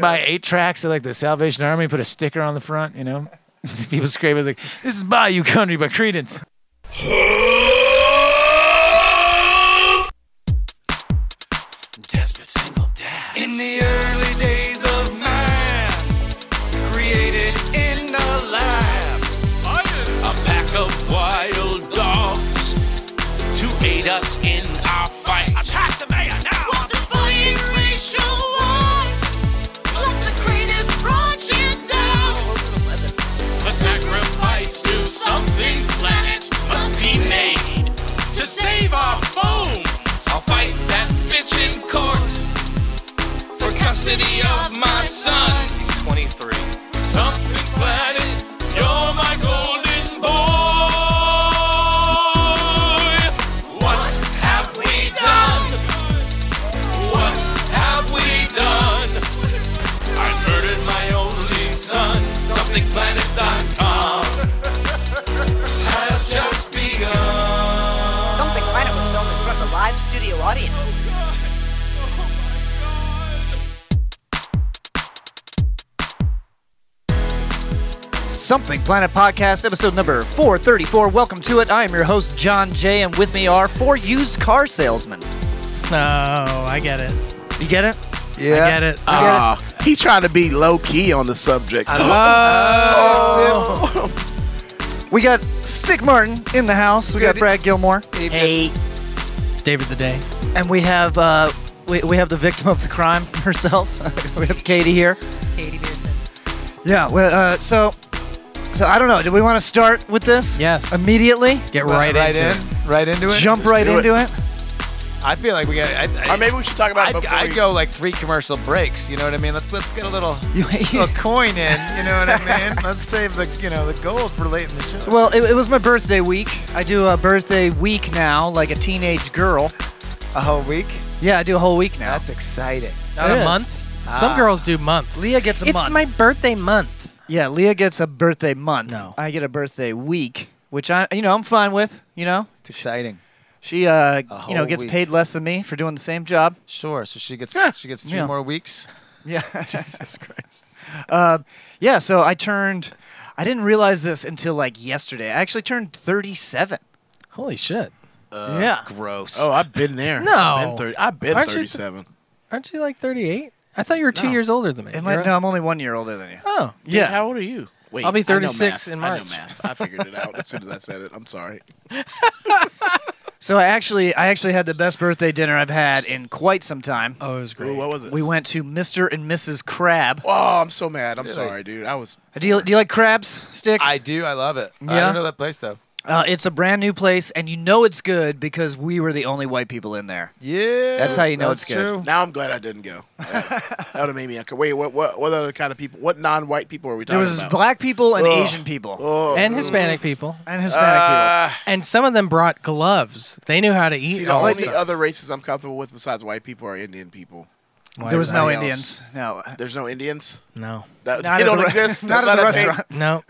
buy eight tracks of like the Salvation Army, put a sticker on the front, you know? People scream, it's like, this is Bayou Country by Credence. Desperate single dad. In the early days of man, created in the lab, A pack of wild dogs to aid us in our fight. Attack the mayor now! While defying racial odds, plus the greatest project out. A sacrifice to something planet must be made to save our phones. I'll fight that bitch in court for custody of my son. he's 23. Something planet, you're my golden boy. What have we done? What have we done? I murdered my only son. SomethingPlanet.com has just begun. Something Planet was filmed in front of a live studio audience. Something Planet Podcast, episode number 434. Welcome to it. I am your host, John Jay, and with me are four used car salesmen. Oh, I get it. You get it? Yeah. I get it. Ah, he tried to be low key on the subject. Oh. Oh. Oh. We got Stick Martin in the house. We got Good. Brad Gilmore. Hey, David the Day. And we have uh, we, we have the victim of the crime herself. we have Katie here. Katie Pearson. Yeah, well, uh, so so I don't know. Do we want to start with this? Yes. Immediately? Get right, into in, it. right into it. Jump right do it. into it. I feel like we got. I, I, or maybe we should talk about it I'd, before I'd we- go like three commercial breaks. You know what I mean? Let's let's get a little, You- little coin in. You know what I mean? Let's save the you know the gold for late in the show. Well, it, it was my birthday week. I do a birthday week now, like a teenage girl. a whole week. Yeah, I do a whole week now. That's exciting. Not It a is. month. Some girls do months. Leah gets a it's month. my birthday month. Yeah, Leah gets a birthday month. No. I get a birthday week, which I, you know, I'm fine with. You know, It's exciting. she, uh, you know, whole gets week. paid less than me for doing the same job. Sure. So she gets she gets three Yeah. more weeks. Yeah. Jesus Christ. Uh, yeah. So I turned. I didn't realize this until like yesterday. I actually turned 37. Holy shit. Uh, yeah. Gross. Oh, I've been there. No. I've been, thir- I've been Aren't you- 37. Aren't you like 38? I thought you were two years older than me. And like, You're- no, I'm only one year older than you. Oh, Yeah. How old are you? Wait, I'll I be know 36 math. in I know March. math. I figured it out as soon as I said it. I'm sorry. So I actually, I actually had the best birthday dinner I've had in quite some time. oh, it was great. Ooh, what was it? We went to Mr. and Mrs. Crab. oh, I'm so mad. I'm sorry, dude. I was. Do you, do you like crabs, Stick? I do. I love it. I Yeah. don't know that place though. Uh, it's a brand new place, and you know it's good because we were the only white people in there. Yeah. That's how you know that's it's good. true. Now I'm glad I didn't go. That, that would have made me uncomfortable. Wait, what, what? What other kind of people? What non-white people are we talking There was about? black people and Ugh. Uh, Asian people Oh, and Hispanic people. and Hispanic And some of them brought gloves. They knew how to eat. See, the all only this stuff. other races I'm comfortable with besides white people are Indian people. Why people. There is was that? no else? Indians. No, There's no Indians. No. That, Not they at the don't re- exist. not at They're the a thing. restaurant. No.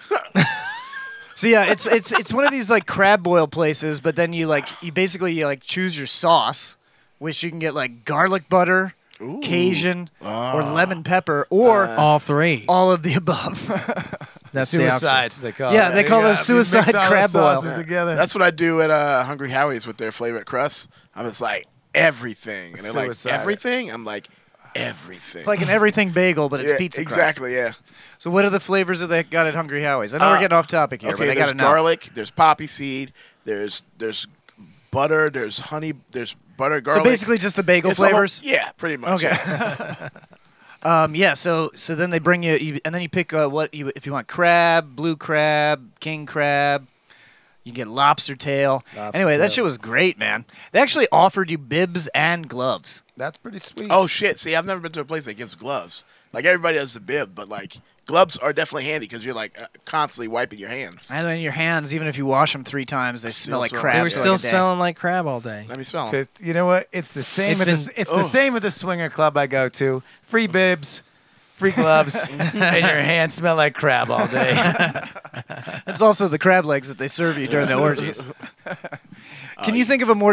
So yeah, it's it's it's one of these like crab boil places, but then you like you basically you like choose your sauce, which you can get like garlic butter, Cajun, or Ah. lemon pepper, Uh. or all three. all of the above. That's Suicide. They call Yeah, it. they call You it got- you suicide mix all crab the sauces boil. together. That's what I do at uh, Hungry Howie's with their flavored crust. I'm just like everything, and they're Suicide. like everything. I'm like everything. it's like an everything bagel, but it's Yeah, pizza crust. Exactly. Yeah. So what are the flavors that they got at Hungry Howie's? I know Uh, we're getting off topic here, okay. but I there's gotta know. garlic. There's poppy seed. There's there's butter. There's honey. There's butter so garlic. basically, just the bagel It's all- flavors. yeah, pretty much. Okay. yeah. um, yeah. So so then they bring you, you and then you pick uh, what you if you want crab, blue crab, king crab. You get lobster tail. anyway, that shit was great, man. They actually offered you bibs and gloves. That's pretty sweet. Oh shit! See, I've never been to a place that gives gloves. Like everybody has a bib, but like gloves are definitely handy because you're like uh, constantly wiping your hands. And then your hands, even if you wash them three times, they smell like smell. crab. They were for, like, still a day. smelling like crab all day. Let me smell 'em. Cause you know what? It's the same. It's at the- It's, been- the ugh. same with the swinger club I go to. Free bibs, free gloves, and your hands smell like crab all day. It's also the crab legs that they serve you during the orgies. Can you think of a more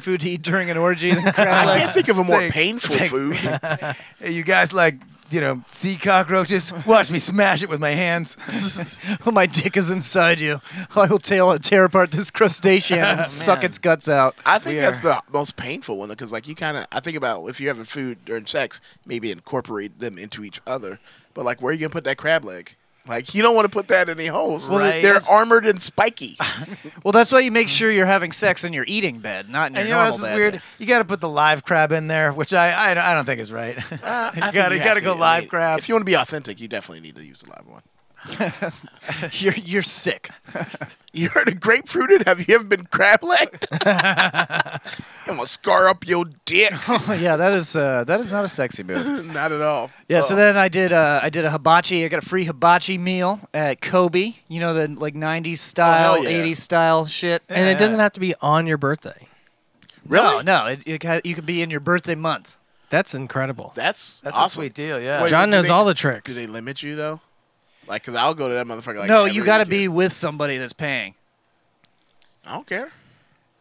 food to eat during an orgy than crab I legs? can't think of a more Take- painful take- food. Hey, you guys like you know, see cockroaches. Watch me smash it with my hands. Oh, my dick is inside you. I will tear, tear apart this crustacean and suck its guts out. I think Oh, We that's the most painful one because, like, you kind of I think about if you're having food during sex, maybe incorporate them into each other. But like, where are you gonna put that crab leg? Like, you don't want to put that in any holes. uh, Well, Right. They're armored and spiky. Well, that's why you make sure you're having sex in your eating bed, not in your And you know what normal else is bed. weird? You got to put the live crab in there, which I I, I don't think is right. you I think got to have got to go I live mean, crab. If you want to be authentic, you definitely need to use the live one. You're you're sick. You heard of grapefruited? Have you ever been crab legged? I'm gonna scar up your dick. yeah, that is uh, that is not a sexy move. Not at all. Yeah. So then I did uh, I did a hibachi. I got a free hibachi meal at Kobe. You know the like '90s style, Oh, hell yeah. '80s style shit. and it doesn't have to be on your birthday. Oh, Really? No, no. It, it, ha- you could be in your birthday month. That's incredible. That's That's a awesome. sweet deal. Yeah. Wait, John do knows they- all the Do tricks. they limit you though? Like, cause I'll go to that motherfucker. Like, no, every you got to be weekend. with somebody that's paying. I don't care.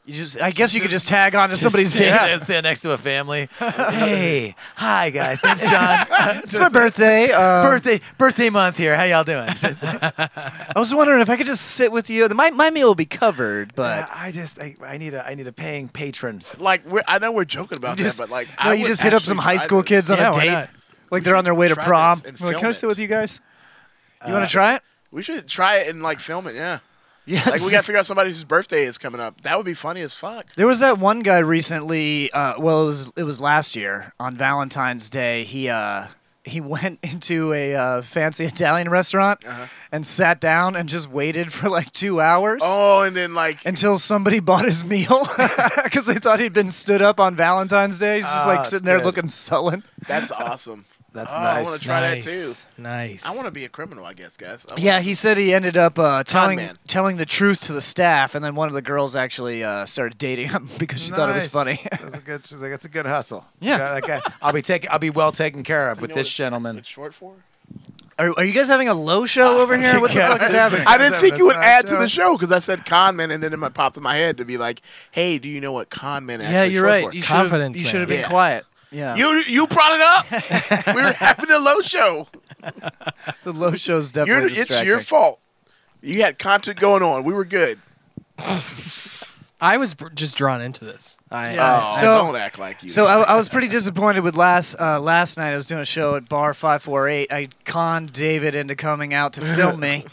You just, I guess you could just tag on to somebody's dick. stand, stand next to a family. hey, hi guys. Name's John. It's my birthday. Uh, birthday birthday month here. How y'all doing? Just- I was wondering if I could just sit with you. My, my meal will be covered, but I just I, I need a I need a paying patron. Like, we're, I know we're joking about just- that, but like, no, I you would just hit up some actually high try school this. kids on Yeah, a why date. not? Like they're on their way to try this prom. and Like, film can I it." sit with you guys? You Uh, want to try it? We should try it and like film it. Yeah. Yeah. Like, we gotta figure out somebody whose birthday is coming up. That would be funny as fuck. There was that one guy recently. Uh, well, it was it was last year on Valentine's Day. He uh, he went into a uh, fancy Italian restaurant Uh-huh. and sat down and just waited for like two hours. Oh, and then like, Until somebody bought his meal because they thought he'd been stood up on Valentine's Day. He's just Ah, like that's sitting there good. looking sullen. that's awesome. That's Oh, I nice. want to try nice. that Nice. too. I want to be a criminal, I guess, guys. I wanna- Yeah, he said he ended up uh, telling man. telling the truth to the staff, and then one of the girls actually uh, started dating him because she thought it was Nice. funny. That's a good. She's like, that's a good hustle. Yeah. Like, I- I'll be taken. I'll be well taken care of You with know this what it- gentleman. It's short for. Ah. Are, are you guys having a low show over here? What the fuck is happening? I didn't think you would That's not add to the show because I said con man, and then it might popped in my head to be like, "Hey, do you know what con man?" Actually Yeah, you're short right. For? You You, should've- Confidence, You man. should have been Yeah. quiet. Yeah, you brought it up. we were having a low show. the low show's You're, definitely it's your distracting. fault. You had content going on. We were good. I was br- just drawn into this. I, Oh, So- don't act like you. So I, I was pretty disappointed with last uh, last night. I was doing a show at Bar Five Four Eight. I conned David into coming out to film me,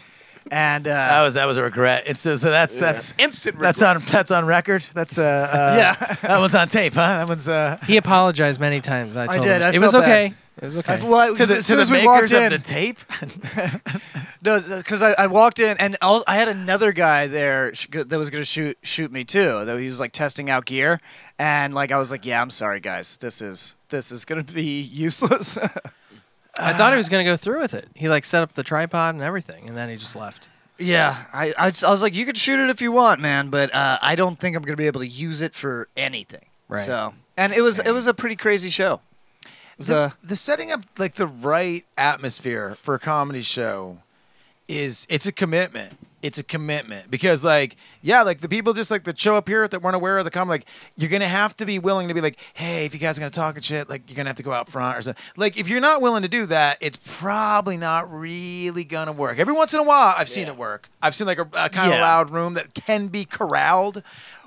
and That uh, was that was a regret. It's so, so that's that's Instant That's regret. on that's on record. That's uh, uh Yeah. That one's on tape, huh? That one's uh he apologized many times. I, told did. him I it was felt okay. It was okay. I- well, to the, as to soon the as we walked makers of in, the tape. No, because I, I walked in and al- I had another guy there sh- that was gonna shoot shoot me too. That he was like testing out gear, and like I was like, yeah, I'm sorry guys, this is this is gonna be useless. I thought he was gonna go through with it. He like set up the tripod and everything, and then he just left. yeah, I, I just- I was like, you can shoot it if you want, man, but uh, I don't think I'm gonna be able to use it for anything. Right. So, and it was it was a pretty crazy show. It was the, a- the setting up like the right atmosphere for a comedy show is it's a commitment. It's a commitment because like yeah, like the people just like that show up here that weren't aware of the comedy, like you're gonna have to be willing to be like, hey, if you guys are gonna talk and shit, like you're gonna have to go out front or something. Like if you're not willing to do that, it's probably not really gonna work. Every once in a while, I've seen it work. I've seen like a, a kind of Yeah. loud room that can be corralled.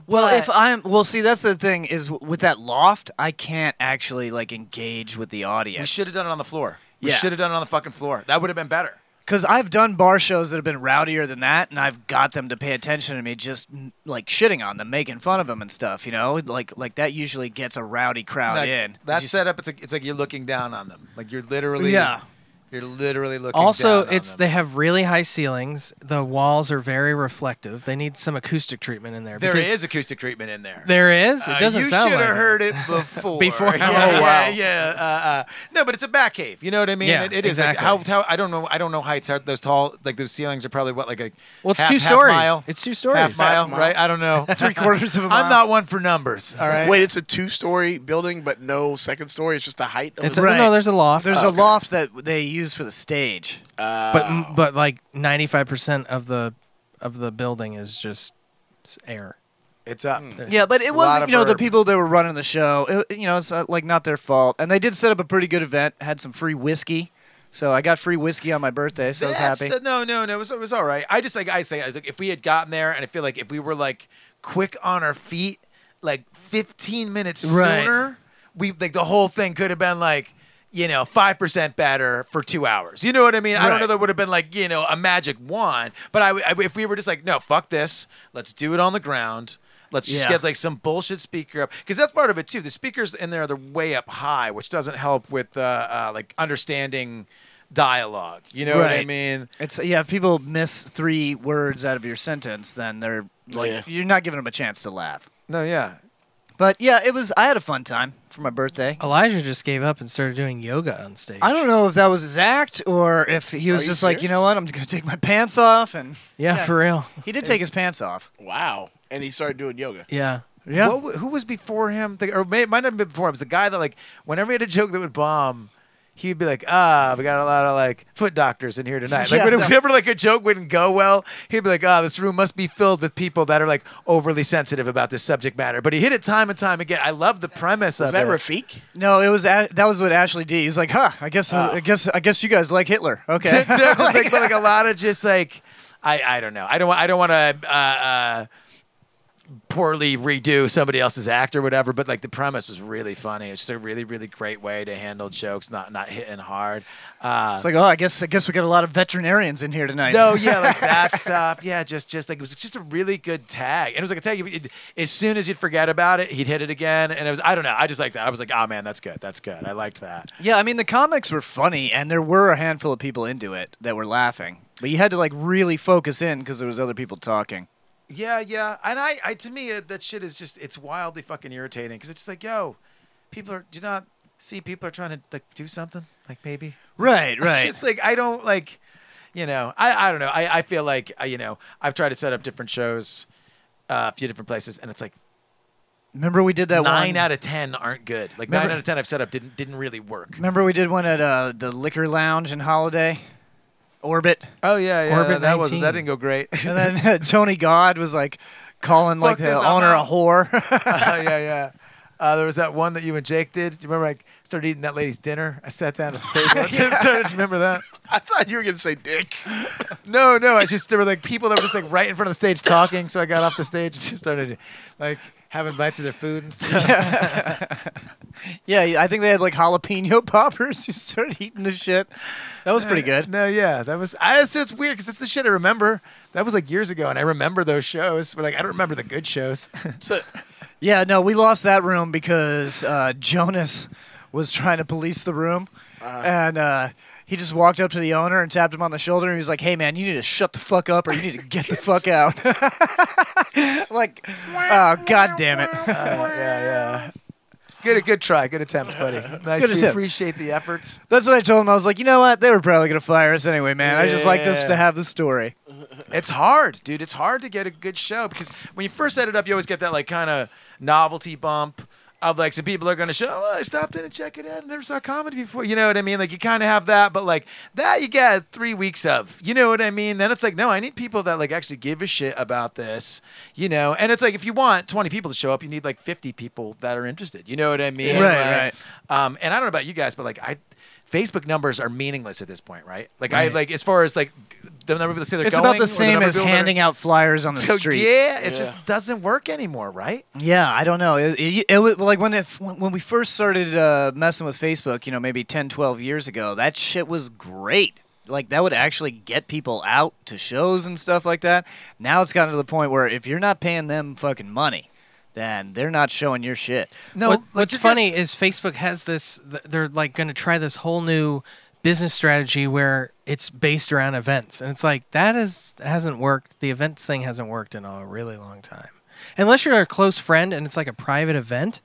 Well, but- if I'm well, see that's the thing is w- with that loft, I can't actually like engage with the audience. we should have done it on the floor. We Yeah. should have done it on the fucking floor. That would have been better. Because I've done bar shows that have been rowdier than that, and I've got them to pay attention to me, just mm, like shitting on them, making fun of them and stuff. You know, like like that usually gets a rowdy crowd that, in. That You s- setup, it's like, it's like you're looking down on them. Like you're literally, Yeah. you're literally looking. Also, down on it's them. they have really high ceilings. The walls are very reflective. They need some acoustic treatment in there. there because- is acoustic treatment in there. There is. It Uh, doesn't you sound should like have it. heard it before. Before. yeah, Oh, wow. yeah, yeah. Uh, uh, no, but it's a back cave. You know what I mean? Yeah, it, it is. exactly. Like, how, how I don't know. I don't know heights. Are those tall? Like those ceilings are probably what like a. Well, it's half- two half stories. mile? It's two stories. Half mile, Half mile. right? I don't know. three quarters of a mile. I'm not one for numbers. All right. Wait, it's a two-story building, but no second story. It's just the height. Of It's the a, Right. no. There's a loft. There's a loft Uh, that they use for the stage. Uh, but m- but like 95 percent of the of the building is just s- air. It's up. Yeah, but it of wasn't, you know, the verb. people that were running the show. It, you know, it's not, like not their fault. And they did set up a pretty good event, had some free whiskey. So I got free whiskey on my birthday, so I was That's happy. the- no, no, no. It was, it was all right. I just like I say, I was like, if we had gotten there, and I feel like if we were like quick on our feet, like 15 minutes Right. sooner, we like the whole thing could have been like. You know, five percent better for two hours. You know what I mean? I don't know Right. that would have been like you know a magic wand, but I, I if we were just like, no, fuck this, let's do it on the ground. Let's just Yeah. get like some bullshit speaker up because that's part of it too. The speakers in there they're way up high, which doesn't help with uh, uh, like understanding dialogue. You know what I Right. mean? It's yeah. If people miss three words out of your sentence, then they're like Yeah. you're not giving them a chance to laugh. No, yeah. But yeah, it was. I had a fun time for my birthday. Elijah just gave up and started doing yoga on stage. I don't know if that was his act or if he was Are you just like, you know what, serious? I'm gonna take my pants off, and Yeah, for real. he did take his pants off. Wow. And he started doing yoga. Yeah. Yeah. What, w- who was before him? The, or may, it might not have been before him. It was the guy that like whenever he had a joke that would bomb, he'd be like, "Ah, we got a lot of like foot doctors in here tonight." Like Yeah, when- no. whenever like a joke wouldn't go well, he'd be like, "Ah, this room must be filled with people that are like overly sensitive about this subject matter." But he hit it time and time again. I love the premise Was of that it. Rafik? No, it was a- that was what Ashley D. He was like, huh? I guess uh, I guess I guess you guys like Hitler. Okay. to- to just like, but like a lot of just like I I don't know. I don't wa- I don't want to uh, uh, poorly redo somebody else's act or whatever. But like the premise was really funny. It's just a really really great way to handle jokes, not not hitting hard. Uh, it's like, oh, I guess I guess we got a lot of veterinarians in here tonight. no, yeah, like that stuff. Yeah, just just like it was just a really good tag, and it was like a tag. you- it- as soon as you'd forget about it, he'd hit it again, and it was I don't know. I just like that. I was like, oh man, that's good. That's good. I liked that. Yeah, I mean the comics were funny, and there were a handful of people into it that were laughing, but you had to like really focus in because there was other people talking. Yeah, yeah, and I, I to me, uh, that shit is just—it's wildly fucking irritating because it's just like, yo, people are. Do you not see people are trying to like do something? Like maybe. Right, It's just like I don't like, you know, I, I don't know. I, I feel like I, you know, I've tried to set up different shows, uh, a few different places, and it's like Remember we did that nine one. out of ten aren't good. Like nine Remember- out of ten I've set up didn't didn't really work. Remember we did one at uh, the liquor lounge in Holiday, Orbit, Oh yeah, yeah, Orbit that was 19. that didn't go great. oh and then uh, Tony God was like calling Fuck like the this, I'm owner a out. whore. yeah, yeah. Uh, there was that one that you and Jake did. Do you remember? I started eating that lady's dinner. I sat down at the table. I just started. do you remember that? I thought you were going to say dick. No, no. I just there were like people that were just like right in front of the stage talking. So I got off the stage and just started like having bites of their food and stuff. yeah, I think they had like jalapeno poppers. You started eating the shit. That was pretty good. No, yeah, that was. I, it's, it's weird because it's the shit I remember. That was like years ago, and I remember those shows. But like I don't remember the good shows. So, Yeah, no, we lost that room because uh, Jonas was trying to police the room, and uh, he just walked up to the owner and tapped him on the shoulder, and he was like, "Hey, man, you need to shut the fuck up, or you need to get the fuck out." like, oh god damn it! Uh, yeah, yeah. Good, good try, good attempt, buddy. Nice. Good we attempt. appreciate the efforts. That's what I told him. I was like, you know what? They were probably gonna fire us anyway, man. I just like this Yeah. to have the story. It's hard, dude. It's hard to get a good show because when you first set it up, you always get that like kind of novelty bump of like some people are gonna show. Oh, I stopped in and check it out. I never saw comedy before. You know what I mean? Like you kind of have that, but like that you get three weeks of. You know what I mean? Then it's like, no, I need people that like actually give a shit about this. You know, and it's like if you want twenty people to show up, you need like fifty people that are interested. You know what I mean? Right, Like, right. um, and I don't know about you guys, but like I, Facebook numbers are meaningless at this point, right? Like I like as far as like the number of people that say they're It's going. about the same as handing out flyers on the So, street. yeah, it Yeah. just doesn't work anymore, right? Yeah, I don't know. It, it, it was like when it, when we first started uh, messing with Facebook, you know, maybe 10, 12 years ago, that shit was great. Like that would actually get people out to shows and stuff like that. Now it's gotten to the point where if you're not paying them fucking money, then they're not showing your shit. No, What- like, what's you're funny is Facebook has this. th- They're like going to try this whole new business strategy where it's based around events, and it's like that is hasn't worked. The events thing hasn't worked in a really long time, unless you're a close friend and it's like a private event.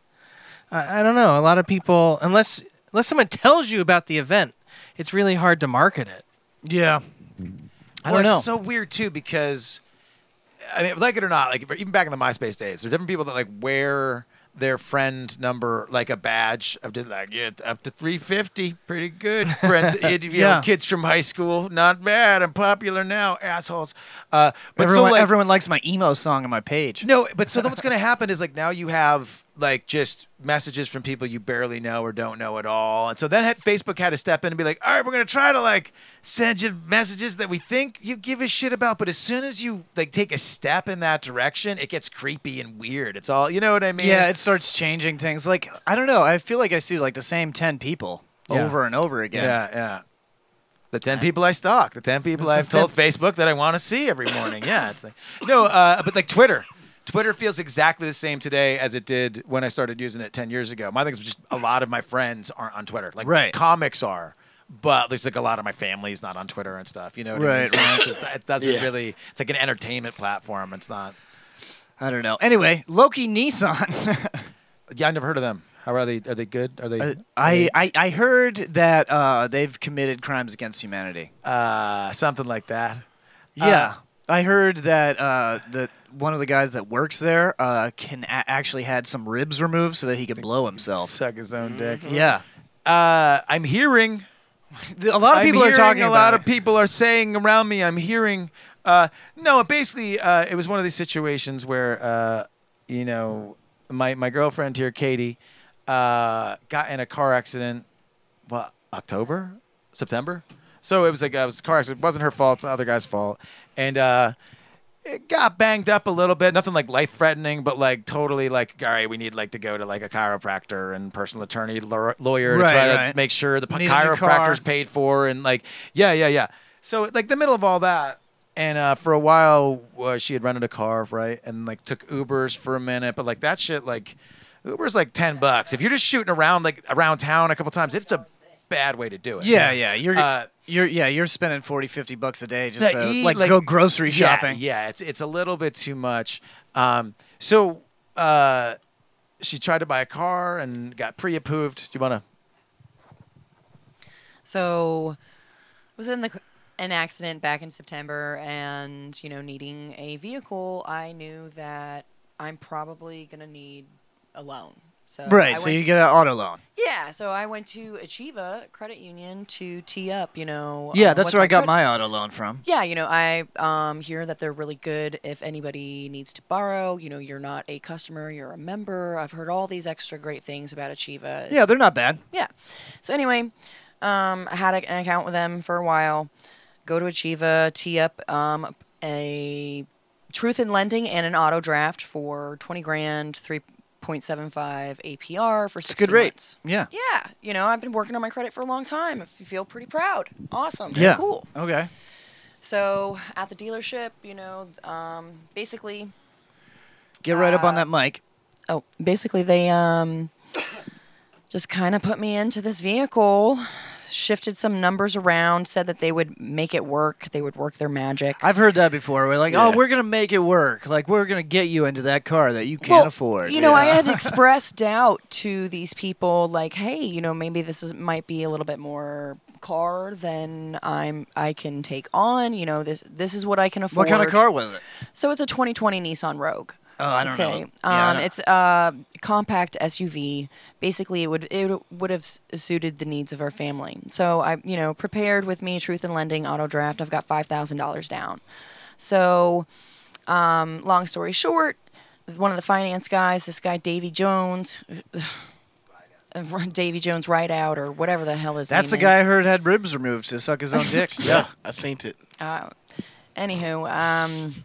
I, I don't know. A lot of people, unless unless someone tells you about the event, it's really hard to market it. Yeah. I well, don't know. It's so weird too because, I mean, like it or not, like even back in the MySpace days, there are different people that like wear their friend number like a badge of just like yeah up to 350 pretty good friend it, you know, Yeah. kids from high school not bad i'm popular now assholes uh but everyone, so like everyone likes my emo song on my page. no but so then what's going to happen is like now you have like just messages from people you barely know or don't know at all and so then ha- facebook had to step in and be like all right we're going to try to like send you messages that we think you give a shit about but as soon as you like take a step in that direction it gets creepy and weird it's all you know what i mean Yeah, it starts changing things. Like I don't know. I feel like I see like the same ten people Yeah. over and over again. Yeah, yeah. The ten people I stalk, the ten people This I've is ten- told Facebook that I want to see every morning. Yeah, it's like no, uh, but like Twitter. Twitter feels exactly the same today as it did when I started using it ten years ago. My thing is just a lot of my friends aren't on Twitter. Like Right. comics are, but there's like a lot of my family's not on Twitter and stuff. You know what I mean? Right, So it's just- It doesn't Yeah. really. It's like an entertainment platform. It's not. I don't know. Anyway, Loki Nissan. Uh, Yeah, I never heard of them. How are they? Are they good? Are they? I, I I heard that uh, they've committed crimes against humanity. uh, something like that. Uh, Yeah, I heard that uh, that one of the guys that works there uh, can a- actually had some ribs removed so that he could blow himself. Suck his own Mm-hmm. dick. Yeah, Uh, I'm hearing a lot of people I'm are hearing talking. A lot about of it. people are saying around me. I'm hearing. Uh, no, basically, uh, it was one of these situations where, uh, you know, my my girlfriend here, Katie, uh, got in a car accident. Well, October, September. So it was like uh, it was a car accident. It wasn't her fault. It's the other guy's fault. And uh, it got banged up a little bit. Nothing like life threatening, but like totally like, all right, we need like to go to like a chiropractor and personal attorney lawyer lawyer to Right, try to right. make sure the Need a new chiropractor's car. paid for and like yeah yeah yeah so like the middle of all that and uh, for a while uh, she had rented a car right and like took ubers for a minute but like that shit like uber's like 10 bucks if you're just shooting around like around town a couple times it's a bad way to do it Yeah, yeah, you're Uh, you're yeah you're spending 40, 50 bucks a day just that to he, like, go grocery yeah, shopping. Yeah, it's it's a little bit too much. Um, so uh, she tried to buy a car and got pre-approved. Do you want So I was in the c- an accident back in September and, you know, needing a vehicle, I knew that I'm probably going to need a loan. So Right, I so went you to- get an auto loan. Yeah, so I went to Achieva Credit Union to tee up, you know. Yeah, um, that's what's where I got credit- my uh, auto loan from. Yeah, you know, I um, hear that they're really good if anybody needs to borrow. You know, you're not a customer, you're a member. I've heard all these extra great things about Achieva. It's Yeah, they're not bad. yeah. So anyway, um, I had a- an account with them for a while. Go to Achieva, tee up um, a truth in lending and an auto draft for twenty grand, three point seven five APR for It's a sixty good rate. months. Yeah. Yeah, you know, I've been working on my credit for a long time. I feel pretty proud. Awesome. Yeah. Oh, Cool. Okay. So at the dealership, you know, um, basically Get right up on that mic. Uh, oh, basically they um just kind of put me into this vehicle, shifted some numbers around, said that they would make it work, they would work their magic. I've heard that before. We're like, Yeah. oh, we're gonna make it work. Like we're gonna get you into that car that you can't Well, afford. You know, I had expressed doubt to these people, like, hey, you know, maybe this is might be a little bit more car than I'm I can take on. You know, this this is what I can afford. What kind of car was it? So it's a 2020 Nissan Rogue. Oh, I don't Okay. know. Um, Yeah, I don't- it's a compact SUV. Basically, it would it would have s- suited the needs of our family. So I, you know, prepared with me Truth and Lending Auto Draft. I've got five thousand dollars down. So, um, long story short, one of the finance guys, this guy Davy Jones, Davy Jones Rideout or whatever the hell his That's the name guy I is. heard had ribs removed to suck his own dick. Yeah, I seen it. Uh, Anywho, um,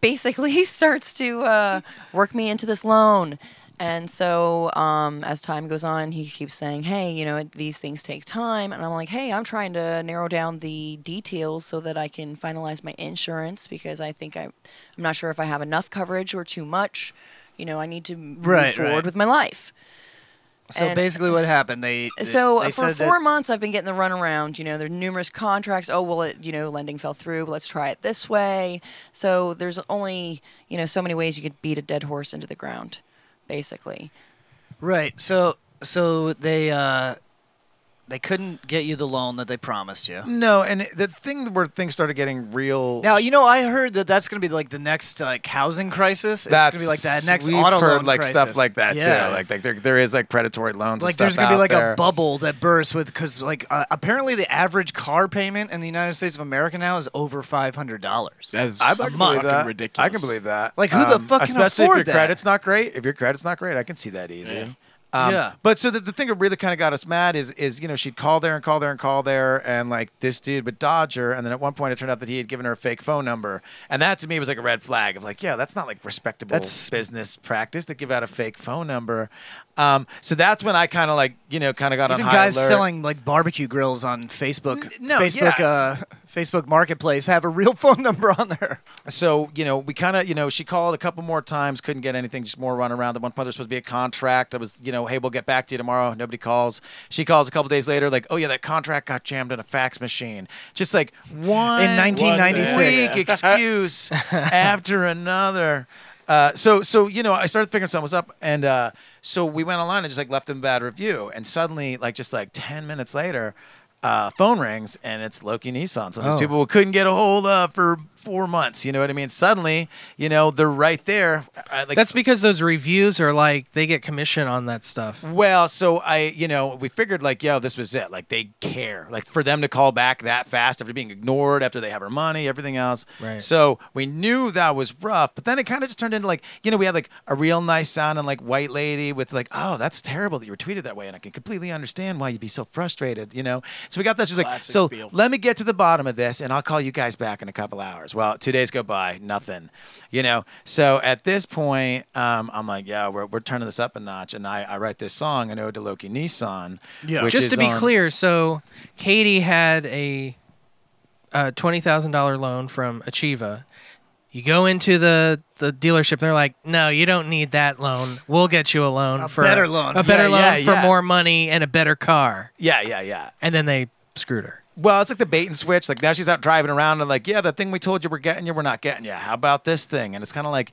basically he starts to uh, work me into this loan. And so um, as time goes on, he keeps saying, hey, you know, these things take time. And I'm like, hey, I'm trying to narrow down the details so that I can finalize my insurance because I think I, I'm not sure if I have enough coverage or too much. You know, I need to move Right, forward right. with my life. So And- basically, what happened? They they- So uh, they for said four that, months, I've been getting the runaround. You know, there are numerous contracts. Oh well, it, you know, lending fell through. Let's try it this way. So there's only you know so many ways you could beat a dead horse into the ground, basically. right. So so they uh, They couldn't get you the loan that they promised you. No, and it- the thing where things started getting real. Now you know I heard that that's going to be like the next like housing crisis. It's that's going to be like that next we've auto heard loan like stuff crisis. like that Yeah. too. Like like there there is like predatory loans. like and stuff there's gonna be out like there. a bubble that bursts with because like uh, apparently the average car payment in the United States of America now is over five hundred dollars. That is I can fucking believe that. ridiculous. I can believe that. Um, Like, who the fuck can especially afford if your that? credit's not great. If your credit's not great, I can see that easy. Um, Yeah. But so the, the thing that really kind of got us mad is is you know she'd call there and call there and call there and like this dude would dodge her and then at one point it turned out that he had given her a fake phone number and that to me was like a red flag of like yeah that's not like respectable That's- business practice to give out a fake phone number. Um, so that's when I kind of like you know kind of got Even on high guys alert. selling like barbecue grills on Facebook, N- no, Facebook, yeah. uh, Facebook Marketplace have a real phone number on there. so you know we kind of you know she called a couple more times couldn't get anything just more runaround. at one point there's supposed to be a contract i was you know hey we'll get back to you tomorrow nobody calls she calls a couple days later like oh yeah that contract got jammed in a fax machine just like one In 1996. weak excuse after another uh, so so you know i started figuring something was up and uh, so we went online and just like left them a bad review and suddenly like just like 10 minutes later uh, phone rings and it's Loki Nissan. So these people Oh. people couldn't get a hold of uh, for four months. You know what I mean? Suddenly, you know, they're right there. I, like, That's because those reviews are like they get commission on that stuff. well, so I, you know, we figured like, yo, this was it. Like they care. Like for them to call back that fast after being ignored, after they have her money, everything else. Right. So we knew that was rough. But then it kind of just turned into like, you know, we had like a real nice sounding like white lady with like, oh, that's terrible that you were tweeted that way, and I can completely understand why you'd be so frustrated. You know. So we got this. She's like, Classic so spiel. let me get to the bottom of this, and I'll call you guys back in a couple hours. Well, two days go by, nothing. You know. So at this point, um, I'm like, yeah, we're we're turning this up a notch, and I I write this song, an ode to Loki Nissan. Yeah. Just to be um, clear, so Katie had a, uh twenty thousand dollar loan from Achieva. You go into the the dealership, they're like, "No, you don't need that loan. We'll get you a loan for better loan. a better Yeah, loan yeah, for yeah. more money and a better car." Yeah, yeah, yeah. And then they screwed her. Well, it's like the bait and switch. Like now she's out driving around and like, yeah, the thing we told you we're getting you, we're not getting you. How about this thing? And it's kind of like,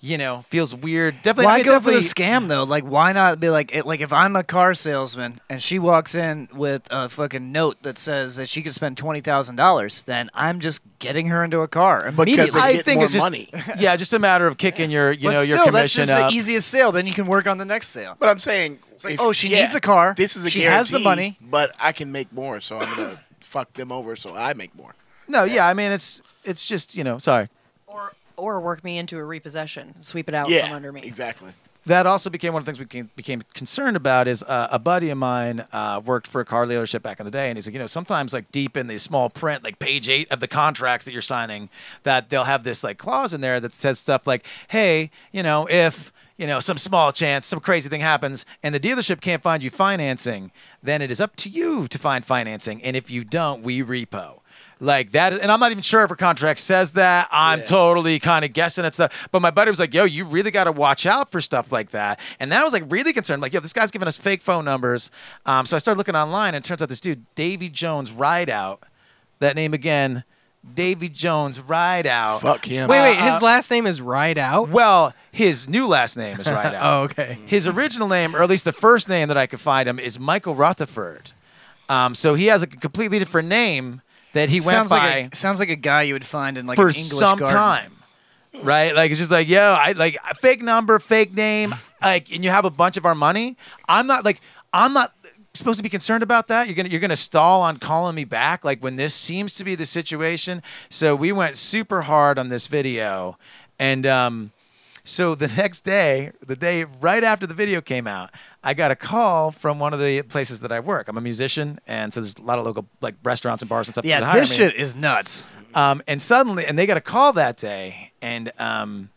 you know, feels weird. Definitely. I Why mean, go for the definitely- scam though? Like, why not be like, it, like if I'm a car salesman and she walks in with a fucking note that says that she could spend twenty thousand dollars, then I'm just getting her into a car immediately. because they I get think more it's just, money. yeah, just a matter of kicking your, you but know, still, your that's commission just up. the easiest sale. Then you can work on the next sale. But I'm saying, like, if- oh, she yeah, needs a car. This is a She guarantee. has the money. but I can make more, so I'm gonna fuck them over, so I make more. no, yeah, I mean, it's it's just you know, sorry. Or or work me into a repossession, sweep it out yeah, from under me. exactly. That also became one of the things we became, became concerned about is uh, a buddy of mine uh, worked for a car dealership back in the day, and he's like, you know, sometimes like deep in the small print, like page eight of the contracts that you're signing, that they'll have this like clause in there that says stuff like, hey, you know, if you know some small chance, some crazy thing happens, and the dealership can't find you financing, then it is up to you to find financing, and if you don't, we repo. Like that, and I'm not even sure if her contract says that. I'm totally kind of guessing at stuff. But my buddy was like, "Yo, you really got to watch out for stuff like that." And that was like really concerned. Like, yo, this guy's giving us fake phone numbers. Um, so I started looking online, and it turns out this dude, Davy Jones Rideout, that name again, Davy Jones Rideout. Uh, Fuck him. Wait, wait, his last name is Ride Out. Well, his new last name is Rideout. Oh, okay. His original name, or at least the first name that I could find him, is Michael Rutherford. Um, so he has a completely different name that he sounds went by like a, sounds like a guy you would find in like for an English some garden. time. Right? Like it's just like, yo, I like fake number, fake name, like and you have a bunch of our money. I'm not like I'm not supposed to be concerned about that. You're gonna you're gonna stall on calling me back, like when this seems to be the situation. So we went super hard on this video and um so the next day, the day right after the video came out, I got a call from one of the places that I work. I'm a musician, and so there's a lot of local like restaurants and bars and stuff. that Yeah, hire this me. shit is nuts. Um, and suddenly, and they got a call that day, and um,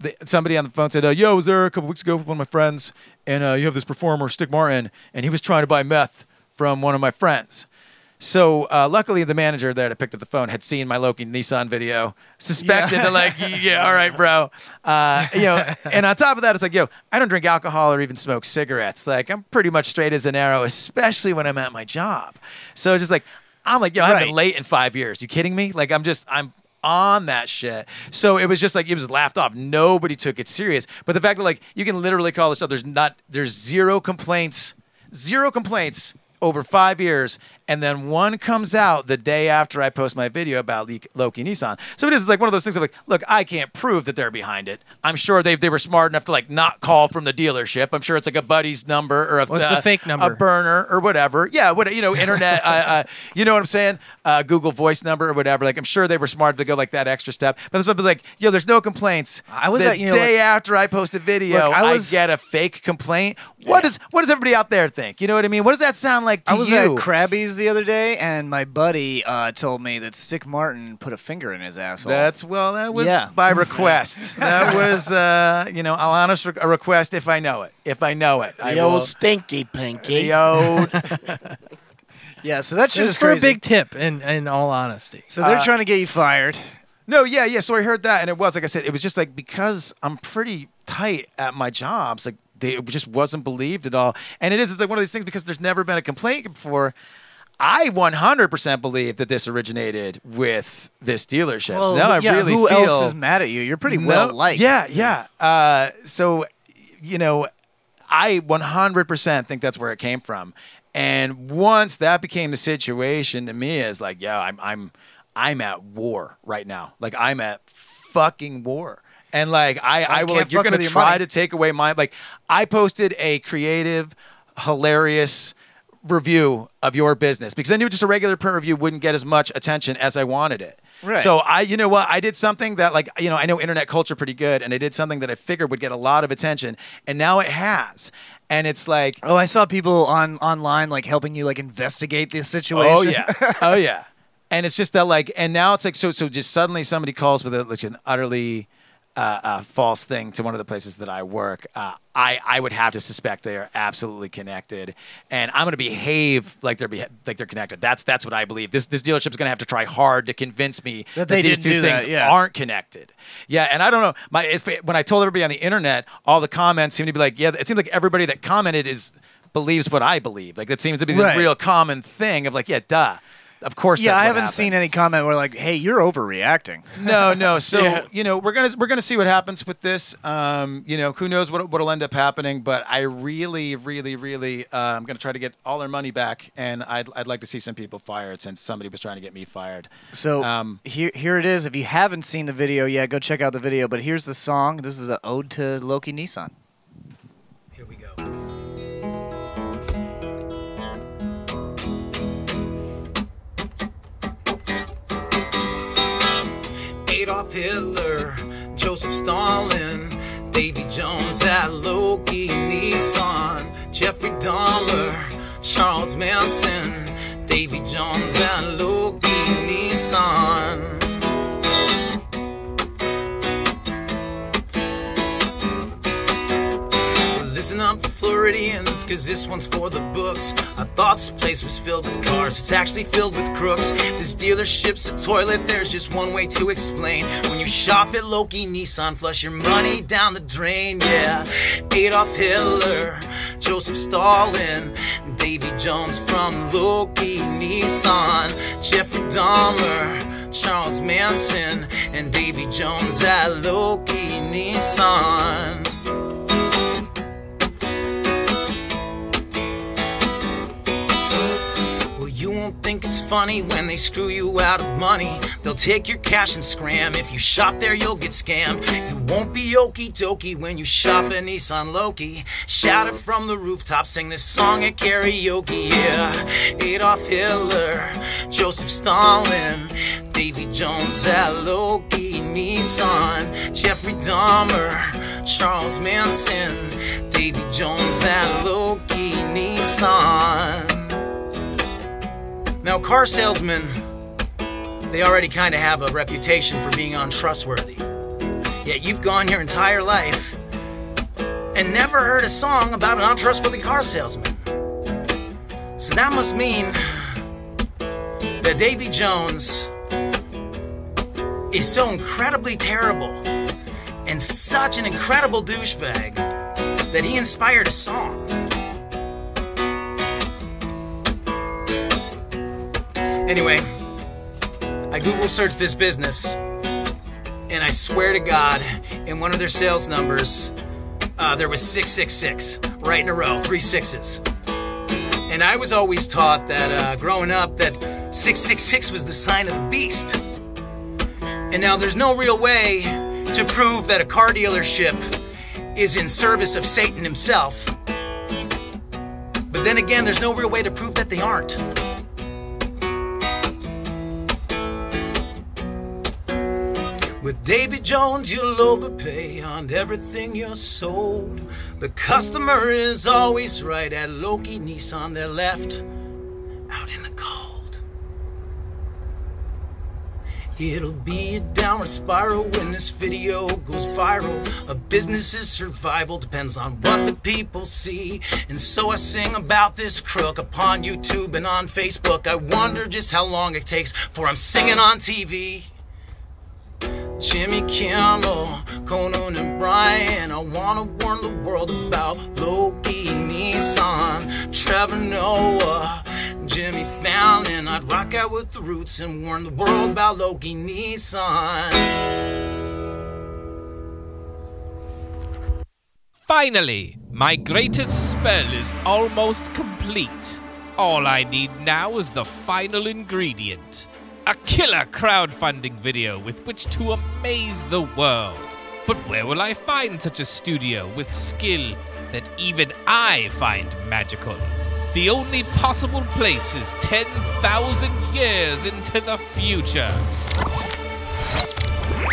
the, somebody on the phone said, uh, "Yo, I was there a couple weeks ago with one of my friends, and uh, you have this performer, Stick Martin, and he was trying to buy meth from one of my friends." So uh, luckily, the manager there that picked up the phone had seen my Loki Nissan video, suspected that like, yeah, all right, bro, uh, you know. And on top of that, it's like, yo, I don't drink alcohol or even smoke cigarettes. Like, I'm pretty much straight as an arrow, especially when I'm at my job. So it's just like, I'm like, yo, I haven't been Right. late in five years. You kidding me? Like, I'm just, I'm on that shit. So it was just like it was laughed off. Nobody took it serious. But the fact that like you can literally call this up, there's not there's zero complaints, zero complaints over five years, and then one comes out the day after I post my video about Le- Loki Nissan. So it is like one of those things of like, look, I can't prove that they're behind it. I'm sure they they were smart enough to like not call from the dealership. I'm sure it's like a buddy's number or a, What's the uh, fake number? a burner or whatever. Yeah, what you know, internet. uh, uh, you know what I'm saying? Uh, Google Voice number or whatever. Like I'm sure they were smart to go like that extra step. But this would be like, yo, there's no complaints. I was the at- you know, day like- after I post a video, Look, I I, was- get a fake complaint. What does what does everybody out there think? You know what I mean? What does that sound like to I was you? at Krabby's the other day, and my buddy uh, told me that Stick Martin put a finger in his asshole. That's well, that was Yeah. by request. that was uh, you know, I'll honest a request if I know it. If I know it, I The will- old stinky pinky. the old yeah, so that It shit was is for a crazy. big tip, in, in all honesty. so Uh, they're trying to get you fired. No, yeah, yeah. So I heard that, and it was like I said, it was just like because I'm pretty tight at my jobs, like they it just wasn't believed at all. And it is, it's like one of these things because there's never been a complaint before. I 100% believe that this originated with this dealership. so now I yeah, really who feel else is mad at you? You're pretty well liked. Yeah, yeah. Uh, so, you know, I 100% think that's where it came from. And once that became the situation to me, is like, yeah, I'm, I'm, I'm at war right now. Like I'm at fucking war. And like I, I, will. can't Like, you're fuck gonna with your try money. to take away my. Like I posted a creative, hilarious review of your business because I knew just a regular print review wouldn't get as much attention as I wanted it. Right. So I, you know what, I did something that like, you know, I know internet culture pretty good, and I did something that I figured would get a lot of attention, and now it has, and it's like, Oh, I saw people on online like helping you like investigate this situation. oh yeah, oh yeah, and it's just that like, and now it's like, so so just suddenly somebody calls with a, like an utterly. Uh, uh, false thing to one of the places that I work. Uh, I I would have to suspect they are absolutely connected, and I'm going to behave like they're beha- like they're connected. That's that's what I believe. This this dealership is going to have to try hard to convince me that, That they these didn't two do that, things yeah. aren't connected. Yeah, and I don't know. My if, when I told everybody on the internet, all the comments seem to be like, yeah, it seems like everybody that commented is believes what I believe. Like that seems to be the Right. real common thing of like, yeah, duh. Of course, Yeah, that's I what haven't happened. seen any comment where like, "Hey, you're overreacting." No, no. So you know, we're gonna we're gonna see what happens with this. Um, you know, who knows what what'll end up happening? But I really, really, really, uh, I'm gonna try to get all our money back, and I'd I'd like to see some people fired since somebody was trying to get me fired. So Um, here, here it is. If you haven't seen the video yet, go check out the video. But here's the song. This is an ode to Loki Nissan. Here we go. Adolf Hitler, Joseph Stalin, Davy Jones at Loki Nissan, Jeffrey Dahmer, Charles Manson, Davy Jones at Loki Nissan. Listen up, Floridians, cause this one's for the books. I thought this place was filled with cars, it's actually filled with crooks. This dealership's a toilet, there's just one way to explain. When you shop at Loki Nissan, flush your money down the drain, yeah. Adolf Hitler, Joseph Stalin, Davy Jones from Loki Nissan, Jeffrey Dahmer, Charles Manson, and Davy Jones at Loki Nissan. Well, you won't think it's funny when they screw you out of money. They'll take your cash and scram. If you shop there, you'll get scammed. You won't be okie dokie when you shop at Nissan Loki. Shout it from the rooftop, sing this song at karaoke. Yeah, Adolf Hitler, Joseph Stalin, Davy Jones at Loki Nissan, Jeffrey Dahmer, Charles Manson, Davy Jones at Loki Nissan. Now, car salesmen, they already kind of have a reputation for being untrustworthy. Yet you've gone your entire life and never heard a song about an untrustworthy car salesman. So that must mean that Davy Jones is so incredibly terrible and such an incredible douchebag that he inspired a song. Anyway, I Google searched this business, and I swear to God, in one of their sales numbers, uh, there was 666 right in a row, three sixes. And I was always taught that uh, growing up that 666 was the sign of the beast. And now there's no real way to prove that a car dealership is in service of Satan himself. But then again, there's no real way to prove that they aren't. With David Jones, you'll overpay on everything you're sold. The customer is always right at Loki Nissan, they're left out in the cold. It'll be a downward spiral when this video goes viral. A business's survival depends on what the people see. And so I sing about this crook upon YouTube and on Facebook. I wonder just how long it takes for I'm singing on TV. Jimmy Kimmel, Conan and Brian. I wanna warn the world about Loki Nissan, Trevor Noah, Jimmy Fallon. I'd rock out with the roots and warn the world about Loki Nissan. Finally, my greatest spell is almost complete. All I need now is the final ingredient a killer crowdfunding video with which to amaze the world. But where will I find such a studio with skill that even I find magical? The only possible place is 10,000 years into the future.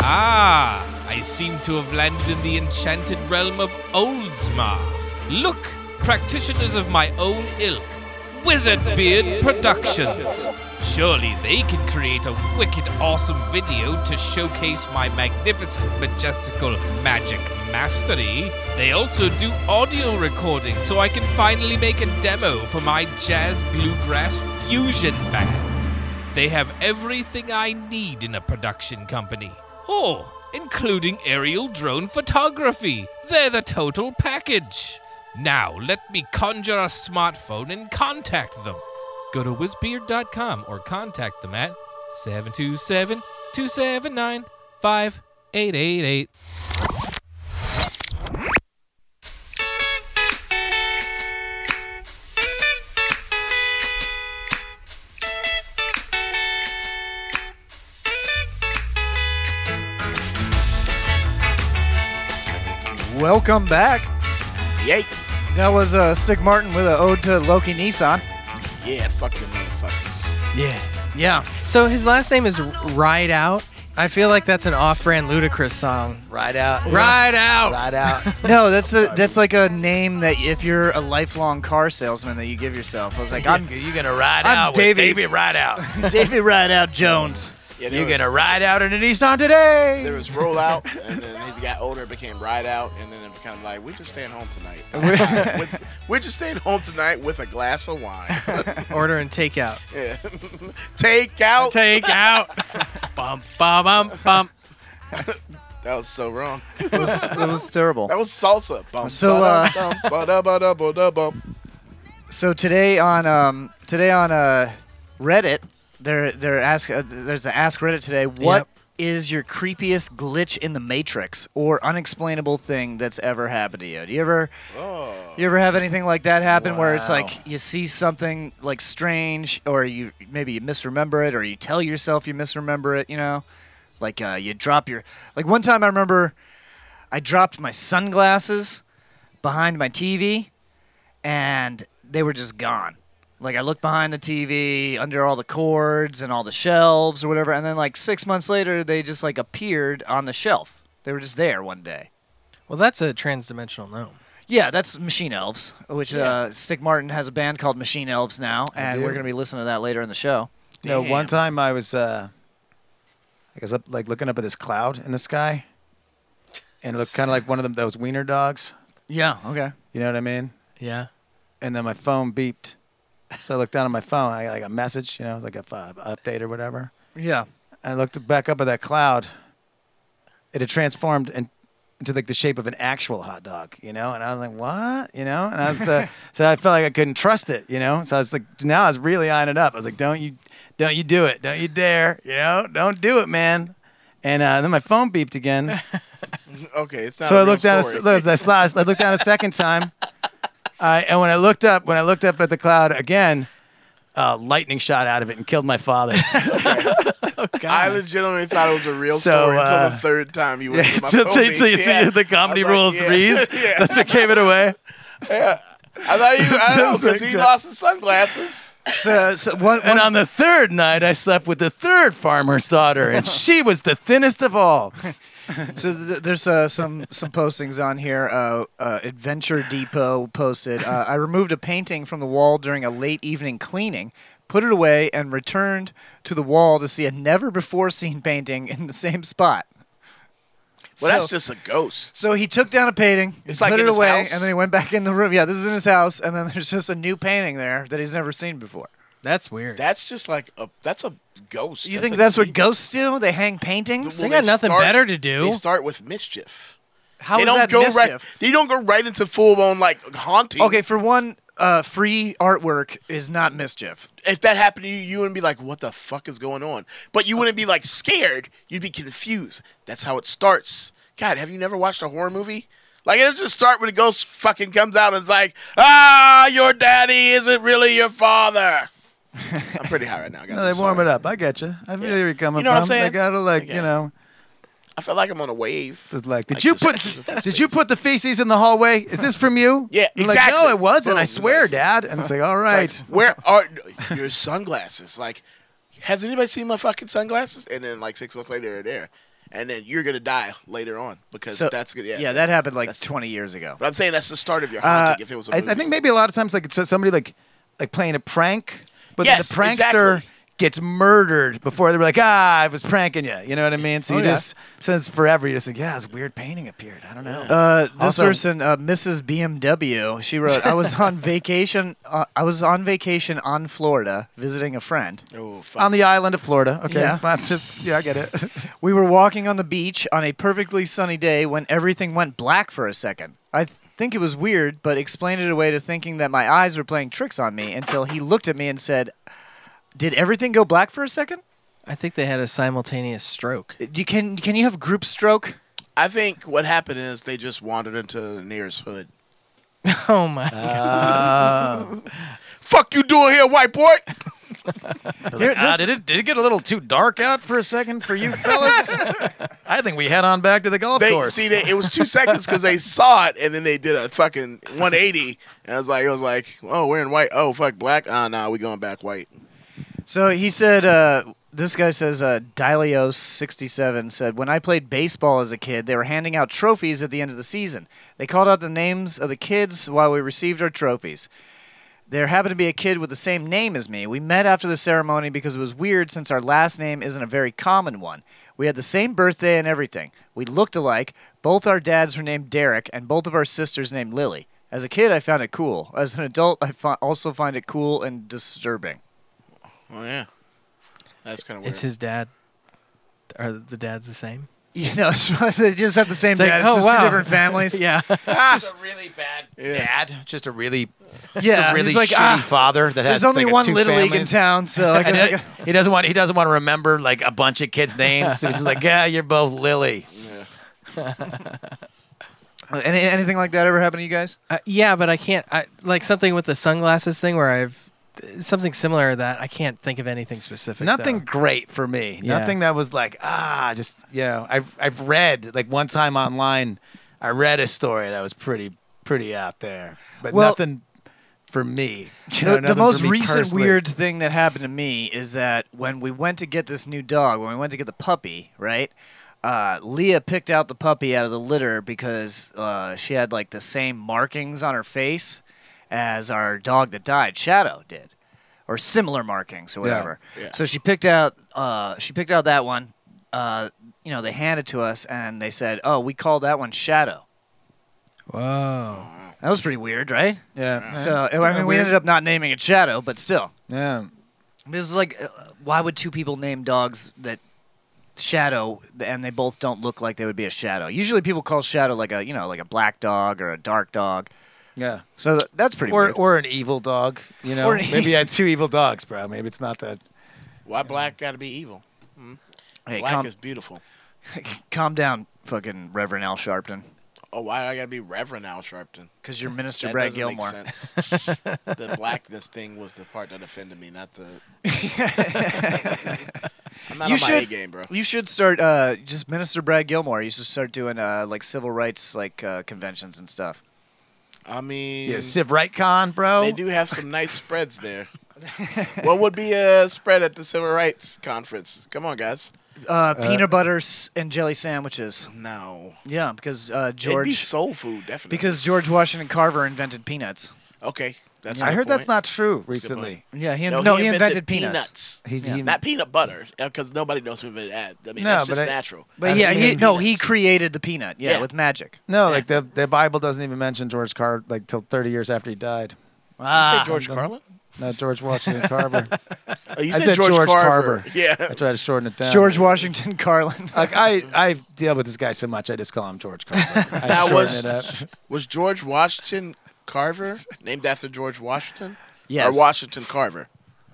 Ah, I seem to have landed in the enchanted realm of Oldsmar. Look, practitioners of my own ilk, Wizard Beard Productions. Surely they can create a wicked awesome video to showcase my magnificent majestical magic mastery. They also do audio recording so I can finally make a demo for my jazz bluegrass fusion band. They have everything I need in a production company. Oh, including aerial drone photography. They're the total package. Now, let me conjure a smartphone and contact them. Go to whizbeard.com or contact them at 727 279 5888. Welcome back. Yay. That was uh, Sig Martin with an ode to Loki Nissan. Yeah, fuck them motherfuckers. Yeah. Yeah. So his last name is Ride Out. I feel like that's an off-brand Ludacris song. Ride out. Ride out. Ride out. No, that's a that's like a name that if you're a lifelong car salesman that you give yourself. I was like, I'm You're gonna ride I'm out, David. With David. Ride out. David Rideout Jones. Yeah, there You're was- gonna ride out in a Nissan today. There was rollout, and then as he got older, it became ride out, and then it became like we're just staying home tonight. with, we're just staying home tonight with a glass of wine. Order and take out. Yeah. Take out. Take out. bum bum bum bum. that was so wrong. It was terrible. That was salsa. Bum, So, uh, ba-dum, bum, ba-da, ba-da, ba-da, bum. So today on um today on uh Reddit, they're they're ask uh, there's an ask Reddit today. What Yep. is your creepiest glitch in the Matrix or unexplainable thing that's ever happened to you? Do you ever Oh. you ever have anything like that happen where it's Wow. like you see something like strange or you maybe you misremember it or you tell yourself you misremember it? You know, like uh, you drop your like one time I remember I dropped my sunglasses behind my TV and they were just gone. Like I looked behind the TV, under all the cords and all the shelves or whatever, and then like six months later, they just like appeared on the shelf. They were just there one day. Well, that's a transdimensional gnome. Yeah, that's Machine Elves, which uh, Stick Martin has a band called Machine Elves now, and do. we're gonna be listening to that later in the show. No, one time I was, uh, I guess, up, like looking up at this cloud in the sky, and it looked kind of like one of them those wiener dogs. Yeah. Okay. You know what I mean? Yeah. And then my phone beeped, so I looked down at my phone. I got like a message, you know, it was like a uh, update or whatever. Yeah. And I looked back up at that cloud. It had transformed in, into like the shape of an actual hot dog, you know. And I was like, "What?" You know. And I was uh, so I felt like I couldn't trust it, you know. So I was like, now I was really eyeing it up. I was like, "Don't you, don't you do it? Don't you dare! You know, don't do it, man." And uh, then my phone beeped again. Okay, it's not. so a I real looked down. A, story. look, I, sli- I looked down a second time. I and when I looked up, when I looked up at the cloud again, uh, lightning shot out of it and killed my father. I legitimately thought it was a real So, story until uh, the third time you yeah, went to my so- so- phone. so you see Yeah. the comedy I was rule of yeah, threes? yeah. That's what gave it away. Yeah. I thought you. I don't know That's because like he that. lost his sunglasses. So, so and on the third night, I slept with the third farmer's daughter, and she was the thinnest of all. so th- there's uh, some some postings on here. Uh, uh, Adventure Depot posted. Uh, I removed a painting from the wall during a late evening cleaning, put it away, and returned to the wall to see a never before seen painting in the same spot. Well, that's So- just a ghost. So he took down a painting, It's put like in it his away, house? and then he went back in the room. Yeah, this is in his house, and then there's just a new painting there that he's never seen before. That's weird. That's just like a. That's a ghost. You think a- that's what ghosts do? They hang paintings. well, start- They start with mischief. How they is don't that go right. mischief? They don't go right into full blown like haunting. Okay, for one, uh, free artwork is not mischief. if that happened to you, you wouldn't be like, "What the fuck is going on?" But you wouldn't be like scared. You'd be confused. That's how it starts. God, have you never watched a horror movie? Like it just start when a ghost fucking comes out and it's like, "Ah, your daddy isn't really your father." I'm pretty high right now, guys. No, they warm it up. I get you. I feel where you're coming You know what from. I'm saying? They gotta like, you know, I feel like I'm on a wave. it's like, did you put did you put the feces in the hallway? Is this from you? Yeah, And exactly. Like, no, it wasn't. I Boom. swear, Dad. And it's like, all right. It's like, where are your sunglasses? Like, has anybody seen my fucking sunglasses? And then like six months later, they're there, and then you're gonna die later on because So- that's good. Yeah, yeah, that happened like 20 years ago. But I'm saying that's the start of your Uh, haunting. if it was, a I, movie. I think maybe a lot of times like it's somebody like like playing a prank, but Yes, the prankster exactly. gets murdered before they were like, ah, I was pranking you. You know what I mean? So Oh, you yeah. just since forever you just think, yeah, this weird painting appeared. I don't know. Uh, this Also- person, uh, Mrs. BMW, she wrote, "I was on vacation. Uh, I was on vacation on Florida visiting a friend. Oh, fuck. on the island of Florida. Okay, Yeah. That's just yeah, I get it. We were walking on the beach on a perfectly sunny day when everything went black for a second. I th- think it was weird, but explained it away to thinking that my eyes were playing tricks on me until he looked at me and said." Did everything go black for a second? Uh, I think they had a simultaneous stroke. You can can you have group stroke? I think what happened is they just wandered into the nearest hood. Oh my! Uh, Uh, Fuck you doing here, white boy? Like, ah, did it did it get a little too dark out for a second for you fellas? I think we head on back to the golf They course. see they, it was two seconds because they saw it and then they did a fucking 180 and I was like it was like oh we're in white oh fuck black ah nah we going back white So he said, uh, this guy says, uh, Dileo67 said, when I played baseball as a kid, they were handing out trophies at the end of the season. They called out the names of the kids while we received our trophies. There happened to be a kid with the same name as me. We met after the ceremony because it was weird since our last name isn't a very common one. We had the same birthday and everything. We looked alike. Both our dads were named Derek, and both of our sisters named Lily. As a kid, I found it cool. As an adult, I fi- also find it cool and disturbing. oh yeah that's kind of weird Is his dad? Are the dads the same? You know, it's probably- they just have the same It's like, dad. It's oh, just wow. two different families. yeah. Just a really bad dad. Just a really, just Yeah, a really he's like, shitty "Ah, father that There's has. only like, one two little league in families." town, so I And guess I he- he doesn't want he doesn't want to remember like a bunch of kids' names. So he's just like, yeah, you're both Lily. got- Uh, Any, anything like that ever happen to you guys? Uh, yeah, but I can't. I like something with the sunglasses thing where I've something similar to that. I can't think of anything specific. Nothing though. great for me. Yeah. Nothing that was like ah, just you know. I've I've read like one time online, I read a story that was pretty pretty out there, but Well- nothing for me. You know, The, the nothing for most me recent personally. weird thing that happened to me is that when we went to get this new dog, when we went to get the puppy, right? Uh, Leah picked out the puppy out of the litter because uh, she had like the same markings on her face as our dog that died, Shadow, did, or similar markings or Yeah. whatever. Yeah. So she picked out uh, she picked out that one. Uh, you know, they handed to us and they said, "Oh, we call that one Shadow." Mm. Whoa. That was pretty weird, right? Mm. Yeah. So Yeah, I mean, we weird. ended up not naming it Shadow, but still. Yeah. This is like, uh, why would two people name dogs that shadow and they both don't look like they would be a shadow? Usually, people call shadow like a you know like a black dog or a dark dog. Yeah. So th- that's pretty. or weird. or an evil dog. You know, Or an maybe I had two evil dogs, bro. Maybe it's not that. why black got to be evil Hmm? hey, black calm, is beautiful calm down, fucking Reverend Al Sharpton. oh, why do I gotta be Reverend Al Sharpton? 'Cause you're Minister That Brad doesn't make Gilmore. sense. the blackness thing was the part that offended me, not the. I'm not you on should, my A game, bro. You should start uh, just Minister Brad Gilmore. You should start doing uh, like civil rights like uh, conventions and stuff. I mean, Mm. Yeah, Civ Right Con, bro. They do have some nice spreads there. what would be a spread at the Civil Rights Conference? Come on, guys. Uh, peanut butter s- and jelly sandwiches. No. Yeah, because uh, It'd George be soul food, definitely. because George Washington Carver invented peanuts. Okay, that's. I a good heard that's point. not That's true a good recently. point. Yeah, he in- no, he invented peanuts. He- Yeah. he- not peanut butter, because nobody knows who invented that. I mean, No, that's but just I- natural. But That's yeah, he, amazing. no, he created the peanut. Yeah, Yeah. with magic. No, like the the Bible doesn't even mention George Carver like till 30 years after he died. Ah. George Carlin? No, George Washington Carver. Oh, you I said said George Carver. Yeah. I tried to shorten it down. George Washington Carlin. Like I, I deal with this guy so much, I just call him George Carver. I That shorten was it up. was George Washington Carver named after George Washington? Yes. Or Washington Carver?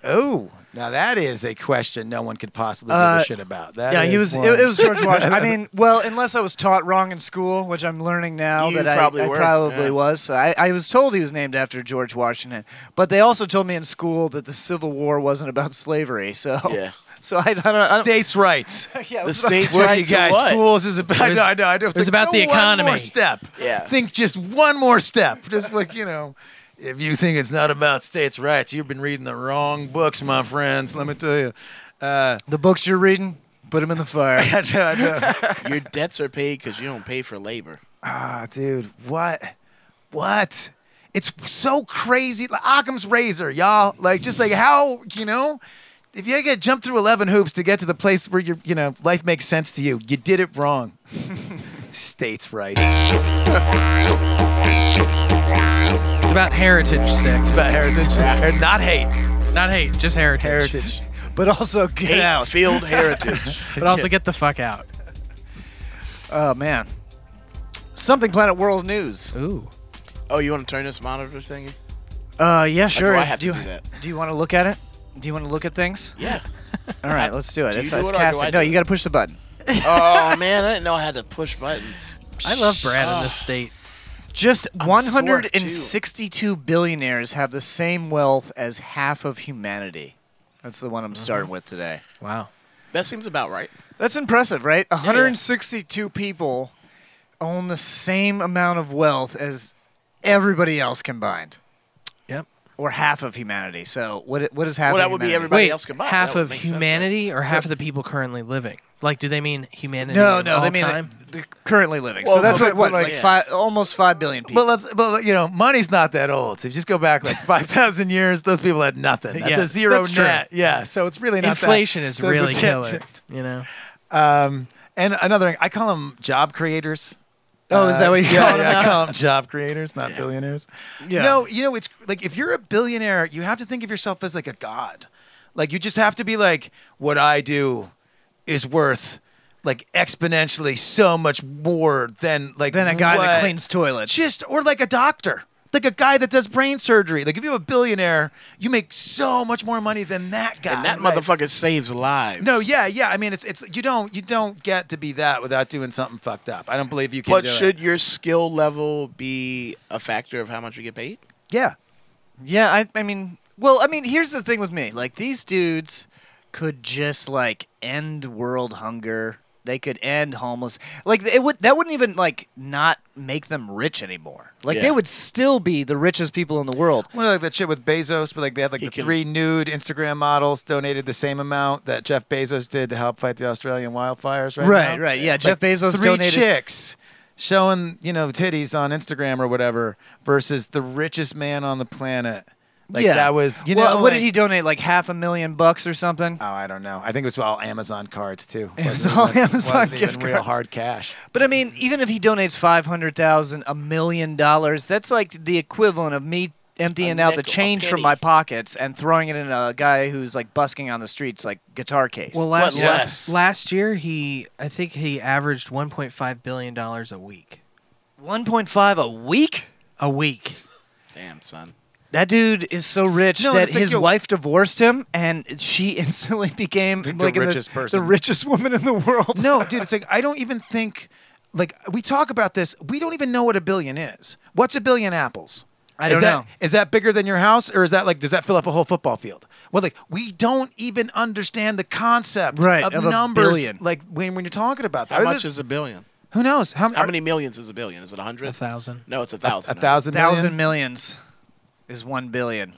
Oh, now that is a question no one could possibly give Uh, a shit about. That yeah, he is was. one- It, it was George Washington. I mean, well, unless I was taught wrong in school, which I'm learning now You that I- probably I, were, probably yeah. was. So I, I was told he was named after George Washington, but they also told me in school that the Civil War wasn't about slavery. So Yeah. So I, I don't. I don't states' rights. yeah, The what's states' What rights you guys? or what? Schools is about. I know, I know. I know. It's it was like, about the go one more economy. step. Yeah. Think just one more step. Just like you know, if you think it's not about states' rights, you've been reading the wrong books, my friends. Let me tell you. Uh, the books you're reading, put them in the fire. I know, I know. Your debts are paid because you don't pay for labor. Ah, dude, what? What? It's so crazy. Like, Occam's razor, y'all. Like, just like how, you know, if you get jump through 11 hoops to get to the place where your, you know, life makes sense to you, you did it wrong. States' rights. It's about heritage sticks, About heritage. Her- Not hate. not hate, just heritage. Heritage. But also get Hate out. field heritage. But also get the fuck out. Oh man. Something Planet World News. Ooh. Oh, you want to turn this monitor thingy? Uh, yeah, sure. do I have you, to do that? Do you want to look at it? Do you want to look at things? Yeah. All right, let's do it. it's do it's it or do I casting. No, do it? you got to push the button. oh man, I didn't know I had to push buttons. Ah. I love Brad in this state. Just sore, too. 162 billionaires have the same wealth as half of humanity. That's the one I'm starting with today. Mm-hmm. Wow. That seems about right. That's impressive, right? 162 people own the same amount of wealth as everybody else combined, Yep. or half of humanity. So what? i- What is half? Well, of that would be humanity? everybody Wait, else combined. half That would of make sense, right? humanity or half of the people currently living? Like, do they mean humanity? No, in no, all they mean time? the- the currently living. so Well, that's but- what, what but like- like five, almost five billion people. But let's, but you know, money's not that old. So if you just go back like 5,000 years, those people had nothing. That's Yeah, a zero that's true. net. Yeah. So it's really not Inflation is is really killer. You know, Um, and another thing, I call them job creators. Uh, oh, is that what you yeah, call it? yeah, I call them job creators, not billionaires. Yeah. No, you know, it's like if you're a billionaire, you have to think of yourself as like a god. Like you just have to be like, what I do is worth like exponentially so much more than like Then a guy that what- cleans toilets. just or like a doctor. Like a guy that does brain surgery. Like if you're a billionaire, you make so much more money than that guy. And that Like- motherfucker saves lives. no, yeah, yeah. I mean, it's it's you don't you don't get to be that without doing something fucked up. I don't believe you can. But do should it. your skill level be a factor of how much you get paid? yeah, Yeah, I, I mean, well, I mean, here's the thing with me. Like, these dudes could just, like, end world hunger. They could end homeless. Like, it would that wouldn't even, like, not make them rich anymore. Like, they Yeah. would still be the richest people in the world. Well, like that shit with Bezos, but like they had like He the can- three nude Instagram models donated the same amount that Jeff Bezos did to help fight the Australian wildfires, right? Right, now. right, yeah, Jeff Bezos three donated- chicks showing you know titties on Instagram or whatever versus the richest man on the planet. Like yeah. that was you know Well, what did like- he donate? Like, half a million bucks or something? Oh, I don't know. I think it was all Amazon cards too. It was all Amazon gift even real cards. hard cash. But I mean, even if he donates five hundred thousand, a million dollars, that's like the equivalent of me emptying A out the nickel, a change from penny. my pockets and throwing it in a guy who's like busking on the streets like guitar case. well, last But less. last year he, I think he averaged 1.5 billion dollars a week. one point five a week. A week. Damn, son. That dude is so rich No, that it's like, his yo- wife divorced him, and she instantly became Like the like richest the person. richest woman in the world. No, dude, it's like I don't even think like we talk about this. We don't even know what a billion is. What's a billion apples? I is don't that, know. Is that bigger than your house, or is that like does that fill up a whole football field? Well, like we don't even understand the concept Right, of, of a numbers. billion. Like when when you're talking about that, How much is a billion? Who knows? How, many millions is a billion? Is it a hundred? A thousand? No, it's a thousand. thousand thousand millions is one billion.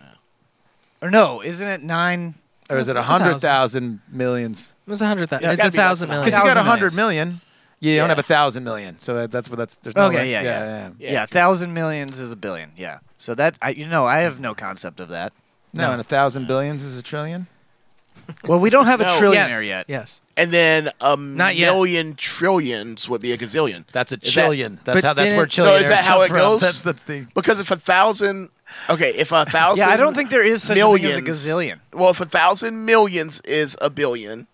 Or no, isn't it nine? or is it No, a it's hundred thousand thousand. millions? It was a hundred thousand. Yeah, it's it's a gotta be less thousand than million. Because you got a Thousand hundred millions. million. Yeah, you don't Yeah. have a thousand million. So that- that's what that's. There's no Okay, way- yeah, yeah, yeah. Yeah, thousand millions is a billion. Yeah. So that I, you know, I have no concept of that. No, and a thousand billions is a trillion. Well, we don't have a No. trillionaire yet. Yes. And then a yet. million trillions would be a gazillion. That's a chillion. chillion. That's But how- that's where No, is chillionaires that how come it from. goes? That's- that's the- Because if a thousand, okay, if a thousand, Yeah, I don't think there is such a thing as a gazillion. Well, if a thousand millions is a billion,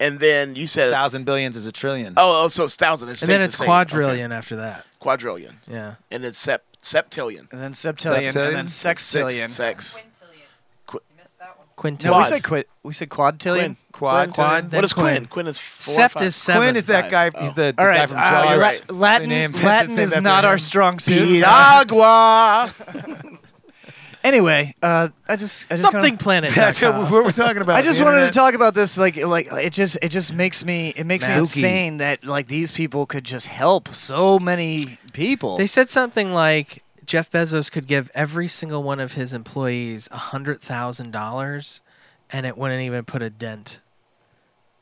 and then you said a thousand billions is a trillion. Oh, oh, so it's thousand. It And then stays the it's same. quadrillion Okay. after that. Quadrillion. Yeah. And then sep- septillion. And then septillion, and then sextillion. Six, sex. Quintillion. No, we said quit. We said quadtillion. Quad. Quad, What then is Quinn? Quinn. Quinn, is four. Sept five. is seven. Quinn is that Five. guy. He's the, the All right, guy from uh, Jaws. you're right. They Latin- named- they Latin named is after not him. our strong suit. Piragua. Anyway, uh, I just I just Something kinda- planet That's dot com. what we're talking about, I just the wanted internet. to talk about this. Like, like it just it just makes me it makes Spooky. me insane that like these people could just help so many people. They said something like Jeff Bezos could give every single one of his employees a hundred thousand dollars, and it wouldn't even put a dent.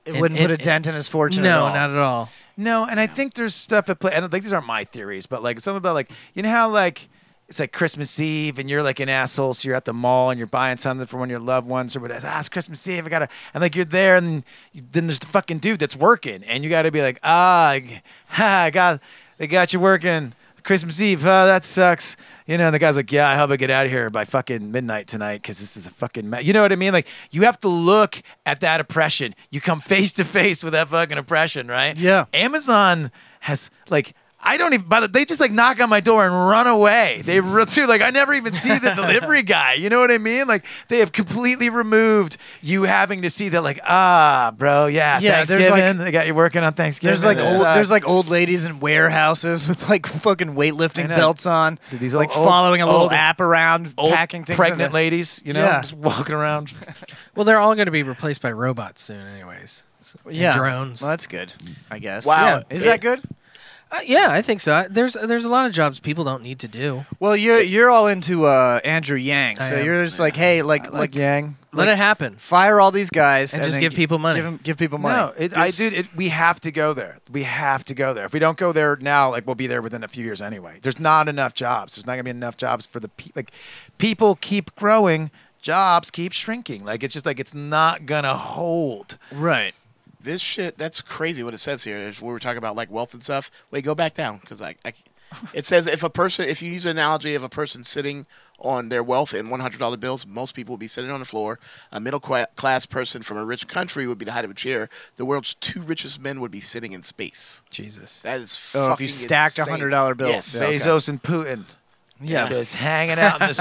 It wouldn't put a dent in his fortune at No, all. not at all. No, and I think there's stuff at play. I don't like these aren't my theories, but like something about like you know how like it's like Christmas Eve and you're like an asshole, so you're at the mall and you're buying something for one of your loved ones or whatever. Ah, it's Christmas Eve. I gotta and like you're there and you- then there's the fucking dude that's working and you gotta be like ah, I g- ha, I got they got you working. Christmas Eve, oh, that sucks. You know, and the guy's like, yeah, I hope I get out of here by fucking midnight tonight because this is a fucking, ma-. you know what I mean? Like, you have to look at that oppression. You come face to face with that fucking oppression, right? Yeah. Amazon has, like, I don't even, by the, they just like knock on my door and run away. They real too, like, I never even see the delivery guy. You know what I mean? Like, they have completely removed you having to see that, like, ah, bro, yeah, Yeah, there's, like- Thanksgiving. they got you working on Thanksgiving. There's like This old, sucks. there's like old ladies in warehouses with like fucking weightlifting I know. belts on, Dude, these like old- following a little old- app around, old packing things. in pregnant it. ladies, you know, Yeah. just walking around. Well, they're all going to be replaced by robots soon, anyways. So- and Yeah. drones. Well, that's good, I guess. Yeah. is that good? Uh, yeah, I think so. I- There's there's a lot of jobs people don't need to do. Well, you're you're all into uh, Andrew Yang, I so am. you're just like, hey, like like, Yang, Let it happen. Fire all these guys And and just then give gi- people money. Give, 'em- give people money. No, it, I dude, it, we have to go there. We have to go there. If we don't go there now, like we'll be there within a few years anyway. There's not enough jobs. There's not gonna be enough jobs for the pe- like. People keep growing, jobs keep shrinking. Like it's just like it's not gonna hold. Right. This shit, that's crazy what it says here. If we were talking about like wealth and stuff. Wait, go back down because I, I, it says if a person, if you use an analogy of a person sitting on their wealth in $100 bills, most people would be sitting on the floor. A middle cla- class person from a rich country would be the height of a chair. The world's two richest men would be sitting in space. Jesus. That is Oh, if fucking you stacked a insane. $100 bills. Yes. Bezos and Putin. Yeah. just hanging out in the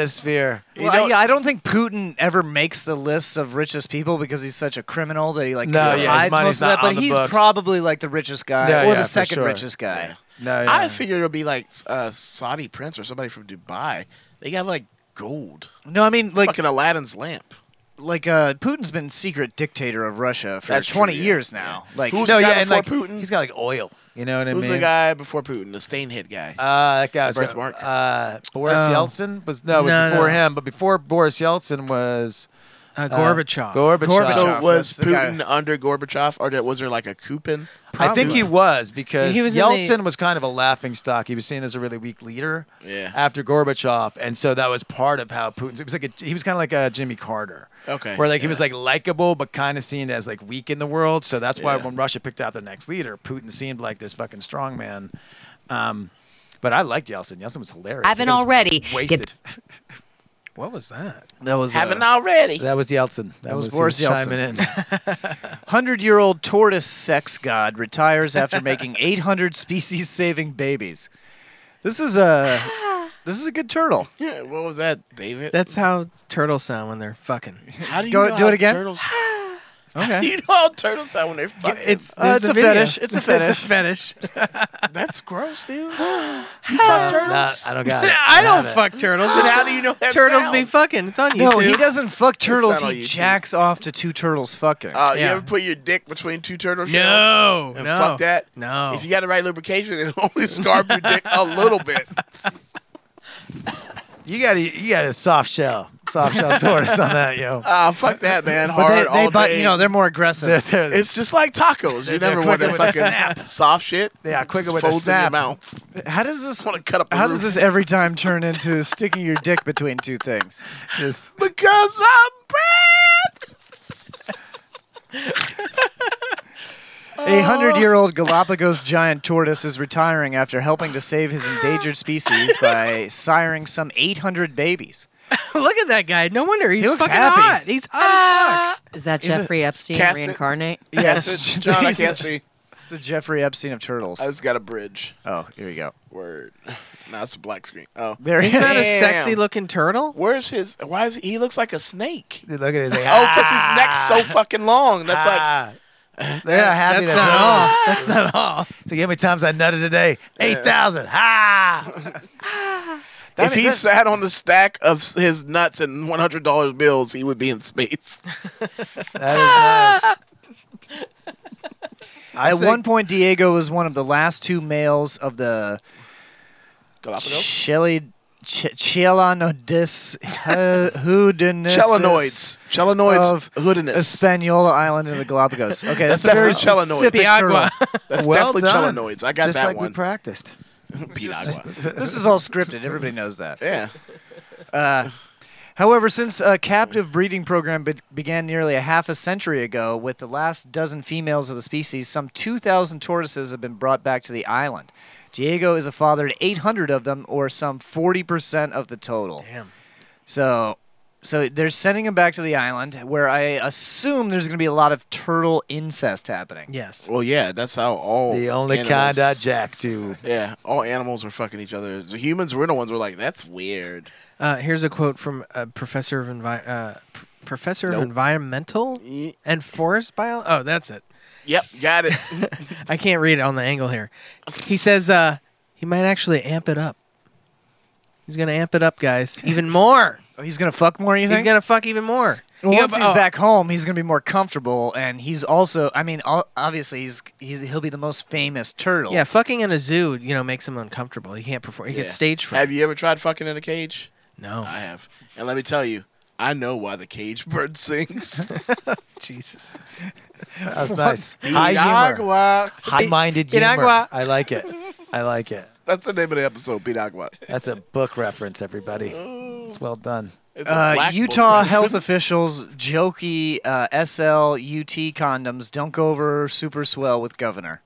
stratosphere. Well, I, yeah, I don't think Putin ever makes the lists of richest people because he's such a criminal that he like No, yeah, his hides money's most of not that. But on the he's books. probably like the richest guy Yeah, or yeah, the for second sure. richest guy. No, I figured it'll be like uh, Saudi prince or somebody from Dubai. They got like gold, No, I mean like fucking Aladdin's lamp. like uh, Putin's been secret dictator of Russia for That's true, 20 yeah. years now. Yeah. Like Who's no, the guy yeah, and before like Putin? He's got like oil. You know what I Who's mean? the guy before Putin? The stain head guy. Uh, that guy was Birthmark. Uh, Boris Um, Oh. Yeltsin was no, it was No, before no. him, but before Boris Yeltsin was Uh, Gorbachev. Gorbachev. So That's was the guy. Putin under Gorbachev, or did- was there like a Kupin? I think he was because He was in Yeltsin the- was kind of a laughing stock. He was seen as a really weak leader Yeah. after Gorbachev, and so that was part of how Putin. It was like a, he was kind of like a Jimmy Carter. Okay, where like he yeah. was like likable but kind of seen as like weak in the world. So that's why Yeah. when Russia picked out their next leader, Putin seemed like this fucking strong man. Um, but I liked Yeltsin. Yeltsin was hilarious. I've been He was already. Get- wasted. What was that? That was uh, Haven't already. That was Yeltsin. That, That was he Boris Yeltsin. chiming in. Hundred-year-old tortoise sex god retires after making 800 species-saving babies. This is a this is a good turtle. Yeah, what was that, David? That's how turtles sound when they're fucking. how do you Go- know do how it again? Turtles... Okay. you know how turtles sound when they're fucking. It's Uh, there's it's a video. fetish. It's a fetish. fetish. That's gross, dude. You fuck turtles? I don't got it. I I have don't it. fuck turtles. "Ah, Then how do you know that turtles sound? be fucking? It's on YouTube. No, he doesn't fuck turtles. not on He YouTube. jacks off to two turtles fucking. Uh, Yeah. You ever put your dick between two turtle shells? No, and no, fuck that. no. If you got the right lubrication, it only scarf your dick a little bit. You got to you got a soft shell, soft shell tortoise on that, yo. Uh, Ah, fuck that, man. but Hard they, they all bite. day. You know, they're more aggressive. They're, they're, it's just like tacos. You They're never want to quicker with a fucking soft shit. They are quicker Just with a folds in snap. your mouth. How does this? Want to cut up? a How does roof. this every time turn into sticking your dick between two things? just Because I'm A Oh. hundred-year-old Galapagos giant tortoise is retiring after helping to save his endangered species by siring some 800 babies. Look at that guy. No wonder he's He looks fucking happy. hot. He's Ah! hot. Is that Jeffrey Epstein Cass- reincarnate? Yes, John. I He's the- can't see. It's the Jeffrey Epstein of turtles. I just got a bridge. Oh, here you go. Word. Now it's a black screen. Oh, There he Isn't that a is. Damn. sexy looking turtle? where's his? Why is he? He looks like a snake. dude, look at his. Like, Oh, because his neck's so fucking long. That's like like they're not happy. That's that- not all. That's not all. So how many times I nutted today? Eight thousand. Ha! if he sat on the stack of s- his nuts and one hundred dollars bills, he would be in space. That is nice. At say- one point, Diego was one of the last two males of the Galapagos. Shelly. Ch- Chelanodis Houdinus. Chelanoids. Chelanoids. Of Hoodiness. Hispaniola Island in the Galapagos. Okay, That's that's, a very definitely Chelanoids. specific turtle. Piagua. That's well definitely done. Chelanoids. I got just that like one. we practiced. Piragua. This is all scripted. Everybody knows that. Uh, yeah. However, since a captive breeding program be- began nearly a half a century ago, with the last dozen females of the species, some 2,000 tortoises have been brought back to the island. Diego is a father to 800 of them, or some 40% of the total. Damn. So, so they're sending them back to the island, where I assume there's going to be a lot of turtle incest happening. Yes. Well, yeah. That's how all The only animals- kind I jack to. Yeah, all animals were fucking each other. The humans were the ones who were like, "That's weird." Uh, here's a quote from a professor of envi- uh, pr- professor Nope. of environmental Ye- and forest bio. Oh, that's it. Yep, got it. I can't read it on the angle here. He says uh, he might actually amp it up. He's gonna amp it up, guys, even more. Oh, he's going to fuck more, you He's think? gonna fuck even more. Well, He once go- he's oh, back home, he's going to be more comfortable, and he's also, I mean, o- obviously, he's, he's he'll be the most famous turtle. Yeah, fucking in a zoo, you know, makes him uncomfortable. He can't perform. He Yeah. gets stage fright. Have you ever tried fucking in a cage? no, I have, and let me tell you, I know why the cage bird sings. Jesus. That was nice. High humor. Piragua. High-minded humor. Piragua. I like it. I like it. That's the name of the episode. Piragua. That's a book reference, everybody. It's well done. It's a Uh, black Utah book. health officials jokey uh, SL UT condoms don't go over super swell with governor.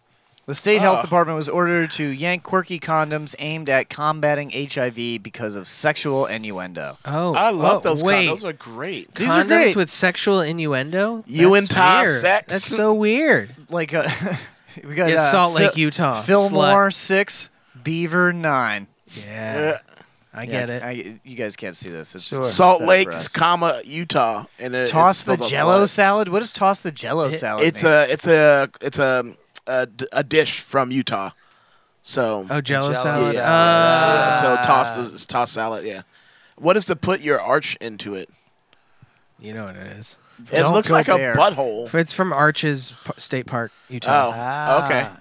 The state health department was ordered to yank quirky condoms aimed at combating HIV because of sexual innuendo. Oh, I love oh, those. Wait, Wait. Those are great. These condoms are great. with sexual innuendo. You That's and Ty weird. sex. That's so weird. Like uh, we got Yeah, uh, Salt Phil- Lake, Utah. Fillmore six, Beaver nine. Yeah, I get it. I, you guys can't see this. It's Sure. it's Salt bad Lake, for us. comma uh, Utah, and it, Toss it's the spelled out Jello slut. salad. What does toss the Jello salad? It's mean? a it's a it's a a, d- a dish from Utah. So oh, Jello, Jello salad. salad. Uh, Yeah, so toss the toss salad. Yeah. What is to put your arch into it? you know what it is. It Don't looks go like there. a butthole. It's from Arches P- State Park, Utah. Oh, Ah. okay.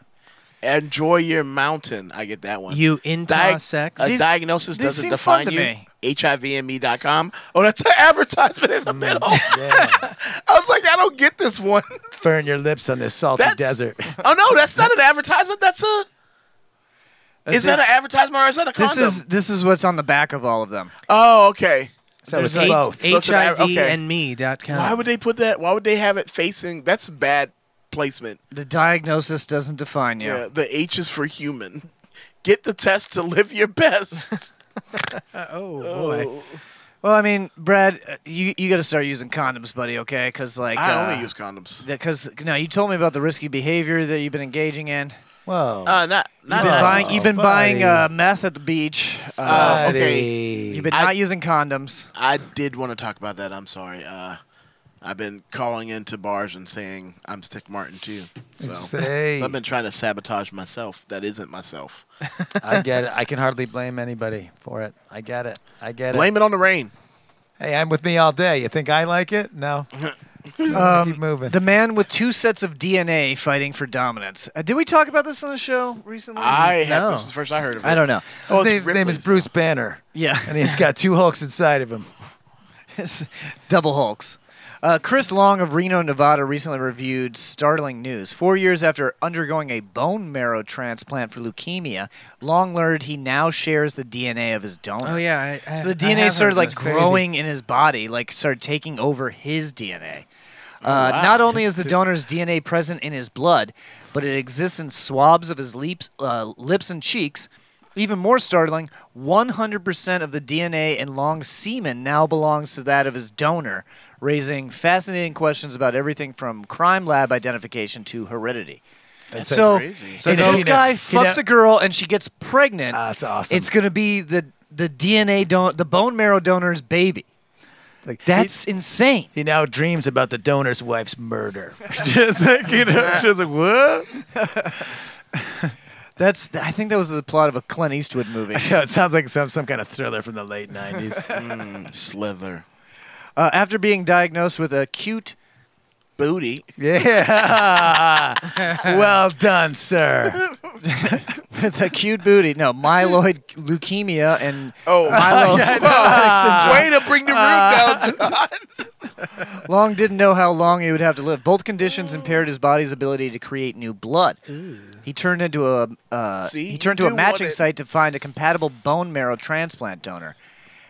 Enjoy your mountain. I get that one. You into Diag- sex? A These- diagnosis these doesn't seem define fun to you. me. HIVme.com. Oh, that's an advertisement in the Mm, middle. I was like, I don't get this one. Burn your lips on this salty That's- desert. Oh no, that's not an advertisement. That's a. That's is that an advertisement or is that a This condom? is this is what's on the back of all of them. Oh, okay. So it's H- both. So it's an ad- okay. HIVandme.com. Why would they put that? Why would they have it facing? That's bad placement. The diagnosis doesn't define you. Yeah. the H is for human. Get the test to live your best. Oh, boy. Well, I mean, Brad, uh, you you got to start using condoms, buddy. Okay, because like uh, I only use condoms. because now you told me about the risky behavior that you've been engaging in. Whoa. Oh, Uh, not You've not been that. buying you've been buddy. buying uh, meth at the beach. Uh, Uh, okay. Buddy. you've been I- not using condoms. I did want to talk about that. I'm sorry. Uh, I've been calling into bars and saying I'm Stick Martin too. So, Say. so I've been trying to sabotage myself. That isn't myself. I get it. I can hardly blame anybody for it. I get it. I get it. Blame it on the rain. Hey, I'm with me all day. You think I like it? No. Um, The man with two sets of DNA fighting for dominance. Uh, did we talk about this on the show recently? I have. No. This is the first I heard of it. I don't know. Oh, His, name, his name is Bruce Banner. Yeah. And he's got two Hulks inside of him. Double Hulks. Uh, Chris Long of Reno, Nevada recently reviewed startling news. Four years after undergoing a bone marrow transplant for leukemia, Long learned he now shares the DNA of his donor. Oh yeah. I, I, So the I DNA have started heard like this. Crazy. growing in his body, like started taking over his DNA. Uh, Oh, Not only is the donor's DNA present in his blood, but it exists in swabs of his leaps, uh, lips and cheeks. Even more startling, 100% of the DNA in Long's semen now belongs to that of his donor, raising fascinating questions about everything from crime lab identification to heredity. That's so, crazy. so And if he this kno- guy he fucks kno- a girl and she gets pregnant, Ah, that's awesome. it's gonna be the the DNA don the bone marrow donor's baby. Like That's insane. He now dreams about the donor's wife's murder. just like, you know, just like, what? That's I think that was the plot of a Clint Eastwood movie. it sounds like some, some kind of thriller from the late 90s. Mm, slither. Uh, after being diagnosed with acute Booty. Yeah. well done, sir. with acute booty, no myeloid leukemia and Oh, Milo- way to bring the room down. Long didn't know how long he would have to live. Both conditions impaired his body's ability to create new blood. He turned into a uh, See, he you turned to a do want matching it. site to find a compatible bone marrow transplant donor.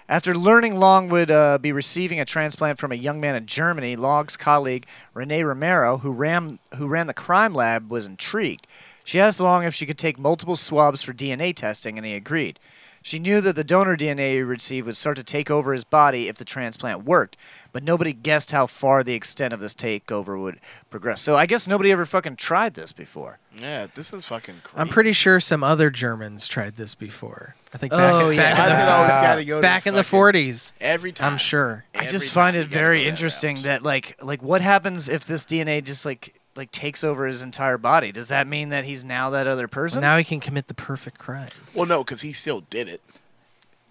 After learning Long would uh, be receiving a transplant from a young man in Germany, Long's colleague Renee Romero, who ran who ran the crime lab, was intrigued. She asked Long if she could take multiple swabs for DNA testing, and he agreed. She knew that the donor DNA he received would start to take over his body if the transplant worked, but nobody guessed how far the extent of this takeover would progress. So I guess nobody ever fucking tried this before. Yeah, this is fucking crazy. I'm pretty sure some other Germans tried this before. I think back, Oh, in- yeah. back in Why's the- it always gotta go to back in the fucking- 40s. Every time. I'm sure. I Every just find time it you gotta go very that interesting route. that like like what happens if this DNA just like like takes over his entire body? Does that mean that he's now that other person? now he can commit the perfect crime. Well, no, because he still did it.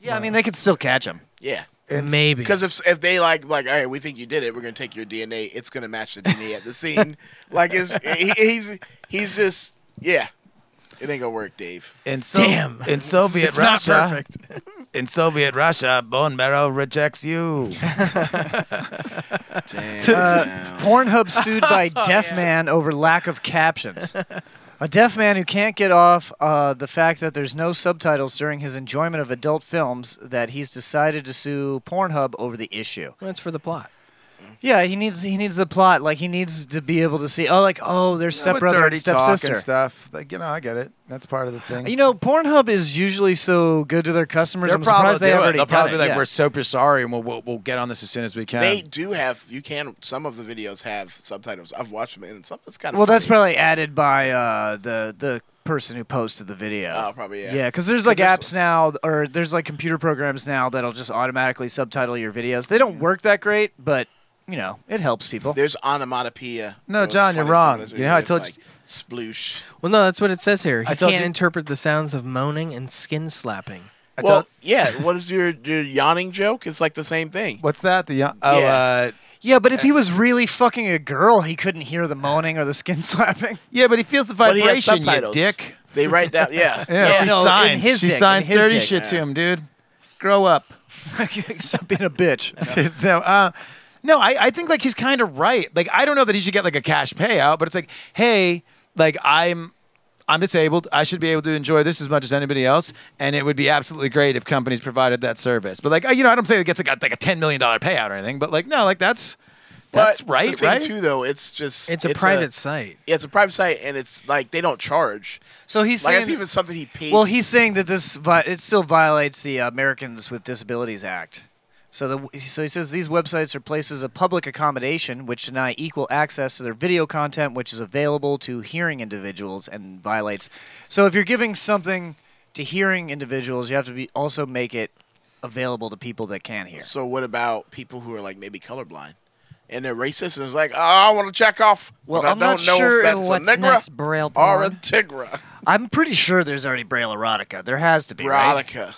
yeah, I mean they could still catch him. Yeah. Maybe. Because if if they like like all right, we think you did it. We're gonna take your DNA. It's gonna match the DNA at the scene. like it's he, he's he's just yeah. It ain't gonna work, Dave. In so- Damn. In Soviet It's not Russia. perfect. In Soviet Russia, bone marrow rejects you. Uh, Damn. Pornhub sued by Oh, deaf man over lack of captions. A deaf man who can't get off uh, the fact that there's no subtitles during his enjoyment of adult films that he's decided to sue Pornhub over the issue. Well, it's for the plot. Yeah, he needs he needs the plot. Like he needs to be able to see. Oh, like oh, their stepbrother and dirty talk and stepsister. stuff. Like you know, I get it. That's part of the thing. You know, Pornhub is usually so good to their customers. They're I'm probably surprised they do it. already They'll done probably be it, like, yeah. "We're super sorry, and we'll, we'll we'll get on this as soon as we can." They do have you can some of the videos have subtitles. I've watched them and some it's kind of Well, that's funny. probably added by uh, the the person who posted the video. Oh, probably, yeah. Yeah, because there's like 'Cause there's- apps now, or there's like computer programs now that'll just automatically subtitle your videos. They don't work that great, but you know, it helps people. there's onomatopoeia. No, it's John, you're funny wrong. sometimes You know how I it's told like you- sploosh. Well, no, that's what it says here. He told can't you- interpret the sounds of moaning and skin slapping. I well, told- yeah. What is your your yawning joke? It's like the same thing. what's that? The young, oh, Yeah. uh, Yeah, but if he was really fucking a girl, he couldn't hear the moaning or the skin slapping. yeah, but he feels the But he has vibration, you subtitles. dick. They write that. Yeah. Yeah, she no, in signs. his she dick, in signs his dirty dick. shit to him, dude. Grow up. Stop being a bitch. so, uh, no, I, I think like he's kind of right. Like I don't know that he should get like a cash payout, but it's like, hey, like I'm I'm disabled. I should be able to enjoy this as much as anybody else, and it would be absolutely great if companies provided that service. But like, I- you know, I don't say it gets like a, like a ten million dollar payout or anything, but like, no, like that's that's But right, The thing right? too, though, it's just It's a private site. Yeah, it's a private site, and it's like they don't charge. So he's Like saying it's even something he paid. Well, he's saying that this vi- it still violates the uh, Americans with Disabilities Act. So the so he says these websites are places of public accommodation which deny equal access to their video content which is available to hearing individuals and violates. So if you're giving something to hearing individuals, you have to be also make it available to people that can't hear. So what about people who are like maybe colorblind? and they're racist and it's like, oh, I want to check off. Well, but I I'm don't not know sure if that's what's a negra next, braille or a porn. tigra. I'm pretty sure there's already Braille erotica. There has to be. Right? Erotica.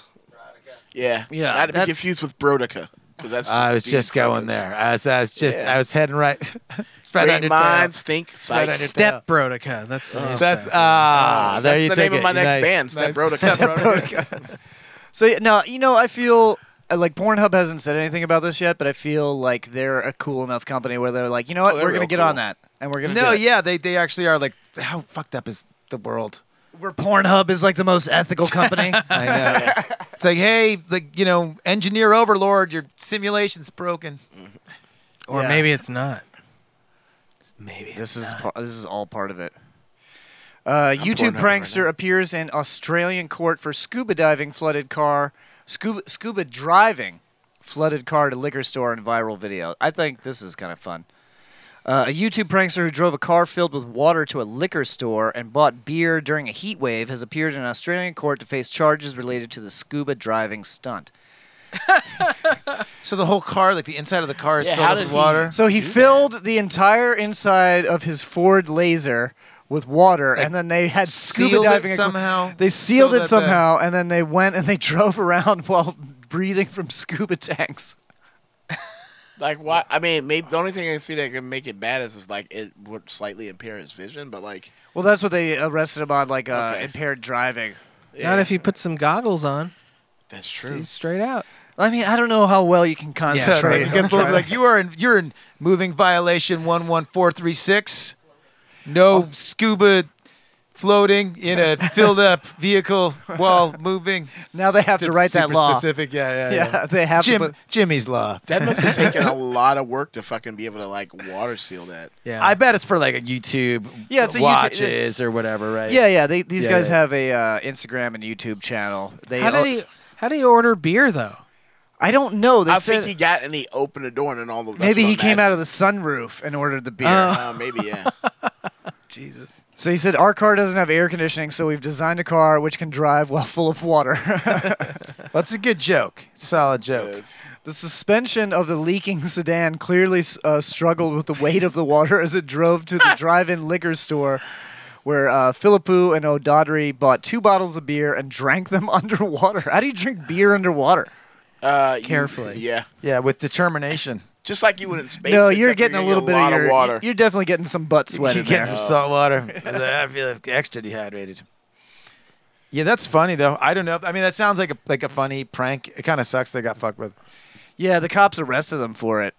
Yeah, Yeah, Not to be that's- confused with Brodica. 'cause that's I was Dean just going Clemens. there. I was, I was just, Yeah. I was heading right. it's right Great on your minds tail. think It's right on your tail. Step Brotica. That's the new That's stuff. uh, ah, Oh, there that's you the take name of it. my next Nice. band, Step Nice. Brotica. Step Brotica. So yeah, now you know, I feel uh, like Pornhub hasn't said anything about this yet, but I feel like they're a cool enough company where they're like, you know what, Oh, they're we're gonna real get cool. on that, and we're gonna No, do it. yeah, they they actually are like how fucked up is the world? Where Pornhub is like the most ethical company. I know. it's like, hey, like you know, engineer overlord, your simulation's broken. Or Yeah. maybe it's not. Maybe this is pa- this is all part of it. Uh, YouTube Pornhub right prankster appears in Australian court for scuba diving flooded car, scuba scuba driving flooded car to liquor store and viral video. I think this is kind of fun. Uh, a YouTube prankster who drove a car filled with water to a liquor store and bought beer during a heat wave has appeared in Australian court to face charges related to the scuba driving stunt. So the whole car, like the inside of the car, is Yeah, filled how up did with he- water. So he filled the entire inside of his Ford Laser with water, and then they had scuba sealed it diving equi- somehow, They sealed so it that the- somehow, and then they went and they drove around while breathing from scuba tanks. Like what? I mean, maybe the only thing I can see that can make it bad is if like it would slightly impair his vision, but like Well, that's what they arrested him on, like uh, impaired driving. Not if you put some goggles on. That's true. See straight out. I mean, I don't know how well you can So it's concentrate. like, because both like you are in you're in moving violation one one four three six. No Oh. scuba floating in a filled up vehicle while moving. Now they have to write that super law. Specific, yeah, yeah, yeah. Yeah, they have to Jim, put- Jimmy's law. that must have taken a lot of work to fucking be able to like water seal that. Yeah. I bet it's for like a YouTube Yeah, it's a YouTube- watches or whatever, right? yeah, yeah. They, these Yeah, guys yeah. have a uh, Instagram and YouTube channel. They How did he? How do you order beer though? I don't know. They I said think he got and he opened the door and then all the. that's maybe what he I'm came at. out of the sunroof and ordered the beer. Uh, maybe yeah. Jesus. So he said, Our car doesn't have air conditioning, so we've designed a car which can drive while full of water. That's a good joke. Solid joke. the suspension of the leaking sedan clearly uh, struggled with the weight of the water as it drove to the drive in liquor store where uh, Philippou and O'Doddery bought two bottles of beer and drank them underwater. How do you drink beer underwater? Uh, you- Carefully. yeah. Yeah, with determination. Just like you would in space. no, except you're getting a gonna little get bit lot of, your, water. You're definitely getting some butt You sweat. keep in getting there. some salt water. I feel extra dehydrated. Yeah, that's funny though. I don't know. I mean, that sounds like a like a funny prank. It kind of sucks they got fucked with. Yeah, the cops arrested them for it.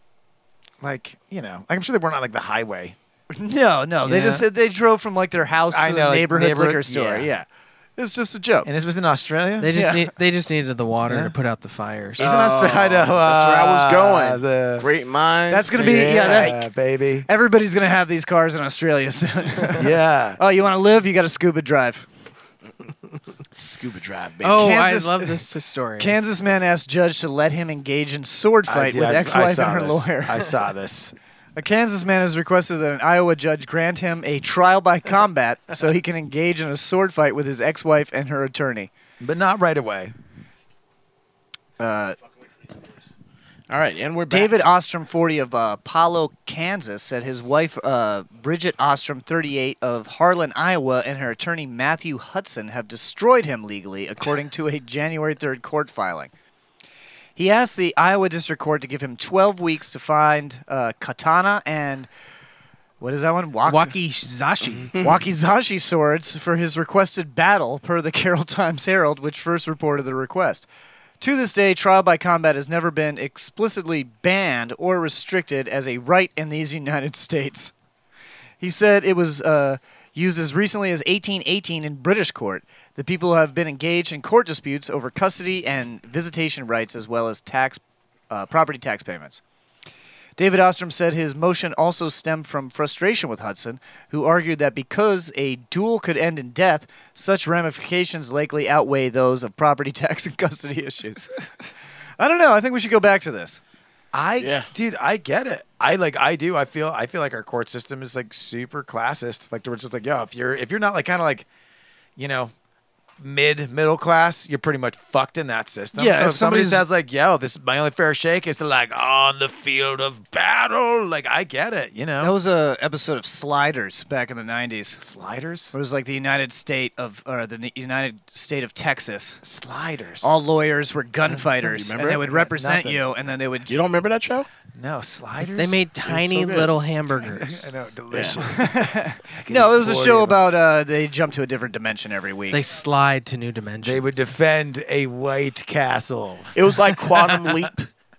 Like you know, like, I'm sure they weren't on like the highway. No, no, they Yeah. just said they drove from like their house to I know, the like, neighborhood neighborhood- liquor store. yeah. yeah. It's just a joke. And this was in Australia. They just Yeah. need, they just needed the water to put out the fires. He's in Australia. That's Oh, where I was going. uh, The Great minds. That's gonna be yeah. That, yeah, baby. everybody's gonna have these cars in Australia soon. Yeah. oh, you want to live? You got to scuba drive. Scuba drive, baby. Oh, Kansas- I love this story. Kansas man asked judge to let him engage in sword I fight did- with I- I ex-wife saw and her this. lawyer. I saw this. A Kansas man has requested that an Iowa judge grant him a trial by combat so he can engage in a sword fight with his ex-wife and her attorney. But not right away. Uh, All right, and we're back. David Ostrom, 40 of uh, Apollo, Kansas, said his wife, uh, Bridget Ostrom, 38 of Harlan, Iowa, and her attorney, Matthew Hudson, have destroyed him legally, according to a January 3rd court filing. He asked the Iowa District Court to give him 12 weeks to find uh, katana and. What is that one? Wak- Wakizashi. Wakizashi swords for his requested battle, per the Carroll Times Herald, which first reported the request. To this day, trial by combat has never been explicitly banned or restricted as a right in these United States. He said it was uh, used as recently as 1818 in British court. The people have been engaged in court disputes over custody and visitation rights, as well as tax, uh, property tax payments. David Ostrom said his motion also stemmed from frustration with Hudson, who argued that because a duel could end in death, such ramifications likely outweigh those of property tax and custody issues. I don't know. I think we should go back to this. I Yeah. dude, I get it. I like I do. I feel I feel like our court system is like super classist. Like we're just like, yo, if you're if you're not like kind of like, you know, mid middle class, you're pretty much fucked in that system. Yeah, So if if, somebody somebody's- says like, "Yo, this is my only fair shake," is to like on the field of battle. Like I get it, you know. That was a episode of Sliders back in the '90s. Sliders. It was like the United State of, or the N- United State of Texas. Sliders. All lawyers were You gunfighters, remember and they it? would Yeah, represent nothing. you, and then they would. You don't remember that show? No, Sliders. They made It was tiny so good. little hamburgers. I know, delicious. No, it was a Forty show of about uh, they jump to a different dimension every week. They slide to new dimensions. They would defend a White Castle. It was like Quantum Leap,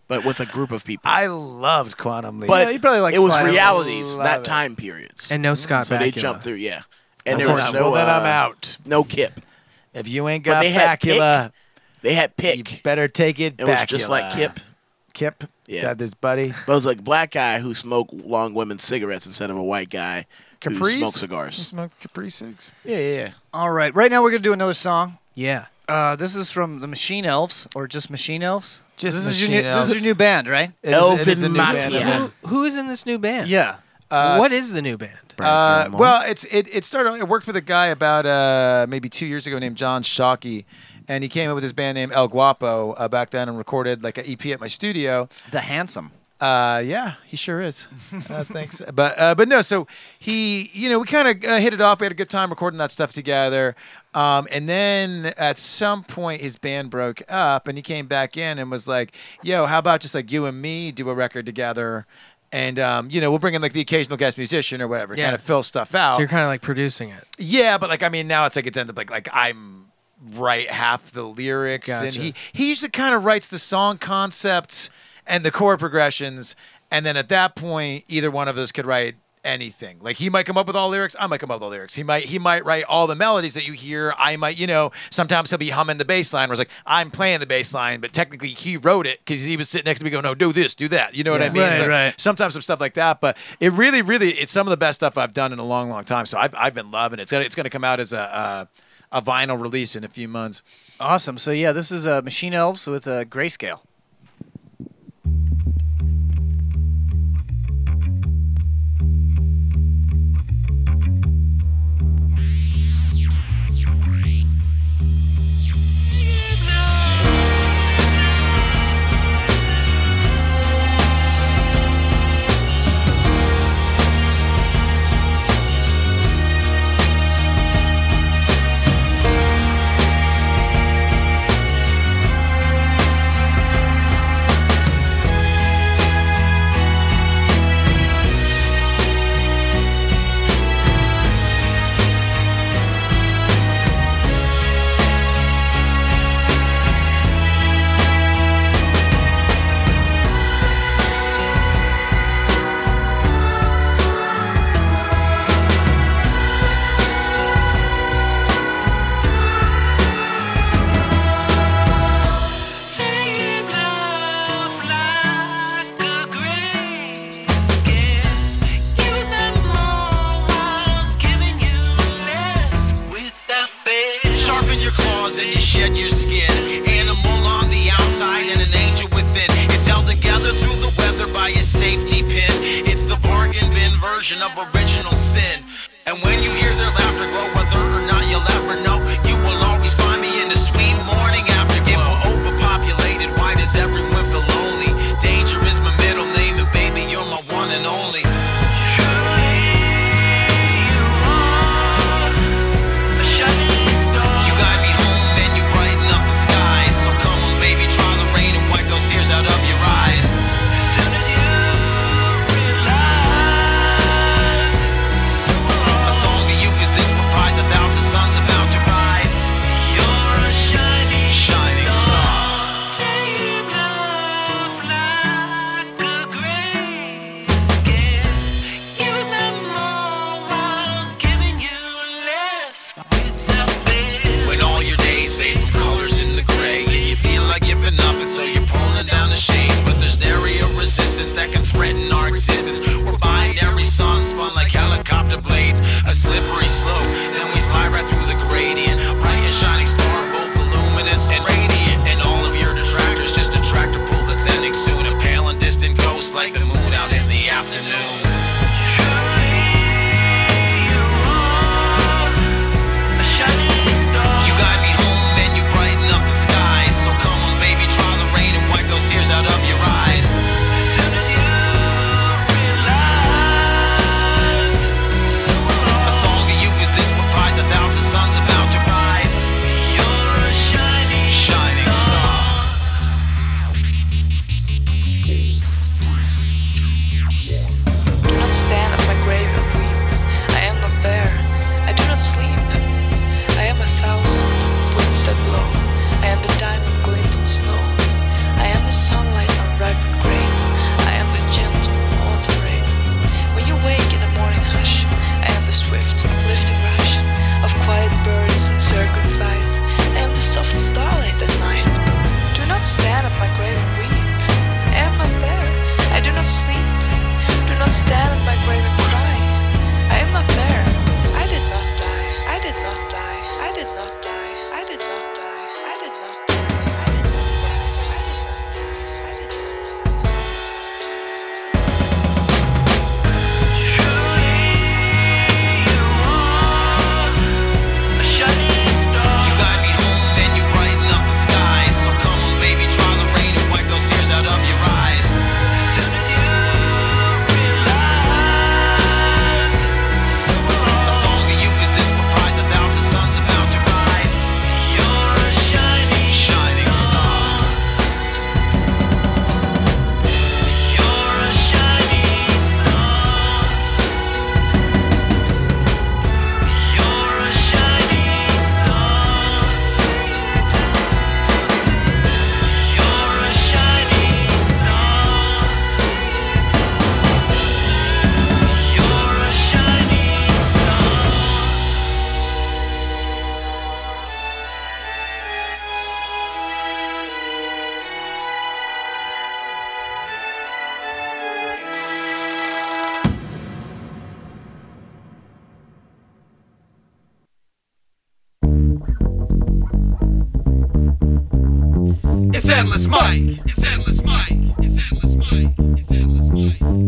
but with a group of people. I loved Quantum Leap, But it was Sliders. realities, Love not it. time periods. And no Scott So they Bakula. jumped through, yeah. And Well, there was then- no. well, then I'm uh, out. No Kip. If you ain't But got they had Bacula, pick. They had pick. You better take it. It was just like Bacula. Kip. Kip. Yeah. Got this buddy. But it was like a black guy who smoked long women's cigarettes instead of a white guy Capris? who smoked You cigars. smoked Capri Cigs. Yeah, yeah, yeah. All right, right now we're gonna do another song. Yeah. Uh, this is from the Machine Elves, or just Machine Elves. Just this is Machine your new, Elves. This is your new band, right? It is- it is a new band, yeah. Who, who is in this new band? Yeah. Uh, what it's- is the new band? Uh, well, it's it, it started. I worked with a guy about uh, maybe two years ago named John Shockey, and he came up with his band name El Guapo uh, back then and recorded like an EP at my studio. The Handsome. Uh, yeah, he sure is. Uh, thanks. But uh, but no, so he, you know, we kind of uh, hit it off. We had a good time recording that stuff together. Um, and then at some point, his band broke up, and he came back in and was like, "Yo, how about just like you and me do a record together?" And um, you know, we'll bring in like the occasional guest musician or whatever, Yeah. kind of fill stuff out. So you're kind of like producing it. Yeah, but like I mean, now it's like it's ended up like like I'm write half the lyrics, and Gotcha. he he usually kind of writes the song concepts and the chord progressions, and then at that point, either one of us could write anything. Like he might come up with all lyrics, I might come up with all lyrics. He might he might write all the melodies that you hear. I might you know sometimes he'll be humming the bass line, where it's like I'm playing the bass line, but technically he wrote it because he was sitting next to me going, no, do this, do that. You know what I Yeah. mean? It's Right, like, right. sometimes some stuff like that. But it really, really, it's some of the best stuff I've done in a long, long time. So I've, I've been loving it. It's gonna, it's gonna come out as a, a a vinyl release in a few months. Awesome. So yeah, this is uh, Machine Elves with uh, Grayscale. Sharpen your claws and you shed your skin. Animal on the outside and an angel within. It's held together through the weather by a safety pin. It's the bargain bin version of original sin. And when you hear their laughter grow, whether or not you'll ever know, you will always find me in the sweet morning afterglow. If we're overpopulated, why does everyone feel lonely? Danger is my middle name, and baby, you're my one and only. You guide me home and you brighten up the skies. So come on, baby, try the rain and wipe those tears out of your eyes. A song to you 'cause this reprise, a thousand suns about to rise. You're a shining It's endless Mike. It's endless Mike.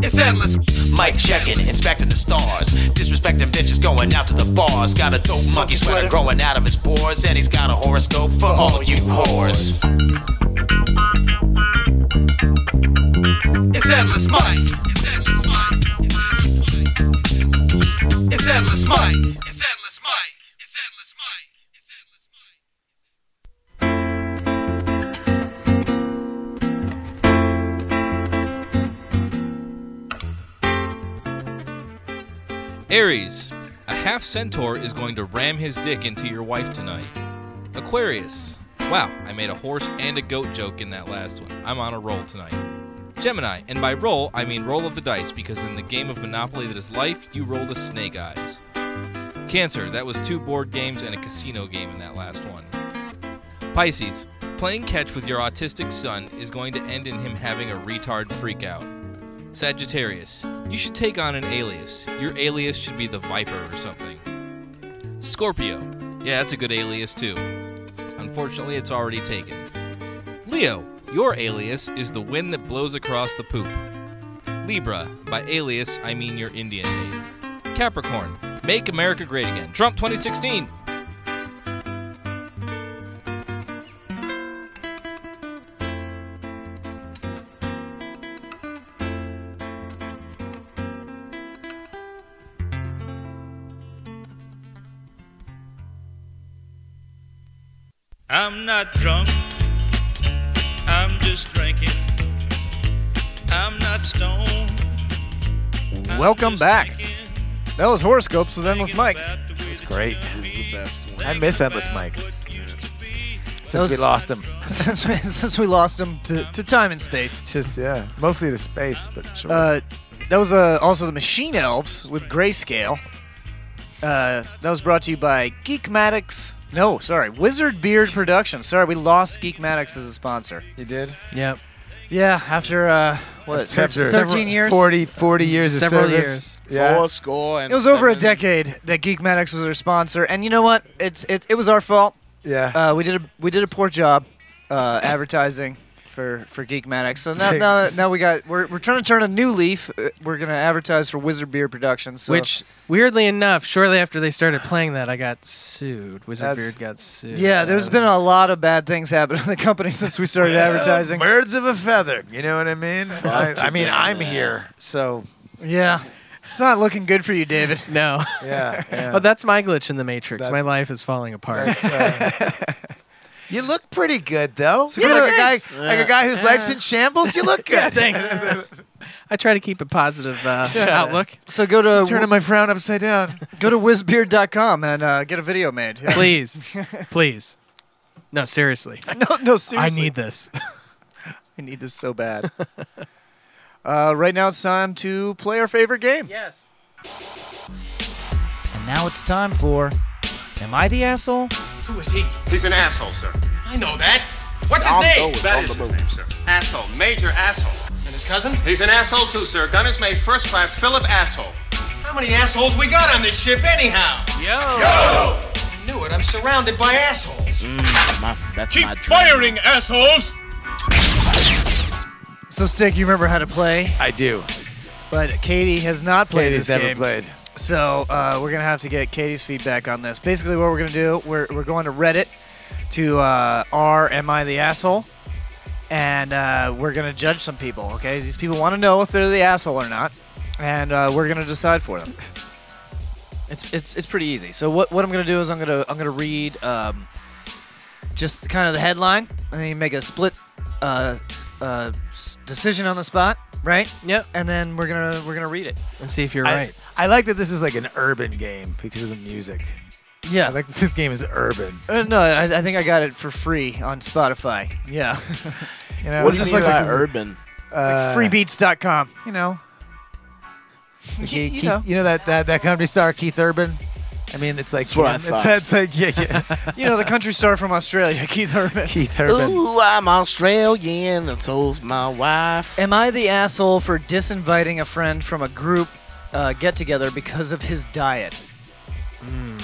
It's endless. Mike checking, inspecting the stars. Disrespecting bitches going out to the bars. Got a dope monkey sweater growing out of his pores. And he's got a horoscope for all you whores. It's endless Mike. It's endless Mike. It's endless Mike. It's endless Mike. Aries, a half centaur is going to ram his dick into your wife tonight. Aquarius, wow, I made a horse and a goat joke in that last one. I'm on a roll tonight. Gemini, and by roll, I mean roll of the dice, because in the game of Monopoly that is life, you roll the snake eyes. Cancer, that was two board games and a casino game in that last one. Pisces, playing catch with your autistic son is going to end in him having a retard freakout. Sagittarius, you should take on an alias. Your alias should be the Viper or something. Scorpio, yeah, that's a good alias too. Unfortunately, it's already taken. Leo, your alias is the wind that blows across the poop. Libra, by alias, I mean your Indian name. Capricorn, make America great again. Trump 2016! I'm not drunk. I'm just drinking. I'm not stoned. Welcome back. That was horoscopes with Endless Mike. It's great. the best I miss Endless Mike. Since That we was- lost him. since, we, since we lost him to, to time and space. Just yeah, mostly to space, but sure. Uh, that was uh, also the Machine Elves with Grayscale. Uh, that was brought to you by Geekmatics. No, sorry, Wizard Beard Productions. Sorry, we lost Geekmatics as a sponsor. You did? Yep. Yeah, after uh, what, After 13 years? 40, 40 years of Several service. years. Yeah. Four score and It was over a decade that Geekmatics was our sponsor, and you know what? It's it, it was our fault. Yeah. Uh, we did a we did a poor job uh, advertising for for Geekmatics. So now, now, now we got we're, we're trying to turn a new leaf. Uh, We're gonna advertise for Wizard Beer Productions. So. Which, weirdly enough, shortly after they started playing that, I got sued. Wizard That's- Beard got sued. yeah, there's been a lot of bad things happening in the company since we started advertising. Birds of a feather. You know what I mean? I, I mean, yeah. I'm here, so Yeah, it's not looking good for you, David. No. Yeah, yeah. But that's my glitch in the Matrix. my That's- life is falling apart. that's, uh, you look pretty good though. Yeah, You're like a guy, thanks. like a guy whose Yeah. life's in shambles. You look good. Yeah, thanks. Uh, I try to keep a positive uh, outlook. So go to Turning my frown upside down. Go to wizbeard.com and uh, get a video made. Please. Please. No, seriously. no, no, seriously. I need this. I need this so bad. uh, right now it's time to play our favorite game. Yes. And now it's time for Am I the Asshole? Who is he? He's an asshole, sir. I know that. What's I'll his go name? with That all is the his name, sir. Asshole. Major asshole. And his cousin? He's an asshole too, sir. Gunner's mate, first class, Philip Asshole. How many assholes we got on this ship anyhow? Yo! Yo! I knew it. I'm surrounded by assholes. Mm, that's Keep my firing, assholes! So, Stick, you remember how to play, I do. but Katie has not played Katie's this never game. played. So, uh, we're going to have to get Katie's feedback on this. Basically, what we're going to do, we're, we're going to Reddit to uh, R Am I the Asshole? And uh, we're going to judge some people, okay? These people want to know if they're the asshole or not, and uh, we're going to decide for them. It's, it's, it's pretty easy. So what, what I'm gonna do is I'm gonna I'm gonna read um, just kind of the headline, and then you make a split uh, s- uh, s- decision on the spot, right? Yep. And then we're gonna we're gonna read it. And see if you're I, right. I like that this is like an urban game because of the music. Yeah. I like that this game is urban. Uh, no, I, I think I got it for free on Spotify. Yeah. You know, What does it mean by this- urban? Uh, Like freebeats.com. You know. Like, You- you, you Keith, know. you know that, that that comedy star Keith Urban. I mean, it's like That's what I you know, it's, thought. it's like yeah, yeah. You know the country star from Australia, Keith Urban. Keith Ooh, I'm Australian. That's told my wife. Am I the asshole for disinviting a friend from a group uh, get together because of his diet? Hmm.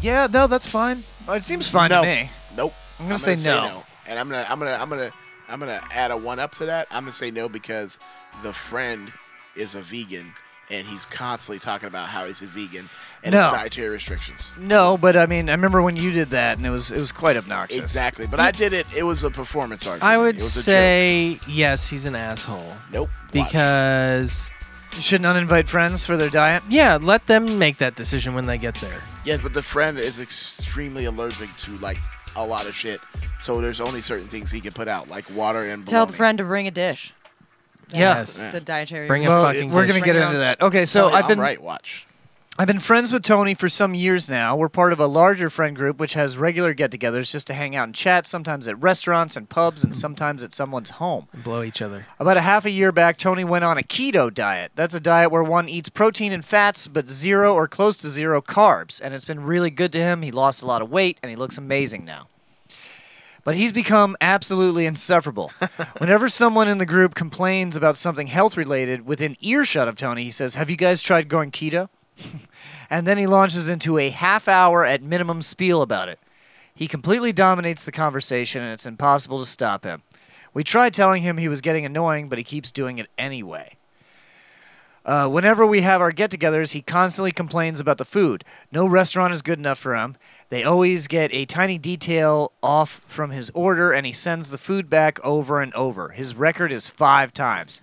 yeah, no, that's fine. Oh, it seems fine No. to me. Nope. I'm gonna I'm say gonna say no. no. and I'm gonna I'm gonna I'm gonna I'm gonna add a one up to that. I'm gonna say no because the friend is a vegan and he's constantly talking about how he's a vegan and No. his dietary restrictions. No, but I mean, I remember when you did that, and it was it was quite obnoxious. Exactly, but I did it. It was a performance art. for I me. would It was a say yes, he's an asshole. Nope. Because you shouldn't uninvite friends for their diet. Yeah, let them make that decision when they get there. joke. yes, but the friend is extremely allergic to like a lot of shit. So there's only certain things he can put out, like water and Tell the bologna. friend to bring a dish. That's Yes. The dietary. Well, We're gonna get Bring your into own- that. Okay, so No, I've been Oh, I'm right. Watch. I've been friends with Tony for some years now. We're part of a larger friend group which has regular get togethers just to hang out and chat, sometimes at restaurants and pubs, and sometimes at someone's home. Blow each other. About a half a year back, Tony went on a keto diet. That's a diet where one eats protein and fats, but zero or close to zero carbs. And it's been really good to him. He lost a lot of weight, and he looks amazing now. But he's become absolutely insufferable. Whenever someone in the group complains about something health related within earshot of Tony, he says, Have you guys tried going keto? and then he launches into a half hour at minimum spiel about it. He completely dominates the conversation, and it's impossible to stop him. We tried telling him he was getting annoying, but he keeps doing it anyway. Uh, whenever we have our get togethers, he constantly complains about the food. No restaurant is good enough for him. They always get a tiny detail off from his order, and he sends the food back over and over. His record is five times.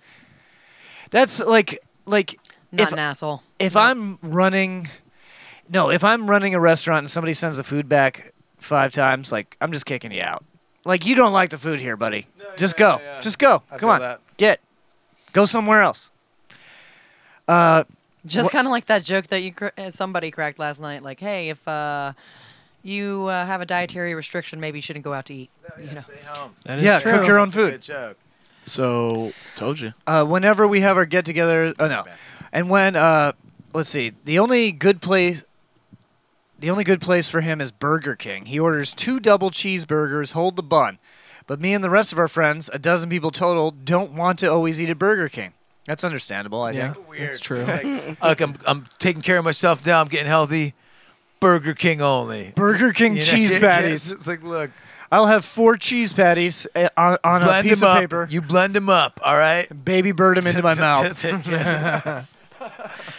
That's like, like, Not if- an asshole. if I'm running, no, if I'm running a restaurant and somebody sends the food back five times, like I'm just kicking you out. Like you don't like the food here, buddy. just go, just go. I Come feel on, that. get, go somewhere else. Uh, Just wh- kind of like that joke that you cr- uh, somebody cracked last night. Like, hey, if uh, you uh, have a dietary restriction, maybe you shouldn't go out to eat. you know? yeah, cook your own food. So told you. Uh, whenever we have our get together, oh no, and when uh, let's see, the only good place, the only good place for him is Burger King. He orders two double cheeseburgers, hold the bun. But me and the rest of our friends, a dozen people total, don't want to always eat at Burger King. That's understandable, I Yeah, think. that's true. Look, I'm, I'm taking care of myself now. I'm getting healthy. Burger King only. Burger King You know, cheese yeah, patties. It's like, look, I'll have four cheese patties uh, on, on a blend piece them of up. paper. You blend them up, all right? Baby bird them into my mouth. Yeah, just-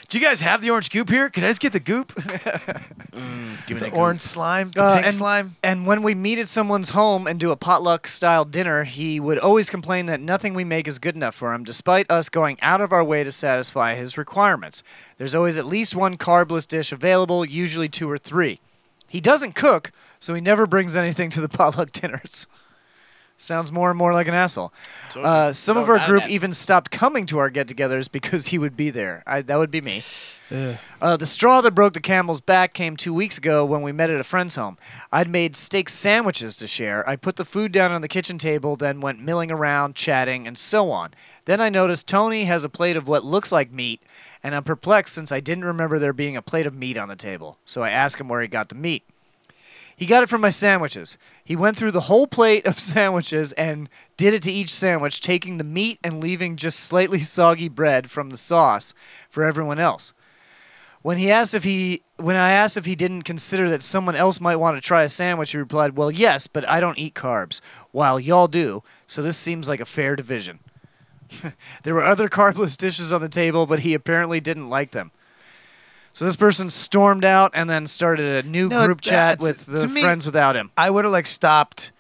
Do you guys have the orange goop here? Can I just get the goop? Mm, give the orange slime, the Uh, pink and, slime. And when we meet at someone's home and do a potluck style dinner, he would always complain that nothing we make is good enough for him, despite us going out of our way to satisfy his requirements. There's always at least one carbless dish available, usually two or three. He doesn't cook, so he never brings anything to the potluck dinners. Sounds more and more like an asshole. Uh, some No, of our not an group asshole. even stopped coming to our get togethers because he would be there. I, that would be me. Ugh. Uh, the straw that broke the camel's back came two weeks ago when we met at a friend's home. I'd made steak sandwiches to share. I put the food down on the kitchen table, then went milling around, chatting, and so on. Then I noticed Tony has a plate of what looks like meat, and I'm perplexed since I didn't remember there being a plate of meat on the table. So I asked him where he got the meat. He got it from my sandwiches. He went through the whole plate of sandwiches and did it to each sandwich, taking the meat and leaving just slightly soggy bread from the sauce for everyone else. When he asked if he when I asked if he didn't consider that someone else might want to try a sandwich, he replied, "Well, yes, but I don't eat carbs, while y'all do. So this seems like a fair division." there were other carbless dishes on the table, but he apparently didn't like them. So this person stormed out and then started a new No, group chat that's- with to the me- friends without him. I would have like stopped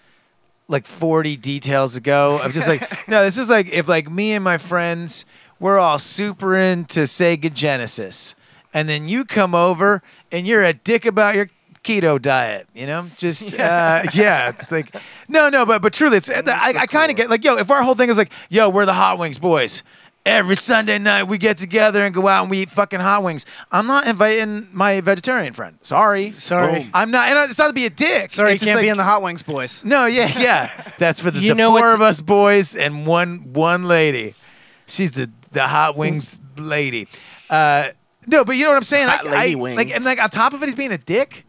like 40 details ago. I'm just like, no, this is like if like me and my friends we're all super into Sega Genesis, and then you come over and you're a dick about your keto diet. You know, just uh, yeah, it's like no, no, but but truly, it's I, I kind of get like yo, if our whole thing is like yo, we're the hot wings boys. Every Sunday night we get together and go out and we eat fucking hot wings. I'm not inviting my vegetarian friend. Sorry, Sorry. Boom. I'm not. And it's not to be a dick. Sorry, you It's just can't be like- in the hot wings, boys. No, yeah, yeah. That's for the, You the know four of us boys and one one lady. She's the the hot wings lady. Uh, no, but you know what I'm saying. Hot I, lady wings. Like and like on top of it, he's being a dick.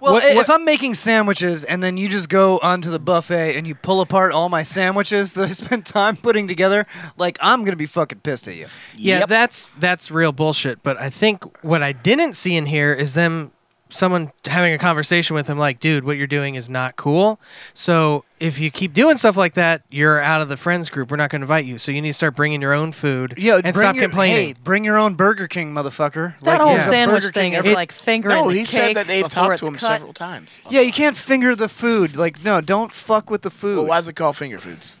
Well, What- i- what- if I'm making sandwiches and then you just go onto the buffet and you pull apart all my sandwiches that I spent time putting together, like I'm gonna be fucking pissed at you. Yeah, that's that's real bullshit. But I think what I didn't see in here is them someone having a conversation with him like, dude, what you're doing is not cool. So if you keep doing stuff like that, you're out of the friends group. We're not going to invite you. So you need to start bringing your own food. Yeah, and bring stop your, complaining. Hey, bring your own Burger King, motherfucker. That Like, whole there's a sandwich Burger King thing is every- like fingering No, the he said cake that they've before talked it's to him cut. several times. Yeah, you can't finger the food. Like, no, don't fuck with the food. Well, why is it called finger foods?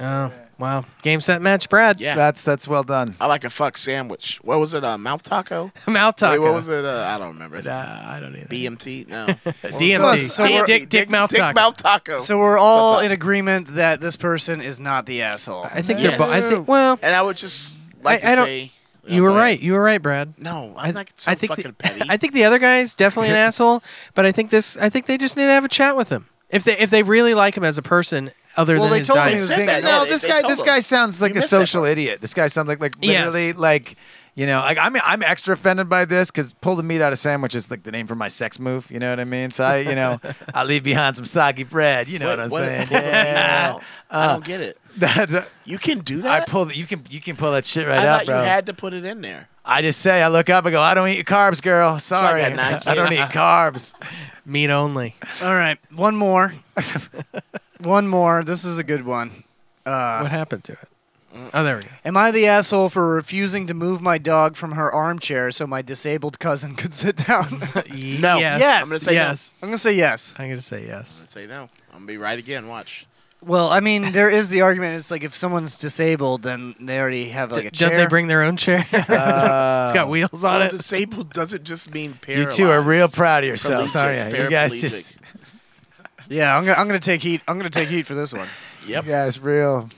Oh, wow. Game set match, Brad. Yeah. That's that's well done. I like a fuck sandwich. What was it? Uh, mouth taco. Mouth Wait, taco. what was it? Uh, I don't remember. I don't either. BMT. No. What was it? DMT. DMT. Dick, dick mouth taco. Dick mouth taco. So we're all in agreement that this person is not the asshole. I think they're. Bo- I think. Well, and I would just like I, to don't, say. You were right. You were right, Brad. No, I'm not so think fucking the, I think the other guy's definitely an asshole, but I think this. I think they just need to have a chat with him if they if they really like him as a person other well, than they his told diet. him he was being no. This guy, this guy sounds like a social idiot. This guy sounds like like Yes. literally like you know. Like I'm I'm extra offended by this because pull the meat out of sandwich is like the name for my sex move. You know what I mean? So I you know I leave behind some soggy bread. You know what I'm saying? Yeah. Uh, I don't get it. That, uh, you can do that. I pull the, you can you can pull that shit right I out, thought bro. you had to put it in there. I just say I look up and go I don't eat carbs, girl. Sorry, got nine I don't eat kids. carbs. Meat only. All right, one more. one more. This is a good one. Uh, What happened to it? Oh, there we go. Am I the asshole for refusing to move my dog from her armchair so my disabled cousin could sit down? No. Yes. Yes. I'm gonna say no. yes. I'm going to say yes. I'm going to say yes. I'd say no. I'm gonna be right again. Watch. Well, I mean, there is the argument. It's like if someone's disabled, then they already have like a D- don't chair. they bring their own chair? it's got wheels on Uh, Well, it. Disabled doesn't just mean You paralyzed. two are real proud of yourselves, Paraplegic, aren't you? You guys paraplegic. just Yeah, I'm gonna, I'm gonna take heat. I'm gonna take heat for this one. Yep. You guys real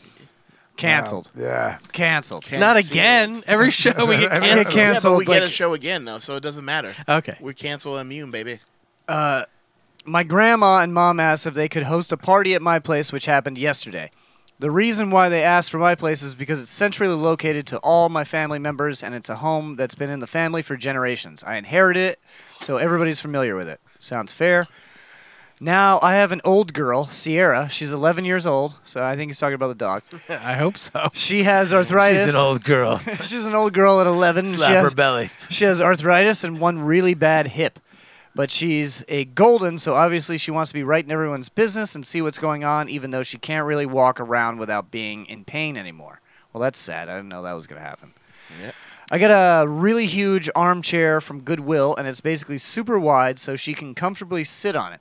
Canceled. Wow. Yeah. Canceled. Not again. Every show we get canceled. Yeah, but we get a like- show again though, so it doesn't matter. Okay. We're cancel immune, baby. Uh, my grandma and mom asked if they could host a party at my place, which happened yesterday. The reason why they asked for my place is because it's centrally located to all my family members, and it's a home that's been in the family for generations. I inherited it, so everybody's familiar with it. Sounds fair. Now I have an old girl, Sierra. She's 11 years old, so I think he's talking about the dog. I hope so. She has arthritis. She's an old girl. She's an old girl at 11. and Slap she her has, belly. She has arthritis and one really bad hip. But she's a golden, so obviously she wants to be right in everyone's business and see what's going on, even though she can't really walk around without being in pain anymore. Well, that's sad. I didn't know that was going to happen. I got a really huge armchair from Goodwill, and it's basically super wide, so she can comfortably sit on it.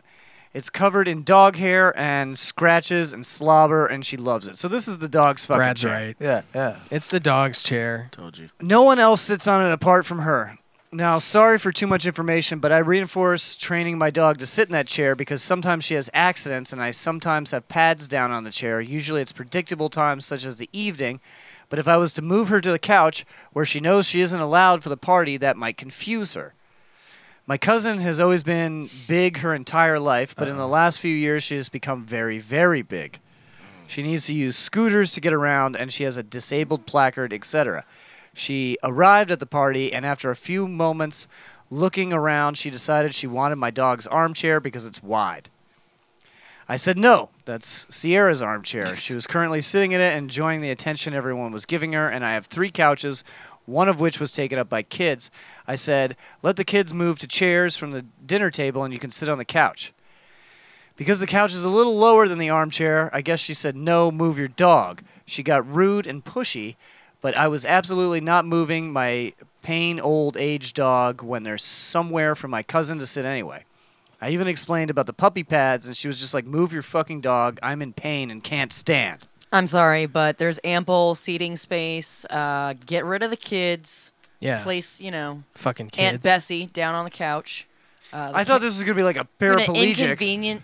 It's covered in dog hair and scratches and slobber, and she loves it. So this is the dog's fucking Brad's chair. right. Yeah, yeah. It's the dog's chair. Told you. No one else sits on it apart from her. Now, sorry for too much information, but I reinforce training my dog to sit in that chair because sometimes she has accidents and I sometimes have pads down on the chair. Usually it's predictable times such as the evening, but if I was to move her to the couch where she knows she isn't allowed for the party, that might confuse her. My cousin has always been big her entire life, but in the last few years she has become very, very big. She needs to use scooters to get around, and she has a disabled placard, etc. She arrived at the party, and after a few moments looking around, she decided she wanted my dog's armchair because it's wide. I said no, that's Sierra's armchair. She was currently sitting in it, enjoying the attention everyone was giving her, and I have three couches, one of which was taken up by kids. I said, let the kids move to chairs from the dinner table, and you can sit on the couch. Because the couch is a little lower than the armchair, I guess she said, No, move your dog. She got rude and pushy, but I was absolutely not moving my pain old age dog when there's somewhere for my cousin to sit anyway. I even explained about the puppy pads, and she was just like, Move your fucking dog. I'm in pain and can't stand. I'm sorry, but there's ample seating space. Uh, get rid of the kids. Yeah. Place, you know, Fucking Aunt kids. Bessie down on the couch. Uh, the I thought ki- this was going to be like a We're gonna paraplegic. Inconvenient,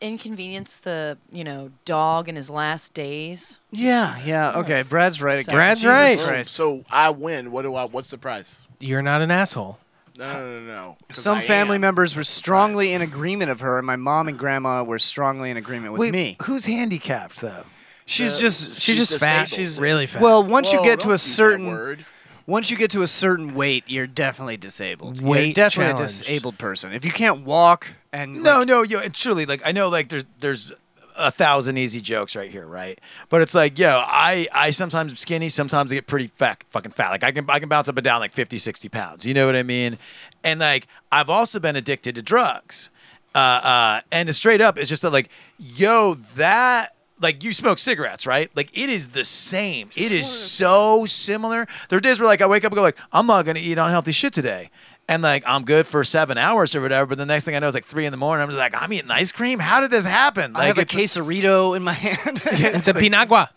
inconvenience the you know dog in his last days. Yeah, yeah, okay. Brad's right again. Brad's Jesus right. Christ. So I win. What do I? What's the prize? You're not an asshole. No, no, no, no. 'Cause Some I family am. members were strongly in agreement of her, and my mom and grandma were strongly in agreement with Wait, me. Who's handicapped though? She's The- just she's, she's just fat. disabled. She's Really fat. Well, once Whoa, you get to don't a use that certain word. once you get to a certain weight, you're definitely disabled. Weight you're definitely a challenged. disabled person. If you can't walk and no, no, yo, it's truly like I know like there's there's a thousand easy jokes right here, right? But it's like, yo, I I sometimes am skinny, sometimes I get pretty fat, fucking fat. Like I can I can bounce up and down like 50, 60 pounds. You know what I mean? And like I've also been addicted to drugs. uh, uh, and it's straight up, it's just that like, yo, that like you smoke cigarettes, right? Like it is the same. It is so similar. There are days where like I wake up and go like, I'm not gonna eat unhealthy shit today. And like I'm good for seven hours or whatever, but the next thing I know is like three in the morning. I'm just like, I'm eating ice cream. How did this happen? Like I have a it's- quesarito in my hand. it's a pinagua.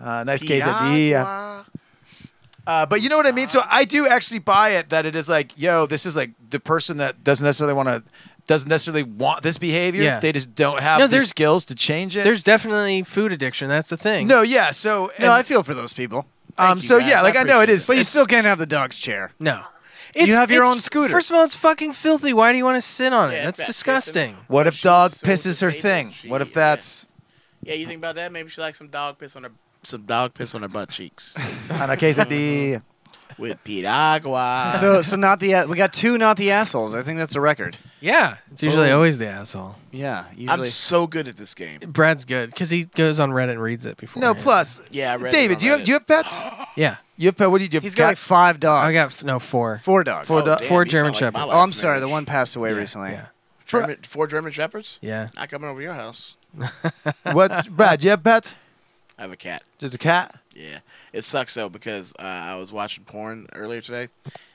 Uh, nice case of the. Uh, uh, but you know what I mean. So I do actually buy it that it is like, yo, this is like the person that doesn't necessarily want to, doesn't necessarily want this behavior. Yeah. They just don't have No, the there's- skills to change it. There's definitely food addiction. That's the thing. no, yeah. So No, I feel for those people. Um, so yeah, like I, know it is. But you it's- still can't have the dog's chair. No. You have your own scooter. First of all, it's fucking filthy. Why do you want to sit on it? That's disgusting. what if dog pisses her thing? What if that's Yeah, you think about that? Maybe she likes some dog piss on her some dog piss on her butt cheeks on a case of the? with piragua. so so not the a- we got two not the assholes. I think that's a record. Yeah, it's usually Boom. always the asshole. Yeah, usually. Oh. I'm so good at this game. Brad's good because he goes on Reddit and reads it before. No, plus, Yeah, I read it David, on do you have, Reddit. do you have pets? yeah, you have pet. What do you do? He's got like five dogs. I got f- no four. Four dogs. Four dogs. four German shepherds. Oh, I'm sorry. The one passed away recently. German, four German shepherds. Yeah. Not coming over your house. what, Brad? Do you have pets? I have a cat. Just a cat. Yeah, it sucks though because uh, I was watching porn earlier today,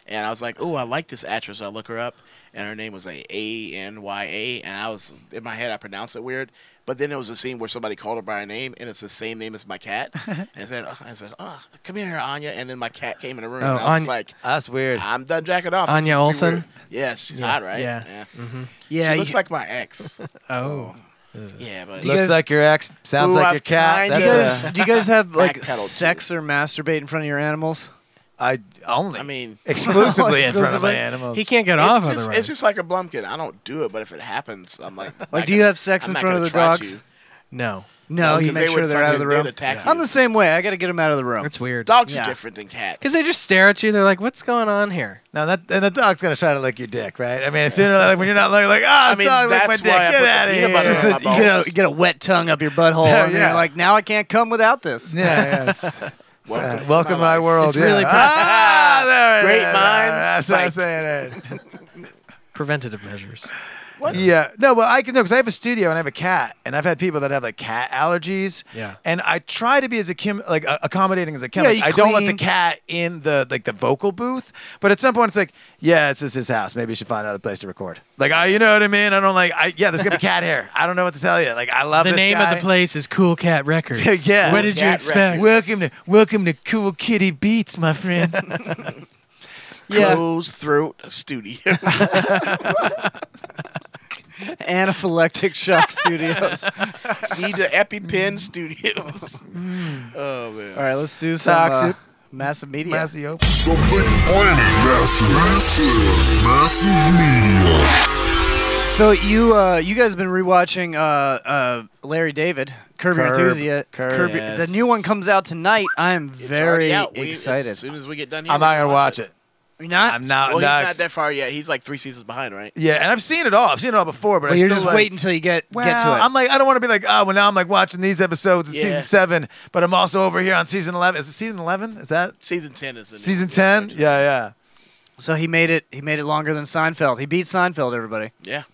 and I was like, "Oh, I like this actress." I look her up, and her name was like A N Y A, and I was in my head I pronounced it weird. But then there was a scene where somebody called her by her name, and it's the same name as my cat. and I said, oh, "I said, oh, come here, Anya," and then my cat came in the room. Oh, and I was Anya- like, "That's weird." I'm done jacking off. This is Anya too Olsen? weird." Yeah, she's Yeah, hot, right? yeah. Mhm. Yeah, Yeah, she looks you- like my ex. Oh. yeah, but Looks like your ex. Sounds Ooh, like I've your cat. kinda- That's Do you guys- a- do you guys have like Backpedal too. sex or masturbate in front of your animals? I only. I mean, exclusively in front of my Exclusively? animals. He can't get it's off Just, otherwise. It's just like a blumpkin. I don't do it, but if it happens, I'm like, Like, do you have sex in front of the dogs? No. No, No, you 'cause make they sure would they're out of the fucking- room. they'd attack I'm the same way. I got to get them out of the room. It's weird. Dogs Yeah. are different than cats. Because they just stare at you. They're like, "What's going on here?" Now that and the dog's gonna try to lick your dick, right? I mean, as soon as like when you're not looking, like, ah, I this mean, dog licked my that's dick. why I Get put out of the here. peanut butter It's in just my a- you balls. know, you get a wet tongue up your butthole, Yeah, and then yeah. you're like, now I can't come without this. Yeah, yeah. Welcome, welcome to my, world. It's yeah. really pre- ah, there it Great is. minds That's what I'm think. saying. It. Preventative measures. Yeah, no, well, I can know because I have a studio and I have a cat, and I've had people that have like cat allergies. Yeah. and I try to be as a Kim, like uh, accommodating as I can. Yeah, Like, you I don't let the clean. cat in the like the vocal booth, but at some point it's like, yeah, this is his house. Maybe you should find another place to record. Like I, you know what I mean? I don't like. I yeah, there's gonna be cat hair. I don't know what to tell you. Like I love the this name guy. of the place is Cool Cat Records. yeah. What did you expect? Welcome to welcome to Cool Kitty Beats, my friend. Yeah. Closed throat studio. Anaphylactic shock studios. Need the EpiPen Studios. Oh man. Mm. All right, let's do some uh, Toxic. massive media. Massive Something pointed. Massive, massive, massive media. So you uh, you guys have been rewatching uh, uh, Larry David, Curb, Your Curb. Enthusiasm. Curb. Curb- Yes. The new one comes out tonight. I am It's already very out. We- excited. As soon as we get done here, I'm not gonna watch it. You're not. I'm not. Well, he's not- not that far yet. He's like three seasons behind, right? yeah, and I've seen it all. I've seen it all before, but, Well, I you're still, just like- waiting until you get Well, get to it. I'm like, I don't want to be like, oh, well, now I'm like watching these episodes of Yeah. season seven, but I'm also over here on season 11. Is it season 11? Is that Season ten is the season new one. 10? Yeah, yeah. so he made it. He made it longer than Seinfeld. He beat Seinfeld. Everybody. Yeah.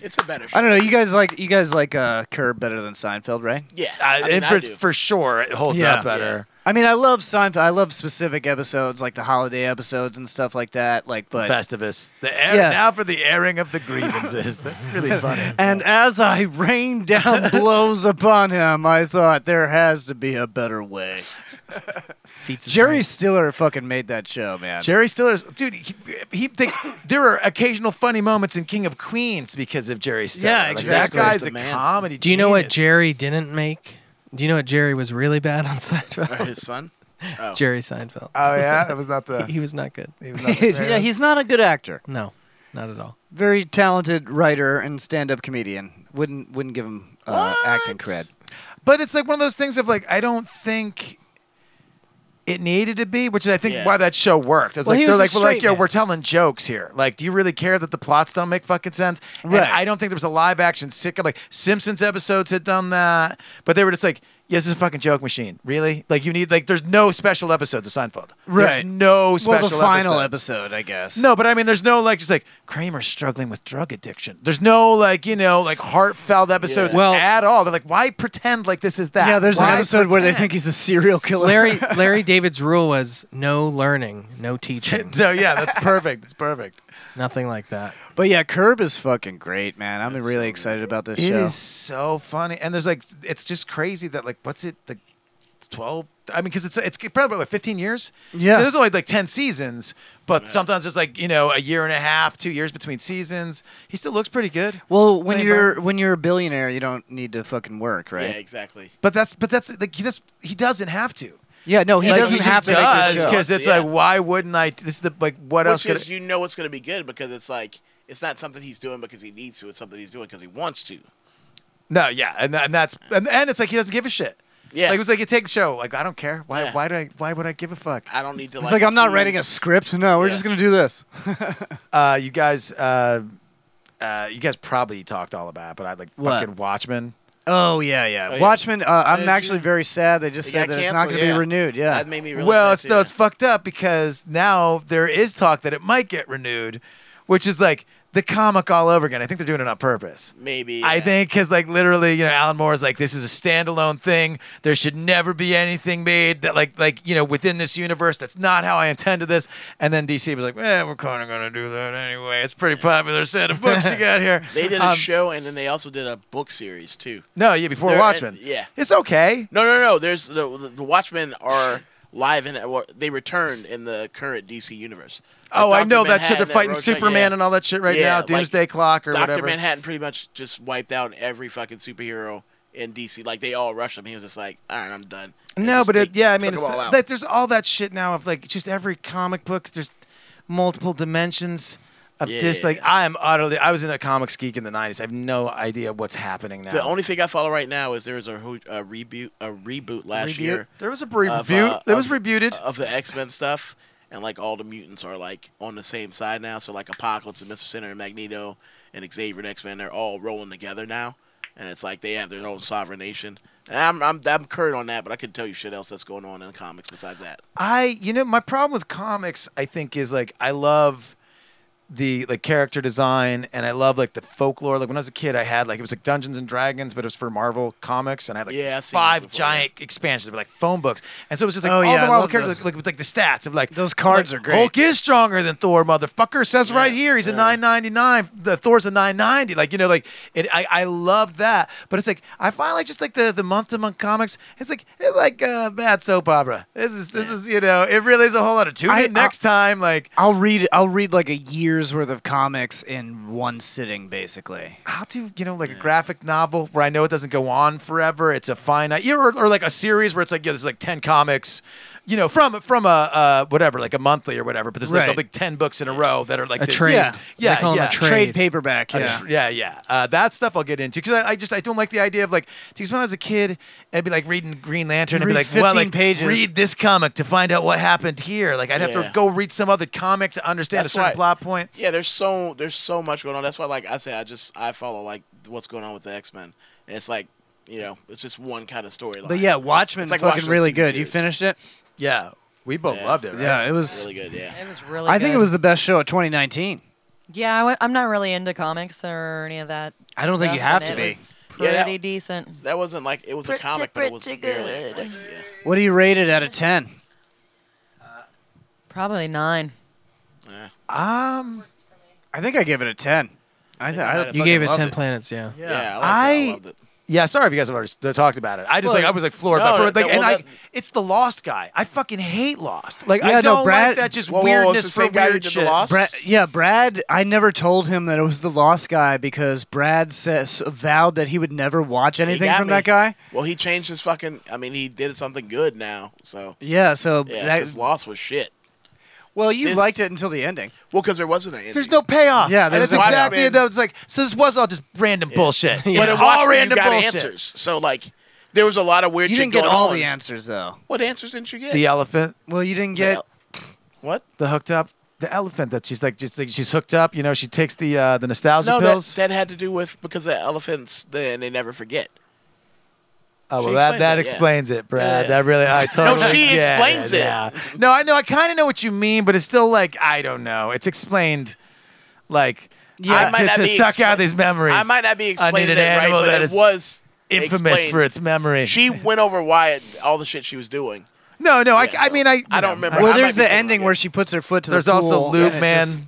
It's a better. Show. I don't know. You guys like you guys like uh, Curb better than Seinfeld, right? Yeah, I, mean, it- I for, do. for sure, it holds Yeah. up better. I mean, I love Seinfeld. I love specific episodes like the holiday episodes and stuff like that. Like, but Festivus. The air, Yeah. Now for the airing of the grievances. That's really funny. And as I rained down blows upon him, I thought there has to be a better way. Jerry Stiller fucking made that show, man. Jerry Stiller's dude. He, he think there are occasional funny moments in King of Queens because of Jerry Stiller. Yeah, Like, exactly. that guy's The a man. comedy. Do you know what genius. Jerry didn't make? Do you know what Jerry was really bad on Or Seinfeld? his son. Oh. Jerry Seinfeld. Oh yeah, that was not the. he, he was not good. He was yeah, he's not a good actor. No, not at all. Very talented writer and stand-up comedian. Wouldn't wouldn't give him uh, acting cred. But it's like one of those things of like I don't think it needed to be, which is I think Yeah. why that show worked. It's Well, like he they're was a like, well, like straight yo, man. we're telling jokes here. Like, do you really care that the plots don't make fucking sense? And Right. I don't think there was a live action sitcom like Simpsons episodes had done that, but they were just like. Yes, it's a fucking joke machine. Really? Like you need like there's no special episodes of Seinfeld. Right. There's no special Well, the final episodes. episode, I guess. No, but I mean, there's no like just like Kramer struggling with drug addiction. There's no like you know like heartfelt episodes Yeah. Well- at all. They're like, why pretend like this is that? Yeah, there's an Why episode where they pretend? think he's a serial killer. Larry Larry David's rule was no learning, no teaching. so yeah, that's perfect. It's perfect. Nothing like that. But yeah, Curb is fucking great, man. I'm really excited about this It show. is so funny, and there's like it's just crazy that like what's it like twelve? I mean, because it's it's probably like fifteen years. Yeah. so there's only like ten seasons, but sometimes there's like you know a year and a half, two years between seasons. He still looks pretty good. Well, when Clay you're Burton. when you're a billionaire, you don't need to fucking work, right? Yeah, exactly. but that's but that's like he just he doesn't have to. Yeah, no, he Like, doesn't just have to make does this show. because it's Yeah. like why wouldn't I? This is the like what else? Which could is, you know, it's going to be good because it's like it's not something he's doing because he needs to. It's something he's doing because he wants to. No, yeah, and, and that's and, and it's like he doesn't give a shit. Yeah. like it was like it takes show. Like I don't care. Why? Why do I? Why would I give a fuck? I don't need to. It's like I'm not writing a script. No, we're Yeah. just gonna do this. uh, you guys, uh, uh, you guys probably talked all about, it, but I like What? fucking Watchmen. Oh yeah, yeah. Oh, yeah. Watchmen. Uh, I'm Did actually very sad. They just It said got that it's not canceled, gonna yeah. be renewed. Yeah, That made me well, it's though it's fucked up because now there is talk that it might get renewed, which is like the comic all over again. I think they're doing it on purpose. Maybe I think because like literally, you know, Alan Moore is like, this is a standalone thing. There should never be anything made that like like you know within this universe. That's not how I intended this. And then DC was like, eh, we're kind of gonna do that anyway. It's a pretty popular set of books you got here. They did a Um, show and then they also did a book series too. No, yeah, before They're- Watchmen. and- yeah. it's okay. No, no, no. There's the the Watchmen are live and they returned in the current DC universe. Like Oh, I Dr. know that shit. They're Manhattan, fighting Rorschach, Superman yeah. and all that shit right Yeah, now. like, Doomsday Clock or Doctor whatever. Manhattan pretty much just wiped out every fucking superhero in DC. Like they all rushed him. He was just like, all right, I'm done. And No, just but it, take- yeah, I mean, took it's them all the- out. like, there's all that shit now of like just every comic book. There's multiple dimensions of Yeah. just like I am utterly. I was in a comics geek in the '90s. I have no idea what's happening now. The only thing I follow right now is there was a, ho- a reboot, a reboot last Reboot? year. There was a reboot. There was rebooted uh, of the X Men stuff, and like all the mutants are like on the same side now. So like Apocalypse and Mister Center and Magneto and Xavier and X Men, they're all rolling together now, and it's like they have their own sovereign nation. And I'm I'm I'm current on that, but I could tell you shit else that's going on in the comics besides that. I, you know, my problem with comics, I think, is like I love the like character design and I love like the folklore. Like when I was a kid, I had like it was like Dungeons and Dragons, but it was for Marvel comics, and I had like Yeah, I've seen five giant expansions, but like phone books, and so it was just like Oh, all yeah, I the Marvel love characters, those. like, like with like the stats of like those cards are great. Hulk is stronger than Thor, motherfucker. Says right here he's a nine ninety nine. The Thor's a nine ninety. Like you know, like it. I I loved that, but it's like I finally just like the the month to month comics. It's like it's like a bad soap opera. This is this is you know it really is a whole lot of tune in next time. Like uh, I'll read I'll read like a year's worth of comics in one sitting, basically. I'll do you know like a graphic novel where I know it doesn't go on forever. It's a finite, you know, or, or like a series where it's like yeah, there's like ten comics, you know, from from a uh, whatever, like a monthly or whatever. But there's like Right. there'll be ten books in a row that are like A this. trade. Yeah, They yeah, call 'em a yeah. trade. Trade paperback, A yeah. yeah, yeah. Uh, that stuff I'll get into because I, I just I don't like the idea of like because when I was a kid, I'd be like reading Green Lantern and be Read like, well, 15 like pages. read this comic to find out what happened here. Like I'd have Yeah. to go read some other comic to understand a That's certain why- plot point. Yeah, there's so there's so much going on. That's why, like I say, I just I follow like what's going on with the X Men, and it's like you know it's just one kind of storyline. But yeah, Watchmen's It's like fucking watching a really TV good. You series. finished it? Yeah, we both loved it. right? Yeah, it was really good. Yeah, It was really. I think it good. was the best show of 2019. Yeah, I w- I'm not really into comics or any of that. I don't think you stuff, have and to it be. was Yeah, Pretty that- decent. That wasn't like it was a Pretty, comic, but it was pretty barely- good. What do you rate it out of 10? Probably nine. Um, I think I gave it a 10. I th- I You fucking gave it loved ten planets, yeah. Yeah, I, yeah. Sorry if you guys have already s- talked about it. I just Well, like I was like floored by no, for, like, that- and well, I, that- it's the Lost guy. I fucking hate Lost. Like Yeah, I no, don't Brad- like that just Whoa, whoa, whoa, it's weirdness the for same guy who weird did The shit. Lost? Brad, yeah, Brad. I never told him that it was the Lost Guy because Brad says vowed that he would never watch He anything got from me. that guy. Well, he changed his fucking. I mean, he did something good now. So Yeah, so yeah, that- his loss was shit. Well, you This- liked it until the ending. Well, because there wasn't an ending. There's no payoff. Yeah, And there's that's no exactly payoff. it. That was like so. This was all just random bullshit. But in all Watchmen, random you got bullshit. answers. So like, there was a lot of weird. You shit didn't get going all on. the answers though. What answers didn't you get? The elephant. Well, you didn't get What? The hooked up. The elephant that she's like just like she's hooked up. You know, she takes the uh, the nostalgia no, pills. That, that had to do with because the elephants. Then they never forget. Oh, She well, that, explains that it, yeah. explains it, Brad. Yeah. That really, I No, totally. she get explains it. yeah. No, I know. I kind of know what you mean, but it's still like I don't know. It's explained, like Yeah. I yeah, might to, not to be suck expla- out these memories. I might not be explaining I need an it right, animal but that it is was infamous explained. for its memory. She went over why it, all the shit she was doing. no, no. I, I mean, I I don't remember. Well, I there's might be the saying- ending where she puts her foot to There's the pool. also Lube and it Man, just-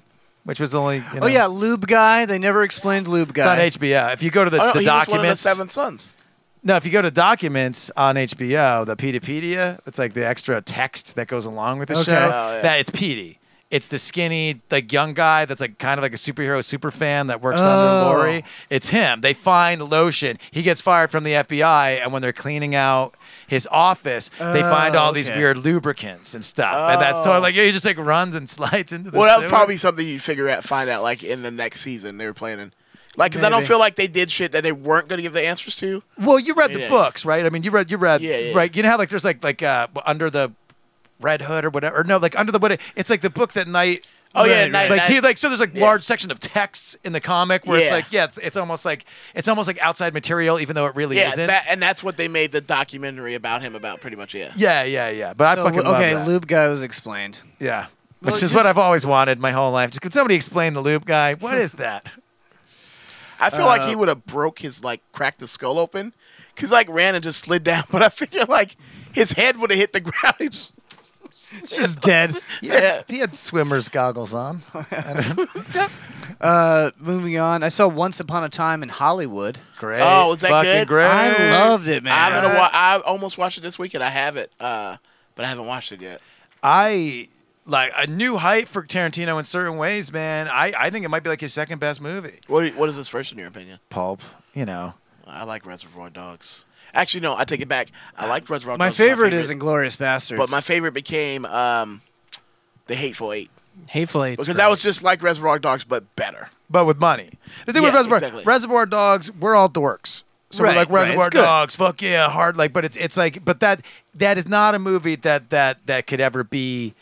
which was only. You know, Oh yeah, Lube Guy. They never explained Lube it's on Guy. HBO. If you go to the, Oh, no, the he was one of the documents, seven sons. No, if you go to documents on HBO, the Pedopedia, it's like the extra text that goes along with the Okay. show. Oh, yeah. That it's Petey. It's the skinny, like young guy that's like kind of like a superhero super fan that works under Oh. Lori. It's him. They find lotion. He gets fired from the FBI, and when they're cleaning out his office, they find Oh, all these okay. weird lubricants and stuff. And that's totally like yeah, he just like runs and slides into the. Oh. Well, that sewer. was probably something you figure out, find out, like in the next season they were planning. Like, because I don't Maybe. feel like they did shit that they weren't going to give the answers to. Well, you read the Yeah. books, right? I mean, you read you read Yeah, yeah. right. You know how like there's like like uh, under the red hood or whatever. Or no, like under the hood. It's like the book that night. Oh, yeah, Right, Knight- like he Knight- like so. There's like yeah. large section of texts in the comic where it's Yeah. like yeah, it's, it's almost like it's almost like outside material, even though it really yeah, isn't. that, and that's what they made the documentary about him about, pretty much. Yeah. yeah, yeah, yeah. But I So, fucking okay, love that. Lube Guy was explained. yeah, Well, which is just- what I've always wanted my whole life. Just could somebody explain the loop guy? What is that? I feel like Uh, he would have broke his like cracked the skull open, cause like ran and just slid down. But I figure like his head would have hit the ground. He's just dead. Yeah, he had swimmer's goggles on. Uh, moving on, I saw Once Upon a Time in Hollywood. Great. Oh, was that good? I loved it, man. I haven't. Wa- I almost watched it this weekend. I have it, uh, but I haven't watched it yet. I like a new height for Tarantino in certain ways, man. I, I think it might be like his second best movie. What What is his first in your opinion? Pulp, you know. I like Reservoir Dogs. Actually, no, I take it back. I liked Reservoir My Dogs. favorite is Inglorious Bastards. but my favorite became um, the Hateful Eight Hateful Eight's because that was just like Reservoir Dogs but better. But with money. The thing with Yeah, Reservoir exactly. Reservoir Dogs, we're all dorks. So Right, we're like right, Reservoir it's good. Dogs, fuck yeah, hard like but it's it's like but that that is not a movie that that that could ever be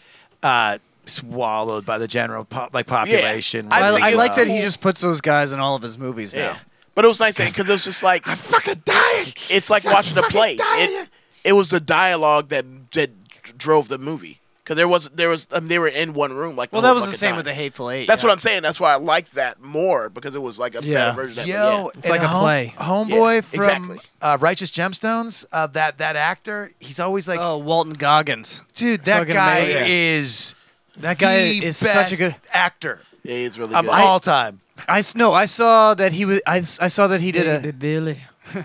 uh swallowed by the general po- like population. I, Like, I uh, like that he just puts those guys in all of his movies now. But it was nice because it was just like I'm fucking dying. It's like watching a play. It, it was the dialogue that that drove the movie because there was there was um, they were in one room like. Well, the that whole was the fucking same time. with the Hateful Eight. That's yeah. what I'm saying. That's why I liked that more because it was like a Yeah. better version. Of Yo, it. and home- Homeboy Yeah, from exactly. uh, Righteous Gemstones, uh, that that actor, he's always like Oh, Walton Goggins. Dude, that Fucking guy amazing. is That guy the is such a best good- actor Yeah, he's really of good. all time. I s- no, I saw that he was. I, s- I saw that he did a Baby Billy.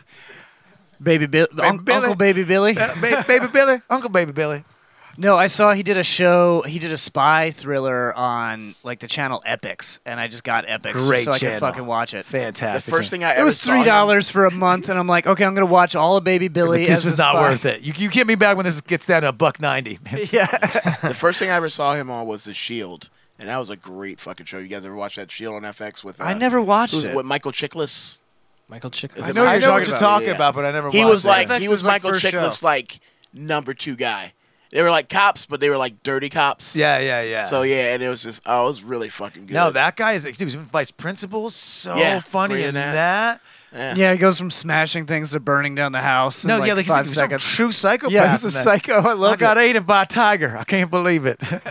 baby, Bill, Unc- Uncle Baby Billy. Uh, ba- baby Billy, Uncle Baby Billy. No, I saw he did a show. He did a spy thriller on like the channel Epics, and I just got Epics Great so I channel. could fucking watch it. Fantastic. The first thing I it ever was saw three him- dollars for a month, and I'm like, okay, I'm gonna watch all of Baby But Billy. this as was the not spy. worth it. You, you get me back when this gets down to a buck ninety. yeah. the first thing I ever saw him on was The Shield, and that was a great fucking show. You guys ever watch that Shield on FX with? Uh, I never watched who's- it. With Michael Chiklis. Michael Chiklis. Is I it know what Michael you're Chiklis? talking Yeah. about, but I never He watched was it. like FX he is was like Michael first Chiklis, show. like number two guy. They were like cops, but they were like dirty cops. Yeah, yeah, yeah. So yeah, and it was just oh, it was really fucking good. no, that guy is. Dude, he's been vice principal. So Yeah, funny great in in that. Yeah. Yeah, he goes from smashing things to burning down the house. in, No, like, yeah, like he's- five he's a seconds. true psychopath. Yeah, he's a in that. psycho. I love I got it. eaten by a tiger. I can't believe it.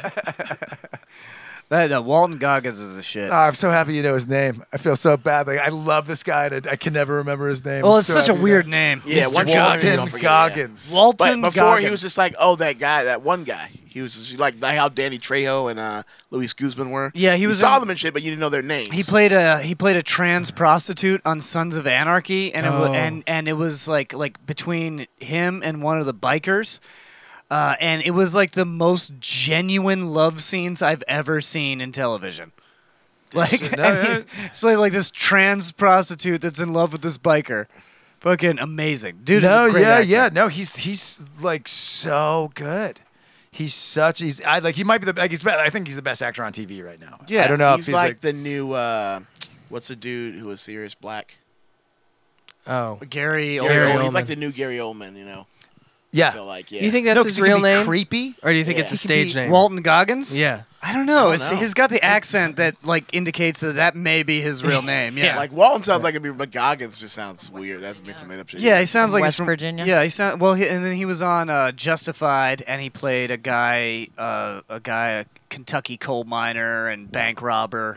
That uh, Walton Goggins is a shit. Oh, I'm so happy you know his name. I feel so bad. Like I love this guy, and I, I can never remember his name. well, I'm it's so such a happy weird that- name. Yeah, Mr. once you love Walton him, you don't Goggins. forget, yeah. Walton But before he was Goggins. just like, oh, that guy, that one guy. He was just like like how Danny Trejo and uh, Luis Guzman were. Yeah, he You was saw in- them and shit, but you didn't know their names. He played a he played a trans prostitute on Sons of Anarchy, and it wa- Oh. and and it was like like between him and one of the bikers, uh, and it was like the most genuine love scenes I've ever seen in television. Like Shit, no, and he- yeah. he's playing like this trans prostitute that's in love with this biker. Fucking amazing, dude. is a No, great yeah, actor. yeah. No, he's he's like so good. He's such. He's I like. He might be the. Like, he's. be- I think he's the best actor on TV right now. I don't know if He's he's like, like. the new. Uh, what's the dude who was serious black? Oh, Gary. Gary Oldman. Oldman. He's like the new Gary Oldman, you know. Yeah. I feel like yeah. You think that's No, his 'cause he real can be name? creepy? Or do you think Yeah. it's a He can be stage name? Walton Goggins? Yeah. I don't know. I don't It's, know. He's got the accent that like indicates that that may be his real name. Yeah. Like Walton sounds like it'd be, but Goggins just sounds weird. That's made some made up shit. Yeah, he sounds like he's West from- Virginia? Yeah, he sound well. He, and then he was on uh, Justified, and he played a guy, uh, a guy, a Kentucky coal miner and bank robber.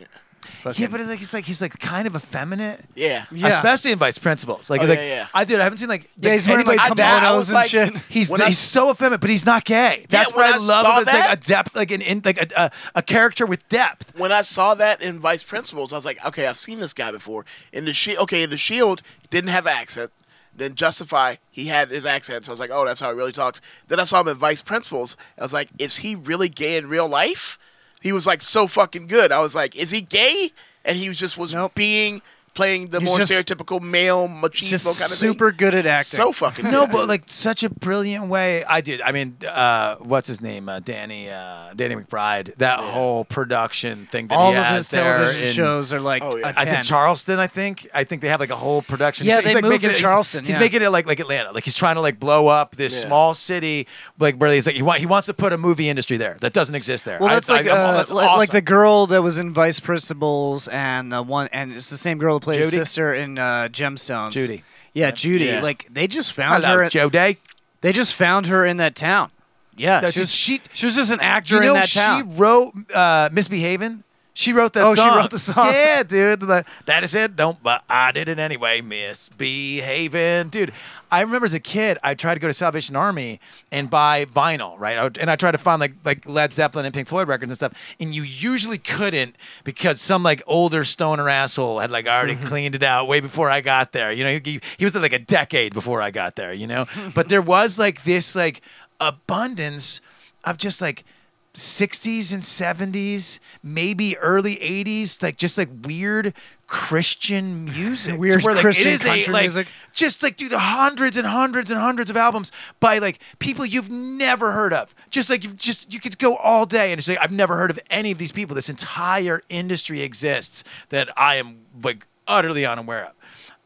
Yeah, but it's like he's like he's like kind of effeminate. Yeah. Especially in vice principals. Like, Oh, like yeah, yeah. I dude, I haven't seen like, Yeah, like, he's wearing, like, anybody that kimonos and like, shit. He's When I- he's so effeminate, but he's not gay. That's when what I, I love. saw about it. It's like a that- depth, like an in, like a, a a character with depth. when I saw that in Vice Principals, I was like, okay, I've seen this guy before. In the shield, okay, in the shield didn't have accent. Then Justify, he had his accent, so I was like, oh, that's how he really talks. Then I saw him in Vice Principals. I was like, is he really gay in real life? He was like so fucking good. I was like, is he gay? And he was just was being playing the He's more just- stereotypical male machismo just kind of super thing. good at acting. So fucking no, good. but like such a brilliant way. I did. I mean, uh, what's his name? Uh, Danny uh, Danny McBride. That whole production thing that All he of has his there television in- shows are like Oh, a I said 10. Charleston. I think. I think they have like a whole production. Yeah, he's, they like moved making to it, he's- Charleston, He's, yeah. making it like like Atlanta. Like he's trying to like blow up this Yeah. small city. Like where he's like he, want, he wants to put a movie industry there that doesn't exist there. Well, I- that's I- like I'm all- uh, that's li- awesome. like the girl that was in Vice Principals, and the one, and it's the same girl that played his Judy? sister in uh, Gemstones. Judy. Yeah, Judy. Yeah. Like they just found Hello, her. at- Judy. They just found her in that town. Yeah, No, she, dude, was, she- she was just an actor you know in that she town. wrote uh, Misbehaving. She wrote that Oh, she song. wrote the song. Yeah, dude. The, Daddy said, don't, but I did it anyway. Misbehaving. Dude, I remember as a kid, I tried to go to Salvation Army and buy vinyl, right? I would- And I tried to find like like Led Zeppelin and Pink Floyd records and stuff. And you usually couldn't because some like older stoner asshole had like already Mm-hmm. cleaned it out way before I got there. You know, he, he was like a decade before I got there, you know? but there was like this like abundance of just like 60s and 70s, maybe early 80s, like just like weird Christian music. Weird to where, like, Christian it is country a, like, music. Just like, dude, hundreds and hundreds and hundreds of albums by like people you've never heard of. Just like, you've just, you could go all day and say, I've never heard of any of these people. This entire industry exists that I am like utterly unaware of.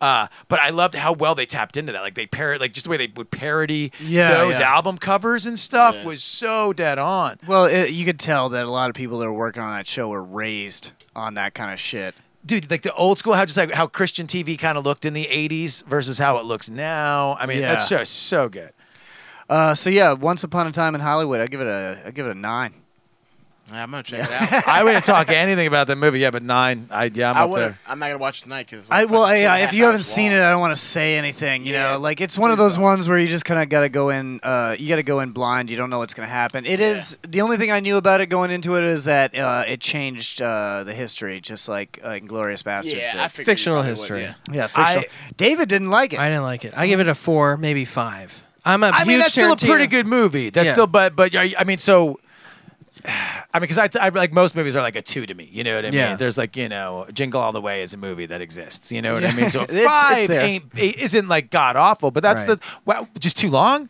Uh, but I loved how well they tapped into that. Like they parrot, like just the way they would parody Yeah, those yeah. album covers and stuff was so dead on. Well, it, you could tell that a lot of people that are working on that show were raised on that kind of shit. dude, like the old school, how just like how Christian TV kind of looked in the '80s versus how it looks now. I mean, that's Yeah. just so good. Uh, so yeah, Once Upon a Time in Hollywood, I give it a, I give it a nine. I'm gonna check it out. I wouldn't talk anything about that movie. Yeah, but nine. I yeah, I'm I up wouldn't. there. I'm not gonna watch it tonight because I well, I, I, if you haven't seen it, I don't want to say anything. You know, like it's one of uh, those ones where you just kind of got to go in. Uh, you got to go in blind. You don't know what's going to happen. It is the only thing I knew about it going into it is that uh, it changed uh, the history, just like uh, Inglorious Bastards. Yeah, did. I figured you Fictional probably would, history. Yeah, yeah. fictional. David didn't like it. I didn't like it. I give it a four, maybe five. I'm a I mean, huge that's still a Tarantino- pretty good movie. That's Yeah. still, but but I I mean, so. I mean, because I, I like most movies are like a two to me. You know what I mean? Yeah. There's like you know, Jingle All the Way is a movie that exists. You know what I Yeah. mean? So It's- it's five there. ain't it isn't like god awful, but that's Right. the wow, just too long.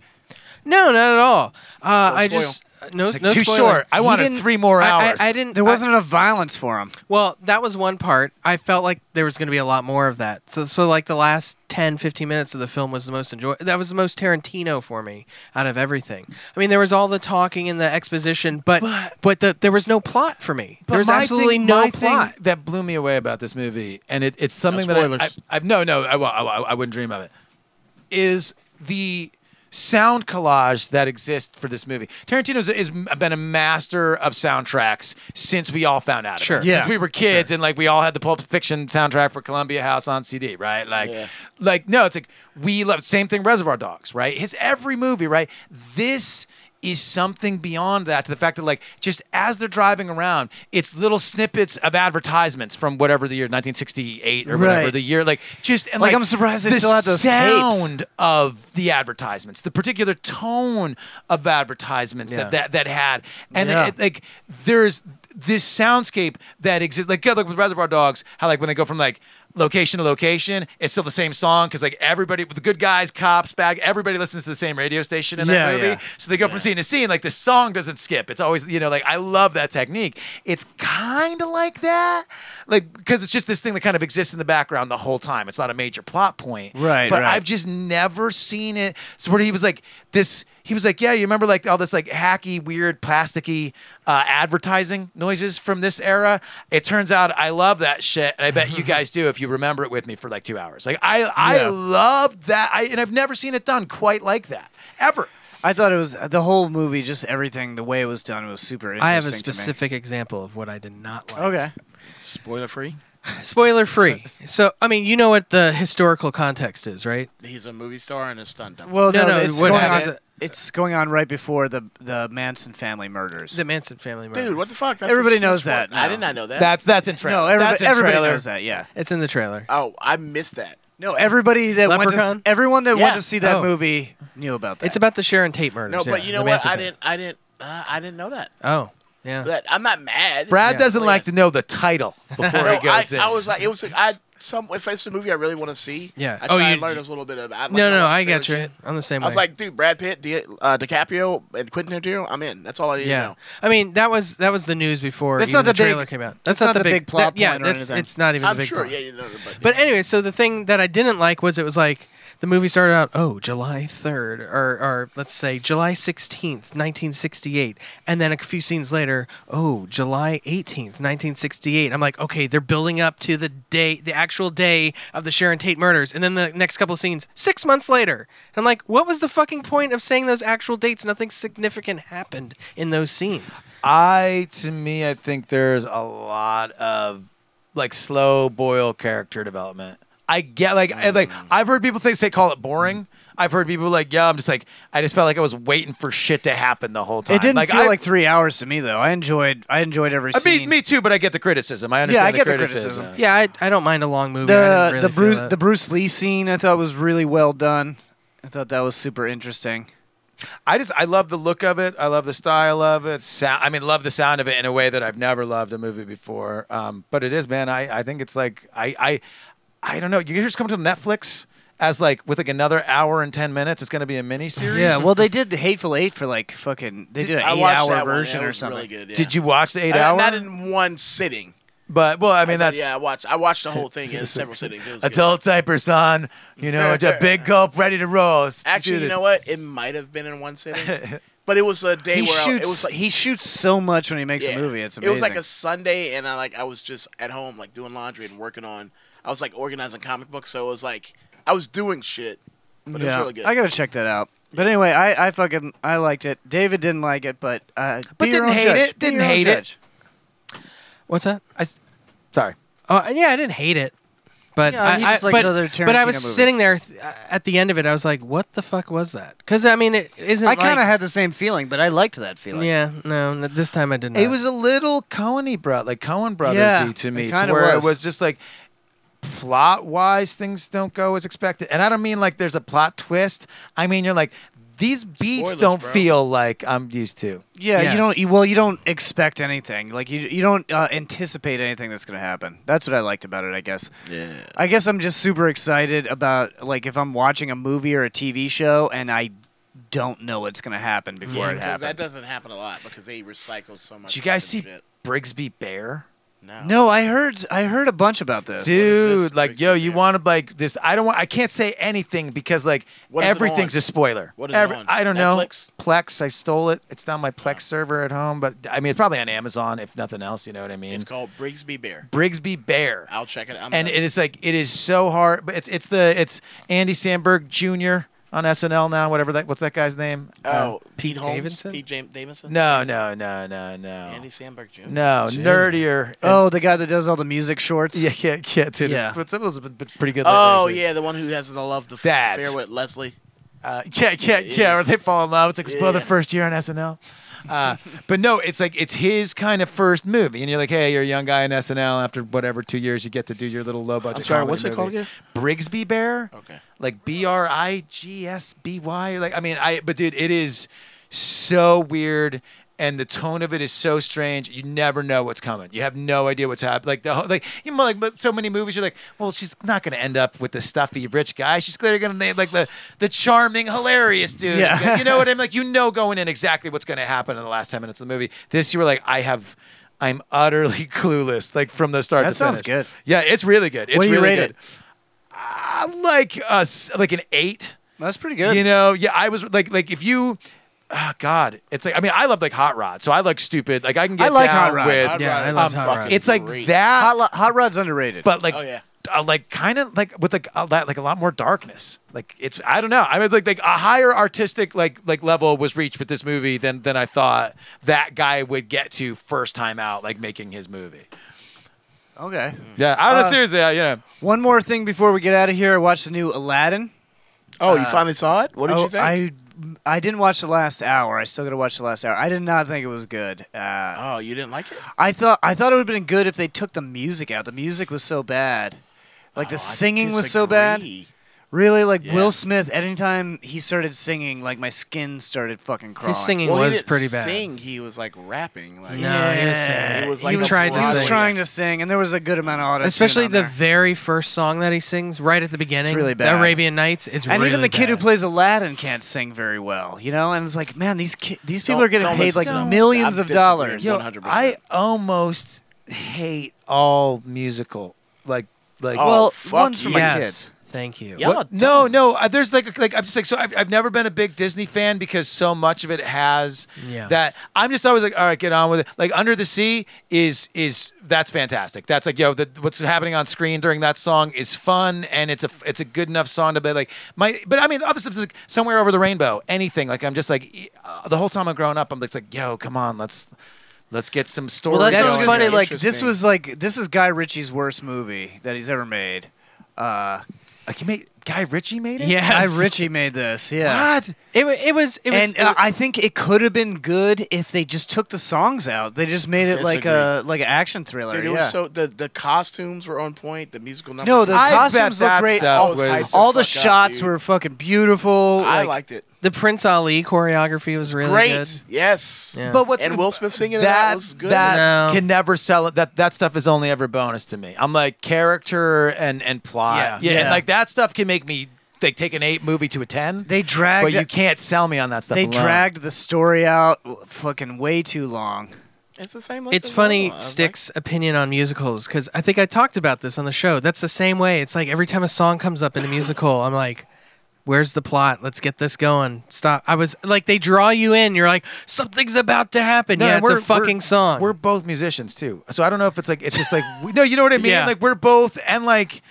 No, not at all. Uh, I just no, Like, no too spoiler. short. I He wanted didn't- three more I- I- hours. I, didn't. There I- wasn't enough violence for him. Well, that was one part. I felt like there was going to be a lot more of that. So, so like the last 10, 15 minutes of the film was the most enjoy. That was the most Tarantino for me out of everything. I mean, there was all the talking and the exposition, but but, the, there was no plot for me. But There was my absolutely thing- no my thing plot. that blew me away about this movie, and it, it's something that I, I, spoilers. I've no, no, I, won't- I, won't- I wouldn't dream of it. Is the sound collage that exists for this movie? Tarantino has been a master of soundtracks since we all found out. About Sure. it. Yeah. since we were kids, and like we all had the Pulp Fiction soundtrack for Columbia House on CD, right? Like, like no, it's like we love same thing. Reservoir Dogs, right? His every movie, right? This is something beyond that to the fact that like just as they're driving around it's little snippets of advertisements from whatever the year 1968 or whatever Right. the year like just and Like, like, I'm surprised they the still had those tapes. sound of the advertisements the particular tone of advertisements Yeah. that, that that had and Yeah. it- like there's this soundscape that exists like yeah, like with Reservoir Dogs how like when they go from like location to location, it's still the same song because like everybody, the good guys, cops, bad, everybody listens to the same radio station in that Yeah, movie. yeah. So they go from scene to scene. Like the song doesn't skip. It's always you know like I love that technique. It's kind of like that, like because it's just this thing that kind of exists in the background the whole time. It's not a major plot point. Right, But right. I've just never seen it. So where he was like this. He was like, yeah, you remember like all this like hacky, weird, plasticky uh, advertising noises from this era. It turns out I love that shit, and I bet you guys do if you remember it with me for like two hours. Like I, I Yeah. loved that, I, and I've never seen it done quite like that ever. I thought it was the whole movie, just everything, the way it was done was super interesting. I have a to me. specific example of what I did not like. Okay. Spoiler free. Spoiler free. So, I mean, you know what the historical context is, right? He's a movie star and a stunt double. Well, no, No, no, it's what going happens- on. It's going on right before the the Manson family murders. The Manson family Dude, what the fuck? That's everybody a knows huge that. one. I did not know that. No, everybody, everybody knows that. Yeah. It's in the trailer. Oh, I missed that. No, everybody that went to Leprechaun? s- everyone that went Yeah. to see that Oh. movie knew about that. It's about the Sharon Tate murders. No, but yeah, you the know what? Manson I family. didn't. I didn't. Uh, I didn't know that. Oh, yeah. But I'm not mad. Oh, Brad Yeah. doesn't like to know the title before No, he goes I, in. I was like, it was. I some. If it's a movie I really want to see, Yeah. I Oh, try you- and learn a little bit about. no, no, no, I get you. I'm the same I was way. like, dude, Brad Pitt, Di- uh, DiCaprio, and Quentin Tarantino. I'm in. That's all I need yeah. to know. I mean, that was that was the news before That's even not the big- trailer came out. that's That's, not the big plot that- yeah, point or that's, anything. it's not even I'm the big sure, plot. yeah, you know, but- anyway, so the thing that I didn't like was it was like the movie started out oh July third or or let's say July sixteenth, nineteen sixty eight, and then a few scenes later oh July eighteenth, nineteen sixty eight. I'm like okay, they're building up to the day, the actual day of the Sharon Tate murders, and then the next couple of scenes six months later. And I'm like, what was the fucking point of saying those actual dates? Nothing significant happened in those scenes. I to me, I think there's a lot of like slow boil character development. I get like I, like Mm. I've heard people think say call it boring. I've heard people like yeah, I'm just like I just felt like I was waiting for shit to happen the whole time. It didn't like, feel I, like three hours to me though. I enjoyed. I enjoyed every I scene. mean, me too, but I get the criticism. I understand I get the criticism. criticism. Yeah, I, I don't mind a long movie. I the didn't really the feel Bruce that. the Bruce Lee scene I thought was really well done. I thought that was super interesting. I just I love the look of it. I love the style of it. Sound. I mean, love the sound of it in a way that I've never loved a movie before. Um, but it is, man. I I think it's like I I I don't know. You just come to Netflix as like with like another hour and ten minutes. It's going to be a mini series. Yeah, well, they did the Hateful Eight for like fucking. They did an I watched that eight-hour one. That version or was something. really good, yeah. Did you watch the eight I- hour? Not in one sitting. but well, I mean But that's yeah. I watched. I watched the whole thing in several sittings. It was good. adult diaper son. You know, a big gulp ready to roll. Let's do Actually, you this. know what? It might have been in one sitting, but it was a day He where I, shoots. it was like he shoots so much when he makes a movie. It's amazing. It was like a Sunday, and I like I was just at home, like doing laundry and working on. I was like organizing comic books, so it was like I was doing shit, but it was really good. I gotta check that out. But anyway, I, I fucking I liked it. David didn't like it, but uh, But be your didn't own hate judge. it. Be Didn't your own hate it. judge. What's that? I, sorry. Oh yeah, I didn't hate it, but Yeah, I, he just I- likes but, other but I was Tarantino movies. sitting there th- uh, at the end of it. I was like, "What the fuck was that?" Because I mean, it isn't. I kind of like- had the same feeling, but I liked that feeling. Yeah, no, n- this time I didn't. It was a little Coeny bro, like Cohen brothersy Yeah, to it me, to kinda where was. it was just like plot wise things don't go as expected, and I don't mean like there's a plot twist. I mean you're like these beats Spoilers, don't bro. feel like I'm used to. Yeah, you don't. You, well, you don't expect anything. Like you, you don't uh, anticipate anything that's gonna happen. That's what I liked about it. I guess. Yeah. I guess I'm just super excited about like if I'm watching a movie or a TV show and I don't know what's gonna happen before yeah, it because happens. that doesn't happen a lot because they recycle so much. Did you guys fucking see- shit. Brigsby Bear. e-, No, I heard. I heard a bunch about this. Dude, like, yo, you want to like this? I don't want. I can't say anything because like What is it everything's on? a spoiler. What is it on? I don't Netflix? know. Plex. I stole it. It's down my Plex server at home, but I mean, it's probably on Amazon if nothing else. You know what I mean? It's called Brigsby Bear. Brigsby Bear. I'll check it. out. and it is like it is so hard. But it's it's the it's Andy Sandberg Jr. on SNL now. Whatever that what's that guy's name? oh Uh, Pete Holmes, Pete James Davidson. No, no, no, no, no. Andy Sandberg Jr. No, Jr. nerdier. Oh, the guy that does all the music shorts. Yeah, yeah, yeah, dude. Yeah. But some of those have been- been pretty good. lately, Oh actually. yeah, the one who has the love, the f- That. affair with Leslie. Uh, yeah, yeah, yeah. Or they fall in love. It's like his brother first year on SNL. Uh, but no, it's like it's his kind of first movie, and you're like, hey, you're a young guy in SNL. After whatever two years, you get to do your little low budget. I'm sorry, what's it called Brigsby Bear. Okay. Like B R I G S B Y. Like I mean, I but dude, it is so weird and the tone of it is so strange. You never know what's coming. You have no idea what's happening. Like the whole, like you know, like but so many movies. You're like, well, she's not going to end up with the stuffy rich guy. She's clearly going to name like the the charming, hilarious dude. Yeah. He's gonna- you know what I mean? Like you know going in exactly what's going to happen in the last ten minutes of the movie. This you were like, I have. I'm utterly clueless, like from the start That to sounds finish. good. Yeah, it's really good. It's What do you really rate good. it? Uh, like a s like an eight. That's pretty good. You know, yeah, I was like, like if you, ah, God, it's like I mean, I love like Hot Rod, so I like stupid. Like I can get I like down Hot Rod. with, Hot Yeah, Rod I is love um, Hot Rod. It's like Great. that. Hot, Lo- Hot Rod's underrated, but like, Oh, yeah. uh, like kind of like with like a lot, like a lot more darkness. Like it's I don't know. I mean, it's like like a higher artistic like like level was reached with this movie than than I thought that guy would get to first time out, like making his movie. okay. Yeah, I don't know, Uh, seriously, uh, you know. One more thing before we get out of here. I watched the new Aladdin. Oh, you finally saw it? What did oh, you think? I I didn't watch the last hour. I still got to watch the last hour. I did not think it was good. Uh, oh, you didn't like it? I thought I thought it would have been good if they took the music out. The music was so bad. Like the singing was so bad. Oh, disagree. Really, like Will Smith. At any time he started singing, like my skin started fucking crawling. Well, he didn't Sing, he was like rapping. Like, Yeah, It was like he was, a trying, he was throttle. trying to sing, and there was a good amount of auto. Especially the very first song that he sings right at the beginning. really the bad. Arabian Nights. It's and really even the bad. kid who plays Aladdin can't sing very well, you know. And it's like, man, these ki- these people Don't- are getting don't paid listen like to them. millions I'm of dollars. Yo, I almost hate all musical like like Oh, Well, fuck one's for my yes. Thank you. What? No, no. uh, There's like, a- like I'm just like so. I've, I've never been a big Disney fan because so much of it has Yeah. that. I'm just always like, all right, get on with it. Like Under the Sea is is that's fantastic. That's like yo, the, what's happening on screen during that song is fun and it's a it's a good enough song to be like my. But I mean, other stuff is like Somewhere Over the Rainbow, anything. Like I'm just like e- uh, the whole time I'm growing up, I'm just like, yo, come on, let's let's get some story. Well, that's what I was going. gonna say. Like this was like this is Guy Ritchie's worst movie that he's ever made. Uh, like he made Guy Ritchie made it? Yes. Guy Ritchie made this. Yeah. What? It, wa- it was. It was. and it uh, was- I think it could have been good if they just took the songs out. They just made it like a like an action thriller. Dude, it yeah. was so the, the costumes were on point. The musical numbers. no, the I costumes bet look that great. stuff All, was- all the Fuck up, shots dude. were fucking beautiful. I like- liked it. the Prince Ali choreography was really great. good. Yes. Yeah. But what's and Will Smith singing that, that that was good. that can never sell it. That that stuff is only ever bonus to me. I'm like character and and plot. Yeah. Yeah, and Yeah. like that stuff can make me like take an eight movie to a ten. They dragged. but you can't sell me on that stuff. They alone. dragged the story out w- fucking way too long. It's the same. It's funny Stick's opinion on musicals because I think I talked about this on the show. That's the same way. It's like every time a song comes up in a musical, I'm like, "Where's the plot? Let's get this going." Stop. I was like, they draw you in. You're like, something's about to happen. No, yeah, and it's a we're- fucking we're- song. We're both musicians too, so I don't know if it's like it's just like we, no, you know what I mean. Yeah. Like we're both and like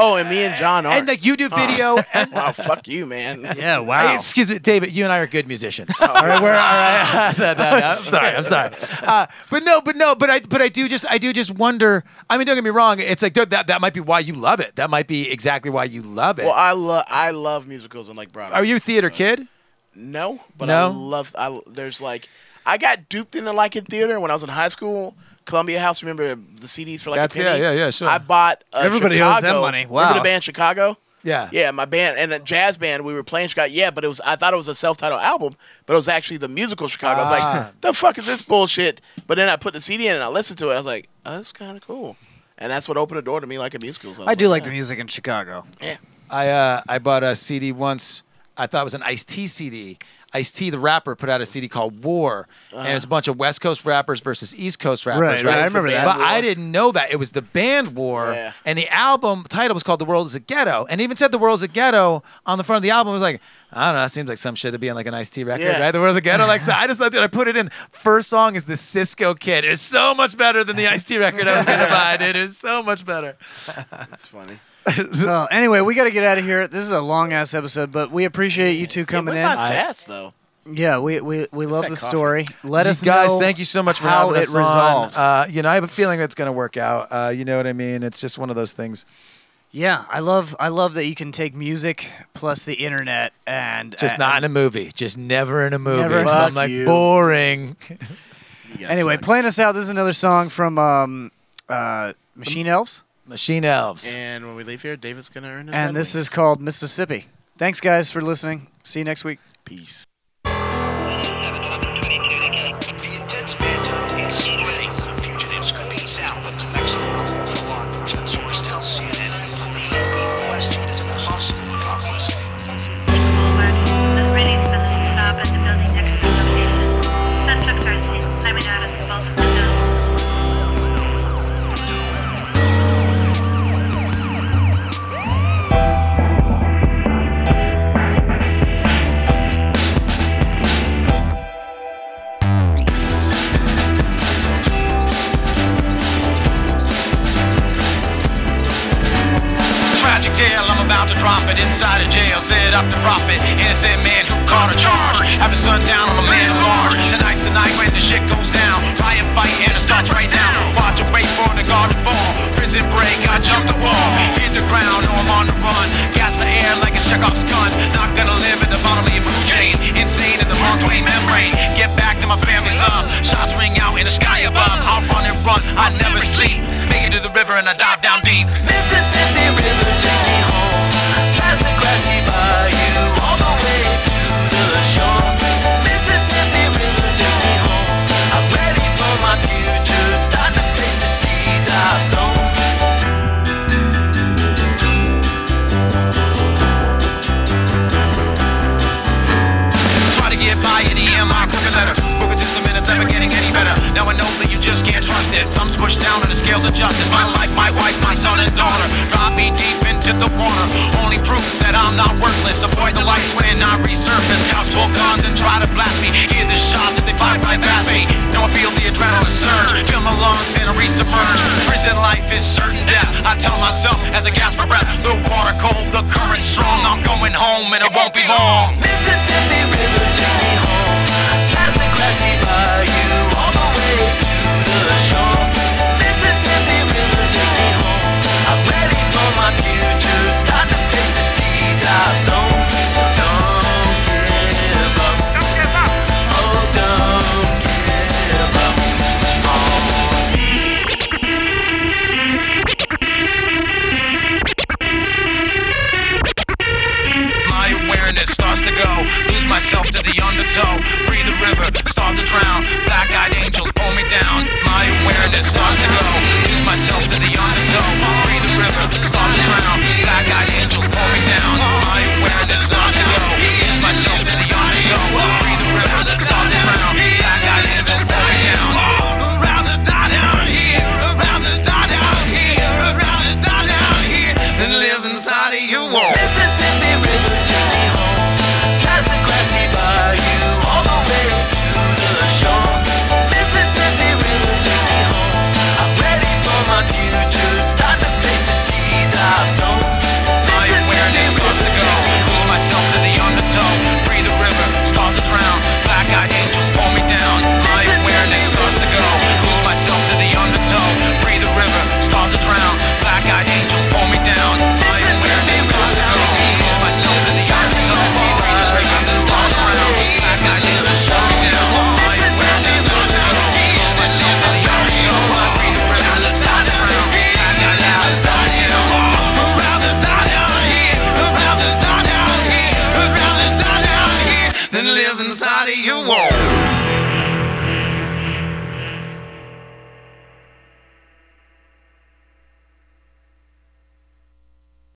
oh, and me and John Oh. and like you do video and wow, fuck you, man. Yeah, Hey, excuse me, David. You and I are good musicians. all right, we're all right. No, no, no, I'm sorry. I'm sorry. Uh, but no, but no, but I, but I do just, I do just wonder. I mean, don't get me wrong. It's like dude, that, that might be why you love it. That might be exactly why you love it. Well, I love I love musicals and like Broadway. are you a theater kid? No, but I No? love. I there's like I got duped into liking theater when I was in high school. Columbia House, remember the CDs for like That's- a penny? yeah, yeah, yeah, sure. I bought uh, Everybody owes Chicago. them money. Wow. Remember the band Chicago? Yeah. Yeah, my band and the jazz band. We were playing Chicago. Yeah, but it was I thought it was a self-titled album, but it was actually the musical Chicago. I was Ah. like, the fuck is this bullshit? But then I put the CD in and I listened to it. I was like, oh, that's kind of cool, and that's what opened the door to me like a musical. So I do like the music in Chicago. Yeah. I uh, I bought a CD once. I thought it was an Ice T CD. Ice T, the rapper, put out a CD called War, and it was a bunch of West Coast rappers versus East Coast rappers. Right, Right, right, I remember that. But I didn't know that it was the band War, and the album title was called "The World Is a Ghetto," and it even said "The World Is a Ghetto" on the front of the album. It was like, I don't know, that seems like some shit to be on like an Ice T record, Yeah. right? "The World Is a Ghetto." Like, so I just thought, dude, I put it in. First song is the Cisco Kid. It's so much better than the Ice T record I was gonna buy. Dude, it was so much better. It's funny. well, anyway, we got to get out of here. This is a long ass episode, but we appreciate you two coming We're not in. fast though. Yeah, we we, we love that the coffee? story. Let You us guys. know Thank you so much for how having it us on. resolves. Uh, you know, I have a feeling it's going to work out. Uh, you know what I mean? It's just one of those things. yeah, I love I love that you can take music plus the internet and Just and- not in a movie. Just never in a movie. Uh, Never. It's- Fuck I'm like you. boring. anyway, playing us out. This is another song from um, uh, Machine Elves, Machine Elves, And when we leave here, David's gonna earn his. and this is called Mississippi. Thanks, guys, for listening. See you next week. Peace. tell I'm about to drop it inside a jail, set up to profit. Innocent man who caught a charge. Having sundown, I'm a man of large. Tonight's the night when the shit goes down. Riot fight and it starts right now. Watch and wait for the guard to fall. Prison break, I jump the wall. Hit the ground, or I'm on the run. Gasp the air like a Chekhov's gun. Not gonna live in the bodily food chain. Insane in the Mark Twain membrane. Get back to my family's love. Shots ring out in the sky above. I'll run and run, I never sleep. Make it to the river and I dive down deep. Mississippi River, take me home. Past the grassy bayou, all the way to the shore. Mississippi River, take me home. I'm ready for my future. Start to taste the seeds I've sown. Try to get by in the E EMI crooked letter. Crooked system and it's never getting any better. Now I know that you just can't trust it. Thumbs pushed down on the scales of justice. My life, my wife, my son and daughter. Drop me deep into the water. Only proof that I'm not worthless. Avoid the lights when I resurface. Cops pull guns and try to blast me. Hear the shots that they fire right past me. Now I feel the adrenaline surge. Fill my lungs and I resubmerge. Prison life is certain death. I tell myself as I gasp for breath. The water cold, the current strong. I'm going home and it won't be long. Mississippi River, take me home. Past the grassy bayou, all the way to the shore. Mississippi River, take me home. I'm ready for my future. Start to taste the seeds I've sown. So don't give up. Oh, don't give up on My awareness starts to go. Lose myself to the undertow. Breathe the river, start to drown. Black eyed angels pull me down. My awareness starts to go. Lose myself to the undertow. Breathe the river, start to drown. Black eyed angels pull me down. My awareness starts to go. Lose myself to the undertow. Breathe the river, start to drown. Black eyed angels pull me down. Around the die down here, around the die down here, around the die down here, then live inside of you. Mississippi River, take me home. Past the grassy bayou, all the way to the shore. Mississippi River, take me home. I'm ready for my future. Start to taste the seeds I've sown. My awareness starts to go. Lose myself to the undertow. Free the river, start to drown. Black eyed angels pull me down. My awareness starts to go. Lose myself to the undertow. Free the river, start to drown. Black eyed angels pull me down. My awareness starts to go. Lose myself to the undertow. Free the river, start to drown. Black eyed angels pull me down. My awareness starts to go. Lose myself to the undertow. Free the river, start to drown. Black eyed angels pull me down. Around the sun down here, around the sun down here, around the sun down here, then live inside of your wall.